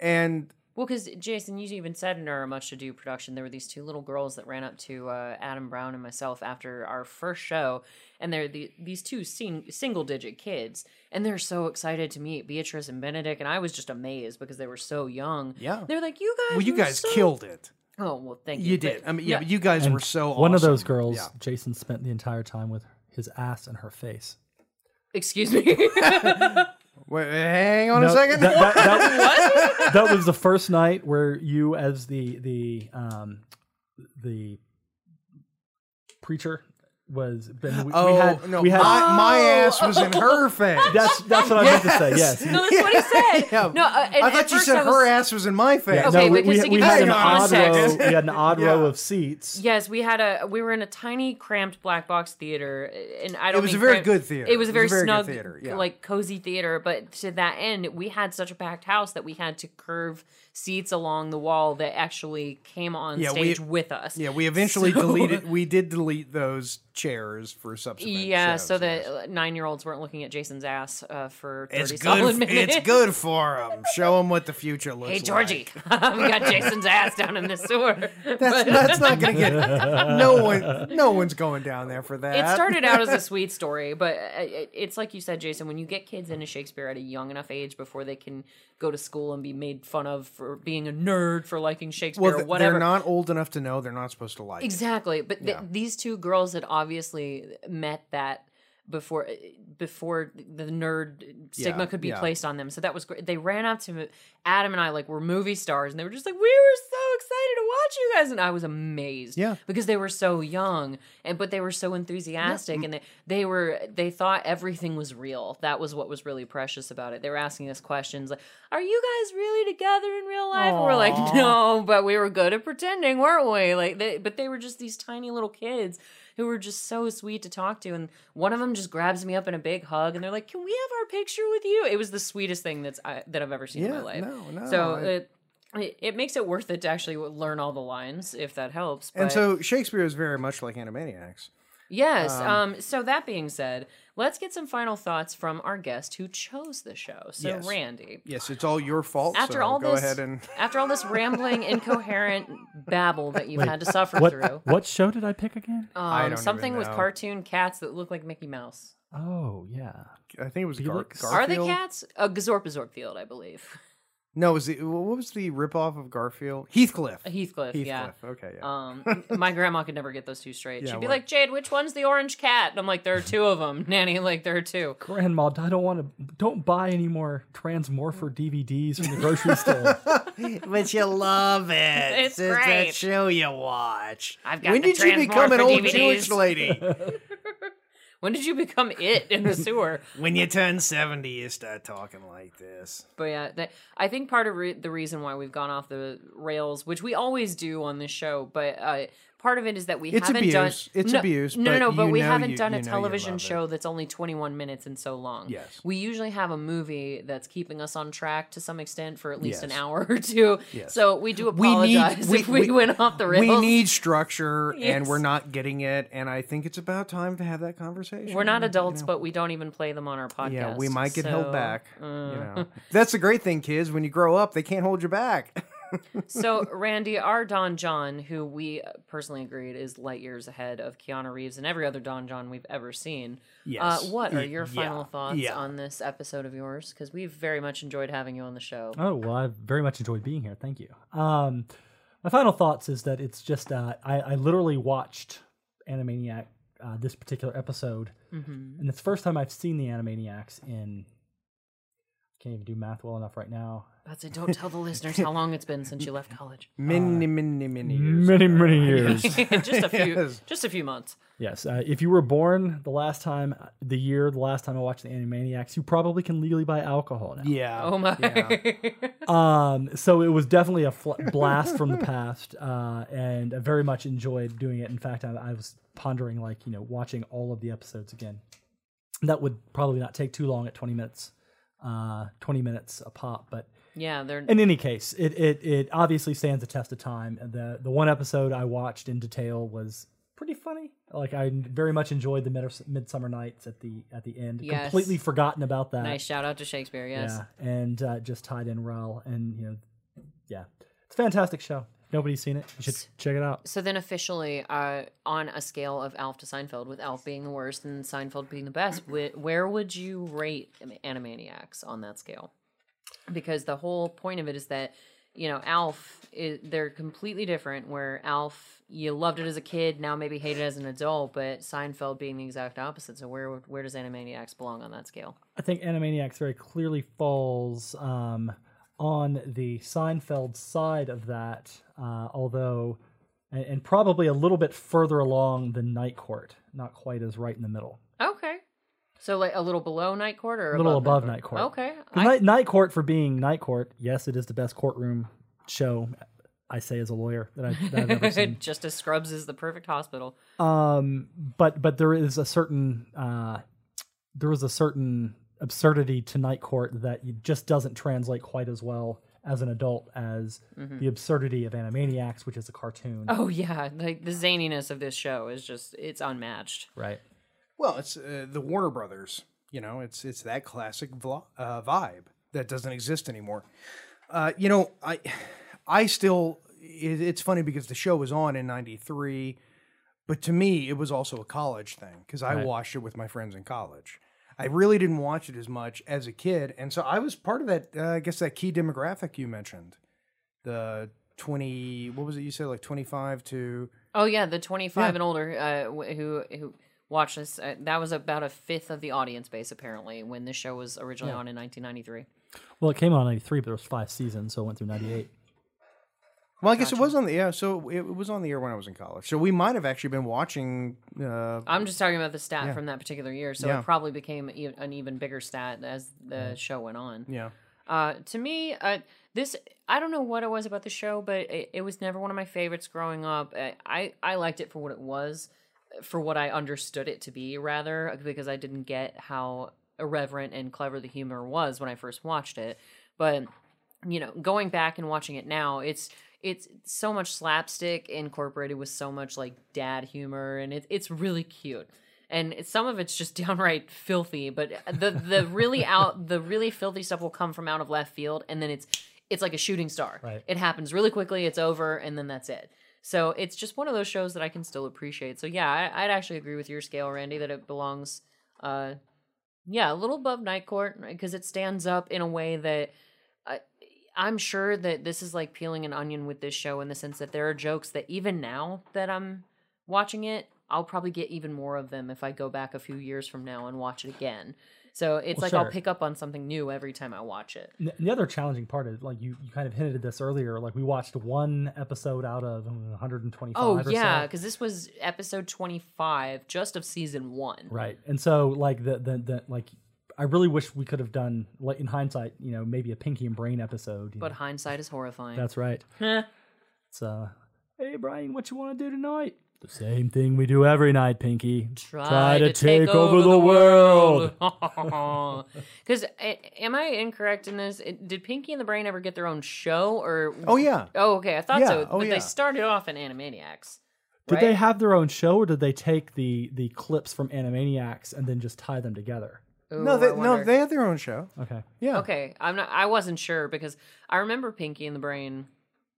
Speaker 1: and
Speaker 2: Well, because Jason, you even said in our Much Ado production, there were these two little girls that ran up to uh, Adam Brown and myself after our first show, and they're the, these two sing, single-digit kids, and they're so excited to meet Beatrice and Benedict, and I was just amazed because they were so young.
Speaker 1: Yeah.
Speaker 2: they're like, "You guys,
Speaker 1: well you
Speaker 2: were
Speaker 1: guys
Speaker 2: so-"
Speaker 1: killed it
Speaker 2: Oh well, thank you.
Speaker 1: you
Speaker 2: but-
Speaker 1: did i mean yeah, but you guys were so
Speaker 3: One of those
Speaker 1: awesome.
Speaker 3: girls,
Speaker 1: Yeah.
Speaker 3: Jason spent the entire time with his ass in her face.
Speaker 2: Excuse me.
Speaker 1: Wait, hang on a
Speaker 3: No,
Speaker 1: second.
Speaker 3: That, that- that- that was the first night where you, as the the um, the preacher, was. Been, we,
Speaker 1: oh
Speaker 3: we had,
Speaker 1: no,
Speaker 3: we had.
Speaker 1: my, my ass was in her face.
Speaker 3: that's that's what I meant to say. Yes.
Speaker 2: no, that's what he said.
Speaker 1: Yeah.
Speaker 2: No, uh, and
Speaker 1: I
Speaker 2: at
Speaker 1: thought you
Speaker 2: first
Speaker 1: said
Speaker 2: I was-
Speaker 1: her ass was in my face.
Speaker 3: Yeah,
Speaker 2: Okay,
Speaker 3: no, we,
Speaker 2: but just
Speaker 3: we,
Speaker 2: to
Speaker 3: we
Speaker 2: give
Speaker 3: had
Speaker 1: you
Speaker 3: an
Speaker 1: some
Speaker 3: odd row.
Speaker 2: context.
Speaker 3: We had an odd row
Speaker 1: Yeah.
Speaker 3: of seats.
Speaker 2: Yes, we had a we were in a tiny cramped black box theater, and I don't.
Speaker 1: was
Speaker 2: mean
Speaker 1: a very
Speaker 2: cramped-
Speaker 1: good theater.
Speaker 2: It was a very,
Speaker 1: good
Speaker 2: snug
Speaker 1: theater, yeah.
Speaker 2: like cozy theater. But to that end, we had such a packed house that we had to curve seats along the wall that actually came on
Speaker 1: Yeah, we-
Speaker 2: stage with us.
Speaker 1: Yeah, we eventually
Speaker 2: So-
Speaker 1: deleted. We did delete those chairs for subsequent.
Speaker 2: Yeah,
Speaker 1: shows,
Speaker 2: so
Speaker 1: yes.
Speaker 2: that nine year olds weren't looking at Jason's ass uh, for thirty
Speaker 1: it's
Speaker 2: solid
Speaker 1: good.
Speaker 2: minutes.
Speaker 1: It's good for them. Show them what the future looks
Speaker 2: Hey
Speaker 1: like.
Speaker 2: Georgie, we got Jason's ass down in the sewer.
Speaker 1: that's, that's not going to get. No one, no one's going down there for that.
Speaker 2: It started out as a sweet story, but uh, it- it's like you said, Jason. When you get kids into Shakespeare at a young enough age, before they can go to school and be made fun of for being a nerd for liking Shakespeare
Speaker 1: Well,
Speaker 2: or
Speaker 1: th-
Speaker 2: whatever.
Speaker 1: they're not old enough to know. They're not supposed to like. it.
Speaker 2: exactly, but th- these two girls had obviously met that before before the nerd stigma
Speaker 1: Yeah,
Speaker 2: could be
Speaker 1: yeah.
Speaker 2: placed on them. So that was great. They ran up to me- Adam and I like were movie stars, and they were just like, "We were so excited to watch you guys," and I was amazed.
Speaker 1: Yeah.
Speaker 2: because they were so young, and but they were so enthusiastic, and they they were they thought everything was real. That was what was really precious about it. They were asking us questions like, "Are you guys really together in real life?" And we're like, "No," but we were good at pretending, weren't we? Like, they, but they were just these tiny little kids who were just so sweet to talk to. And one of them just grabs me up in a big hug, and they're like, "Can we have our picture with you?" It was the sweetest thing that's I, that I've ever seen in my
Speaker 1: Yeah,
Speaker 2: life.
Speaker 1: no, no,
Speaker 2: so
Speaker 1: I-
Speaker 2: it, it it makes it worth it to actually learn all the lines if that helps. But
Speaker 1: And so Shakespeare is very much like Animaniacs.
Speaker 2: yes, um, so that being said, let's get some final thoughts from our guest who chose the show. So
Speaker 1: Yes.
Speaker 2: Randy,
Speaker 1: Yes, it's all your fault.
Speaker 2: after
Speaker 1: so
Speaker 2: all
Speaker 1: go
Speaker 2: this,
Speaker 1: ahead and
Speaker 2: after all this rambling, incoherent babble that you've had to suffer through.
Speaker 3: What what show did I pick again?
Speaker 1: I
Speaker 2: Um,
Speaker 1: don't
Speaker 2: something
Speaker 1: even
Speaker 2: with
Speaker 1: know.
Speaker 2: cartoon cats that look like Mickey Mouse.
Speaker 3: Oh yeah.
Speaker 1: I think it was Gar-
Speaker 3: Felix?
Speaker 1: Garfield.
Speaker 2: Are they cats? A uh, Gazorpazorpfield, I believe.
Speaker 1: No, was the what was the ripoff of Garfield? Heathcliff.
Speaker 2: Uh, Heathcliff, yeah.
Speaker 1: Okay, yeah.
Speaker 2: Um, my grandma could never get those two straight.
Speaker 1: Yeah,
Speaker 2: She'd be
Speaker 1: what?
Speaker 2: like, Jade, which one's the orange cat? And I'm like, there are two of them, Nanny. Like, there are two.
Speaker 3: Grandma, I don't want to. Don't buy any more Transmorpher DVDs from the grocery store.
Speaker 1: but you love it.
Speaker 2: It's It's that great.
Speaker 1: show you watch.
Speaker 2: I've got
Speaker 1: when
Speaker 2: the
Speaker 1: did you become an
Speaker 2: Transmorpher
Speaker 1: old
Speaker 2: DVDs.
Speaker 1: Jewish lady?
Speaker 2: When did you become it in the sewer?
Speaker 1: when you turn seventy, you start talking like this.
Speaker 2: But yeah, that, I think part of re- the reason why we've gone off the rails, which we always do on this show, but uh, part of it is that we
Speaker 1: It's
Speaker 2: haven't done
Speaker 1: abuse. It's
Speaker 2: no,
Speaker 1: abuse,
Speaker 2: No,
Speaker 1: but
Speaker 2: no, no, but
Speaker 1: you
Speaker 2: we
Speaker 1: know
Speaker 2: haven't
Speaker 1: you-
Speaker 2: done
Speaker 1: you
Speaker 2: a
Speaker 1: know you
Speaker 2: television
Speaker 1: love it.
Speaker 2: show that's only 21 minutes and so long.
Speaker 1: Yes.
Speaker 2: we usually have a movie that's keeping us on track to some extent for at least an
Speaker 1: Yes.
Speaker 2: hour or two.
Speaker 1: Yes.
Speaker 2: So we do
Speaker 1: We need-
Speaker 2: apologize
Speaker 1: we-
Speaker 2: if we,
Speaker 1: we-
Speaker 2: went off the rails.
Speaker 1: We need structure, and
Speaker 2: Yes.
Speaker 1: we're not getting it. And I think it's about time to have that conversation.
Speaker 2: We're not adults, but we don't even play them on our podcast.
Speaker 1: Yeah, we might get held
Speaker 2: so- uh,
Speaker 1: back. You know, that's the great thing, kids. When you grow up, they can't hold you back.
Speaker 2: So, Randy, our Don John, who we personally agreed is light years ahead of Keanu Reeves and every other Don John we've ever seen.
Speaker 3: Yes.
Speaker 2: Uh, what are
Speaker 3: Y-
Speaker 2: your
Speaker 3: yeah.
Speaker 2: final thoughts
Speaker 3: Yeah.
Speaker 2: on this episode of yours? Because we've very much enjoyed having you on the show.
Speaker 3: Oh well, I very much enjoyed being here. Thank you. Um, my final thoughts is that it's just uh, I, I literally watched Animaniac uh, this particular episode,
Speaker 2: Mm-hmm.
Speaker 3: and it's the first time I've seen the Animaniacs in. Can't even do math well enough right now.
Speaker 2: That's it. Don't tell the listeners how long it's been since you left college.
Speaker 1: Many, many, many years.
Speaker 3: Many many years.
Speaker 2: just a few.
Speaker 1: Yes.
Speaker 2: Just a few months.
Speaker 3: yes, uh, if you were born the last time, the year, the last time I watched the Animaniacs, you probably can legally buy alcohol now.
Speaker 1: Yeah.
Speaker 2: Oh my.
Speaker 3: Um, so it was definitely a fl- blast from the past, uh, and I very much enjoyed doing it. In fact, I, I was pondering, like, you know, watching all of the episodes again. That would probably not take too long at 20 minutes, uh, 20 minutes a pop. But
Speaker 2: yeah, they're
Speaker 3: in any case, it, it, it obviously stands the test of time. The, the one episode I watched in detail was pretty funny. Like, I very much enjoyed the Mid- Midsummer Nights at the, at the end.
Speaker 2: Yes.
Speaker 3: Completely forgotten about that.
Speaker 2: nice. Shout out to Shakespeare. Yes.
Speaker 3: Yeah, and uh, just tied in well, and you know, yeah, it's a fantastic show. Nobody's seen it. You should check it out.
Speaker 2: So then, officially, uh, on a scale of Alf to Seinfeld, with Alf being the worst and Seinfeld being the best, wh- where would you rate Animaniacs on that scale? Because the whole point of it is that you know Alf, is, they're completely different. Where Alf, you loved it as a kid, now maybe hate it as an adult, but Seinfeld being the exact opposite. So where where does Animaniacs belong on that scale?
Speaker 3: I think Animaniacs very clearly falls um, on the Seinfeld side of that, uh, although, and, and probably a little bit further along than Night Court, not quite as right in the middle,
Speaker 2: Okay, so like a little below Night Court or
Speaker 3: a little above,
Speaker 2: Night
Speaker 3: Night Court.
Speaker 2: Okay,
Speaker 3: 'Cause
Speaker 2: I-
Speaker 3: Night, Night Court for being Night Court. Yes, it is the best courtroom show. I say as a lawyer that, I, that I've ever seen.
Speaker 2: just as Scrubs is the perfect hospital.
Speaker 3: um but but there is a certain uh there is a certain absurdity to night court that you- just doesn't translate quite as well as an adult as the absurdity of animaniacs which is a cartoon
Speaker 2: Mm-hmm. Oh yeah, like the zaniness of this show is just it's unmatched.
Speaker 3: right
Speaker 1: Well, it's uh, the Warner Brothers. You know, it's it's that classic vlo- uh, vibe that doesn't exist anymore. Uh, you know, I I still it, it's funny because the show was on in '93, but to me it was also a college thing because I watched it with my friends in college. I really didn't watch it as much as a kid, and so I was part of that. Uh, I guess that key demographic you mentioned, the twenty. What was it you said? Like twenty-five to
Speaker 2: Oh yeah, the 25 and older uh, wh- who who watched this uh, that was about a fifth of the audience base apparently when this show was originally on in 1993.
Speaker 3: well it came out in 93 but there was five seasons so it went through 98
Speaker 1: Well, I guess it was on the yeah. So it, it was on the air when I was in college. So we might have actually been watching. Uh,
Speaker 2: I'm just talking about the stat from that particular year, so
Speaker 1: Yeah.
Speaker 2: it probably became e- an even bigger stat as the show went on.
Speaker 1: yeah,
Speaker 2: Uh, to me, uh, this I don't know what it was about the show, but it, it was never one of my favorites growing up. I, I I liked it for what it was, for what I understood it to be, rather uh, because I didn't get how irreverent and clever the humor was when I first watched it. But you know, going back and watching it now, it's it's so much slapstick incorporated with so much like dad humor, and it, it's really cute. And it's- some of it's just downright filthy, but the the really out the really filthy stuff will come from out of left field, and then it's it's like a shooting star.
Speaker 3: Right.
Speaker 2: It happens really quickly. It's over, and then that's it. So it's just one of those shows that I can still appreciate. So yeah, I, I'd actually agree with your scale, Randy, that it belongs uh, yeah, a little above Night Court because it stands up in a way that I, I'm sure that this is like peeling an onion with this show in the sense that there are jokes that even now that I'm watching it, I'll probably get even more of them if I go back a few years from now and watch it again. So it's
Speaker 3: Well,
Speaker 2: like I'll
Speaker 3: sure.
Speaker 2: pick up on something new every time I watch it.
Speaker 3: And the other challenging part is like you, you kind of hinted at this earlier like we watched one episode out of mm, 125
Speaker 2: Oh
Speaker 3: or so.
Speaker 2: yeah, because this was episode 25 just of season one.
Speaker 3: Right. And so like the the, the like I really wish we could have done like in hindsight, you know, maybe a Pinky and Brain episode. you
Speaker 2: But
Speaker 3: know.
Speaker 2: hindsight is horrifying.
Speaker 3: that's right. so Hey Brian, what you wanna do tonight? The same thing we do every night, Pinky.
Speaker 2: try, to, take, over, the world. Because am I incorrect in this? It- Did Pinky and the Brain ever get their own show? Or
Speaker 1: oh yeah.
Speaker 2: Oh, okay, I thought
Speaker 1: Yeah,
Speaker 2: so.
Speaker 1: oh,
Speaker 2: but
Speaker 1: yeah.
Speaker 2: they started off in Animaniacs.
Speaker 3: Did they
Speaker 2: right?
Speaker 3: have their own show or did they take the the clips from Animaniacs and then just tie them together?
Speaker 2: Ooh,
Speaker 1: Oh, No,
Speaker 2: I
Speaker 1: they, no,
Speaker 2: wonder.
Speaker 1: they had their own show.
Speaker 3: Okay.
Speaker 1: Yeah.
Speaker 2: Okay, I'm not. I wasn't sure because I remember Pinky and the Brain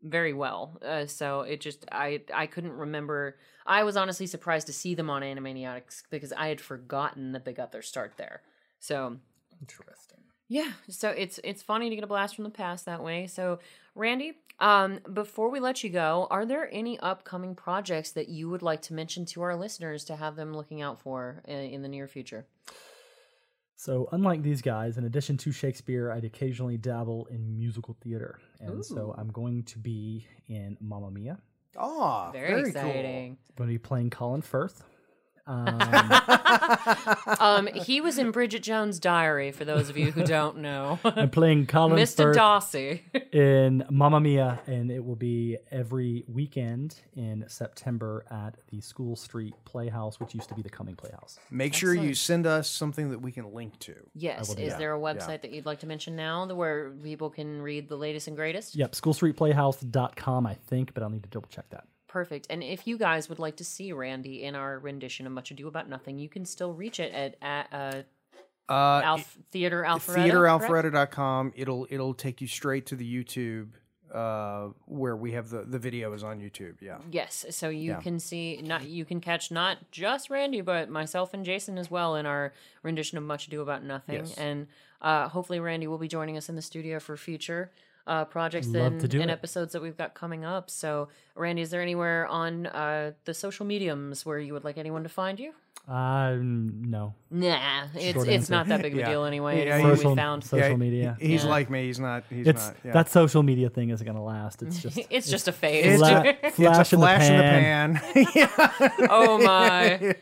Speaker 2: very well. Uh, so it just I I couldn't remember. I was honestly surprised to see them on Animaniacs because I had forgotten that they got their start there. So
Speaker 3: Interesting.
Speaker 2: yeah, so it's it's funny to get a blast from the past that way. So Randy, um, before we let you go, are there any upcoming projects that you would like to mention to our listeners to have them looking out for in, in the near future?
Speaker 3: So, unlike these guys, in addition to Shakespeare, I'd occasionally dabble in musical theater. And so, I'm going to be in Mamma Mia.
Speaker 1: Oh,
Speaker 2: Very, exciting.
Speaker 3: I'm going to be playing Colin Firth. Um,
Speaker 2: Um, he was in Bridget Jones' Diary. For those of you who don't know,
Speaker 3: I'm playing Colin
Speaker 2: Mr.
Speaker 3: Firth
Speaker 2: Darcy.
Speaker 3: in Mamma Mia, and it will be every weekend in September at the School Street Playhouse, which used to be the Cumming Playhouse.
Speaker 1: Make sure you send us something that we can link to.
Speaker 2: Yes. Is there a website that you'd like to mention now that where people can read the latest and greatest?
Speaker 3: Yep, schoolstreetplayhouse.com, I think, but I'll need to double check that.
Speaker 2: Perfect. And if you guys would like to see Randy in our rendition of Much Ado About Nothing, you can still reach it at, at uh,
Speaker 1: Uh,
Speaker 2: Alf- Theater Alpharetta. correct?
Speaker 1: theateralpharetta.com it'll it'll take you straight to the youtube uh where we have the the video is on youtube yeah
Speaker 2: Yes. So you can see not you can catch not just Randy, but myself and Jason as well in our rendition of Much Ado About Nothing.
Speaker 1: Yes.
Speaker 2: And uh, hopefully Randy will be joining us in the studio for future uh, projects
Speaker 3: Love
Speaker 2: and,
Speaker 3: to do
Speaker 2: and
Speaker 3: it.
Speaker 2: episodes that we've got coming up. So Randy, is there anywhere on uh, the social mediums where you would like anyone to find you?
Speaker 3: Um, no.
Speaker 2: Nah, it's it's
Speaker 3: Short answer.
Speaker 2: not that big of a
Speaker 1: Yeah.
Speaker 2: deal anyway.
Speaker 1: Yeah,
Speaker 2: it's what
Speaker 3: social
Speaker 2: we found.
Speaker 3: social
Speaker 1: Yeah, he-
Speaker 3: media.
Speaker 1: he's
Speaker 2: Yeah.
Speaker 1: like me he's not he's
Speaker 3: it's
Speaker 1: not yeah.
Speaker 3: that social media thing isn't going to last. It's just
Speaker 2: It's just a phase.
Speaker 1: It's
Speaker 3: fla-
Speaker 1: a-
Speaker 3: flash,
Speaker 1: it's a
Speaker 3: in the
Speaker 1: flash in the
Speaker 3: pan.
Speaker 1: pan, yeah
Speaker 2: oh my.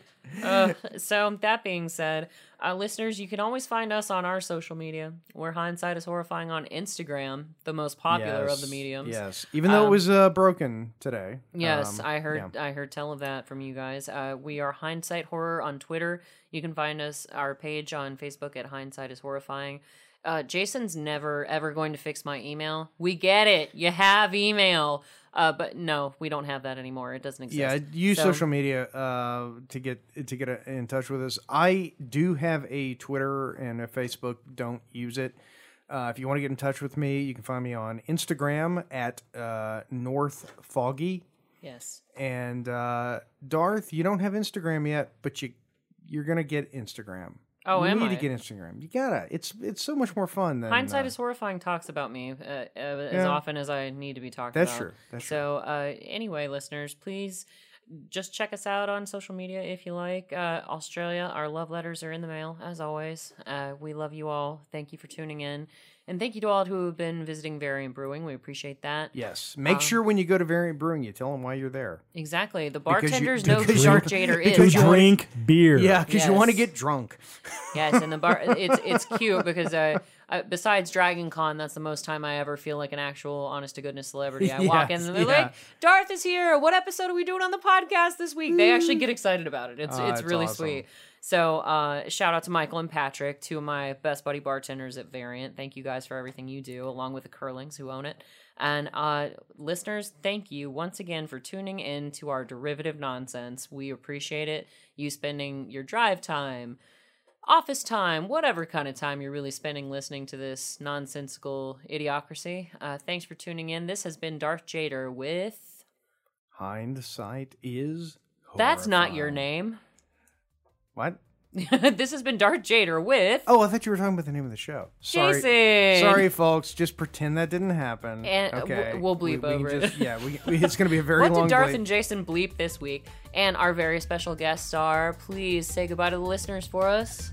Speaker 2: Uh, so that being said, uh, listeners, you can always find us on our social media. We're hindsight is horrifying on Instagram, the most popular of the
Speaker 1: Yes,
Speaker 2: mediums. Um,
Speaker 1: yes even though it was uh broken today
Speaker 2: Yes,
Speaker 1: um,
Speaker 2: I heard I heard tell of that from you guys. Uh, we are Hindsight Horror on Twitter. You can find us our page on Facebook at Hindsight is Horrifying. Uh, Jason's never ever going to fix my email. We get it. You have email. Uh, but no, we don't have that anymore. It doesn't exist.
Speaker 1: yeah use
Speaker 2: So-
Speaker 1: social media uh to get to get uh in touch with us i do have a twitter and a facebook don't use it uh, if you want to get in touch with me you can find me on instagram at uh north foggy
Speaker 2: Yes.
Speaker 1: and uh darth you don't have instagram yet but you you're gonna get instagram
Speaker 2: Oh,
Speaker 1: you
Speaker 2: am
Speaker 1: need
Speaker 2: I?
Speaker 1: to get instagram you gotta it's it's so much more fun than
Speaker 2: Hindsight
Speaker 1: uh,
Speaker 2: is horrifying. Talks about me uh, uh, as
Speaker 1: Yeah.
Speaker 2: often as I need to be talked
Speaker 1: That's
Speaker 2: about.
Speaker 1: true. That's
Speaker 2: so, uh, anyway, listeners, please just check us out on social media if you like. Uh, Australia, our love letters are in the mail as always. Uh, we love you all. Thank you for tuning in, and thank you to all who have been visiting Variant Brewing. We appreciate that.
Speaker 1: yes
Speaker 2: Um,
Speaker 1: make sure when you go to variant brewing you tell them why you're there
Speaker 2: Exactly. The
Speaker 1: you-
Speaker 2: bartenders know who
Speaker 1: because
Speaker 2: Shark
Speaker 1: you-
Speaker 2: Jader
Speaker 1: because
Speaker 2: is.
Speaker 1: you-
Speaker 3: drink beer.
Speaker 1: yeah because you want to
Speaker 2: Yes.
Speaker 1: get drunk
Speaker 2: Yes, and the bar it's it's cute because uh, uh, besides Dragon Con, that's the most time I ever feel like an actual honest to goodness celebrity. I walk in
Speaker 1: Yes,
Speaker 2: and they're
Speaker 1: yeah.
Speaker 2: like, "Darth is here. What episode are we doing on the podcast this week?" They actually get excited about it. It's
Speaker 1: Ah,
Speaker 2: it's
Speaker 1: it's
Speaker 2: really
Speaker 1: awesome.
Speaker 2: sweet. So uh, shout out to Michael and Patrick, two of my best buddy bartenders at Variant. Thank you guys for everything you do, along with the Curlings who own it. And uh, listeners, thank you once again for tuning in to our derivative nonsense. We appreciate it. You spending your drive time office time, whatever kind of time you're really spending listening to this nonsensical idiocracy. Uh, thanks for tuning in. This has been Darth Jader with.
Speaker 1: Hindsight is.
Speaker 2: That's not your
Speaker 1: horrifying.
Speaker 2: name.
Speaker 1: What?
Speaker 2: this has been Darth Jader with
Speaker 1: Oh, I thought you were talking about the name of the show. Sorry.
Speaker 2: Jason.
Speaker 1: Sorry, folks. Just pretend that didn't happen.
Speaker 2: And, uh,
Speaker 1: okay.
Speaker 2: we'll- we'll bleep
Speaker 1: we, we
Speaker 2: over
Speaker 1: can
Speaker 2: it.
Speaker 1: Just, yeah, we, we- it's going to be a very
Speaker 2: What
Speaker 1: long
Speaker 2: did Darth
Speaker 1: bleep.
Speaker 2: and Jason bleep this week? And our very special guest star, please say goodbye to the listeners for us.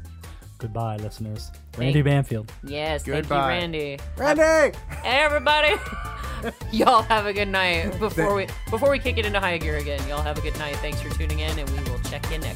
Speaker 3: Goodbye, listeners. Randy Banfield.
Speaker 2: Yes,
Speaker 1: Goodbye.
Speaker 2: thank you, Randy.
Speaker 1: Randy!
Speaker 2: everybody y'all have a good night before we before we kick it into high gear again y'all have a good night thanks for tuning in and we will check you next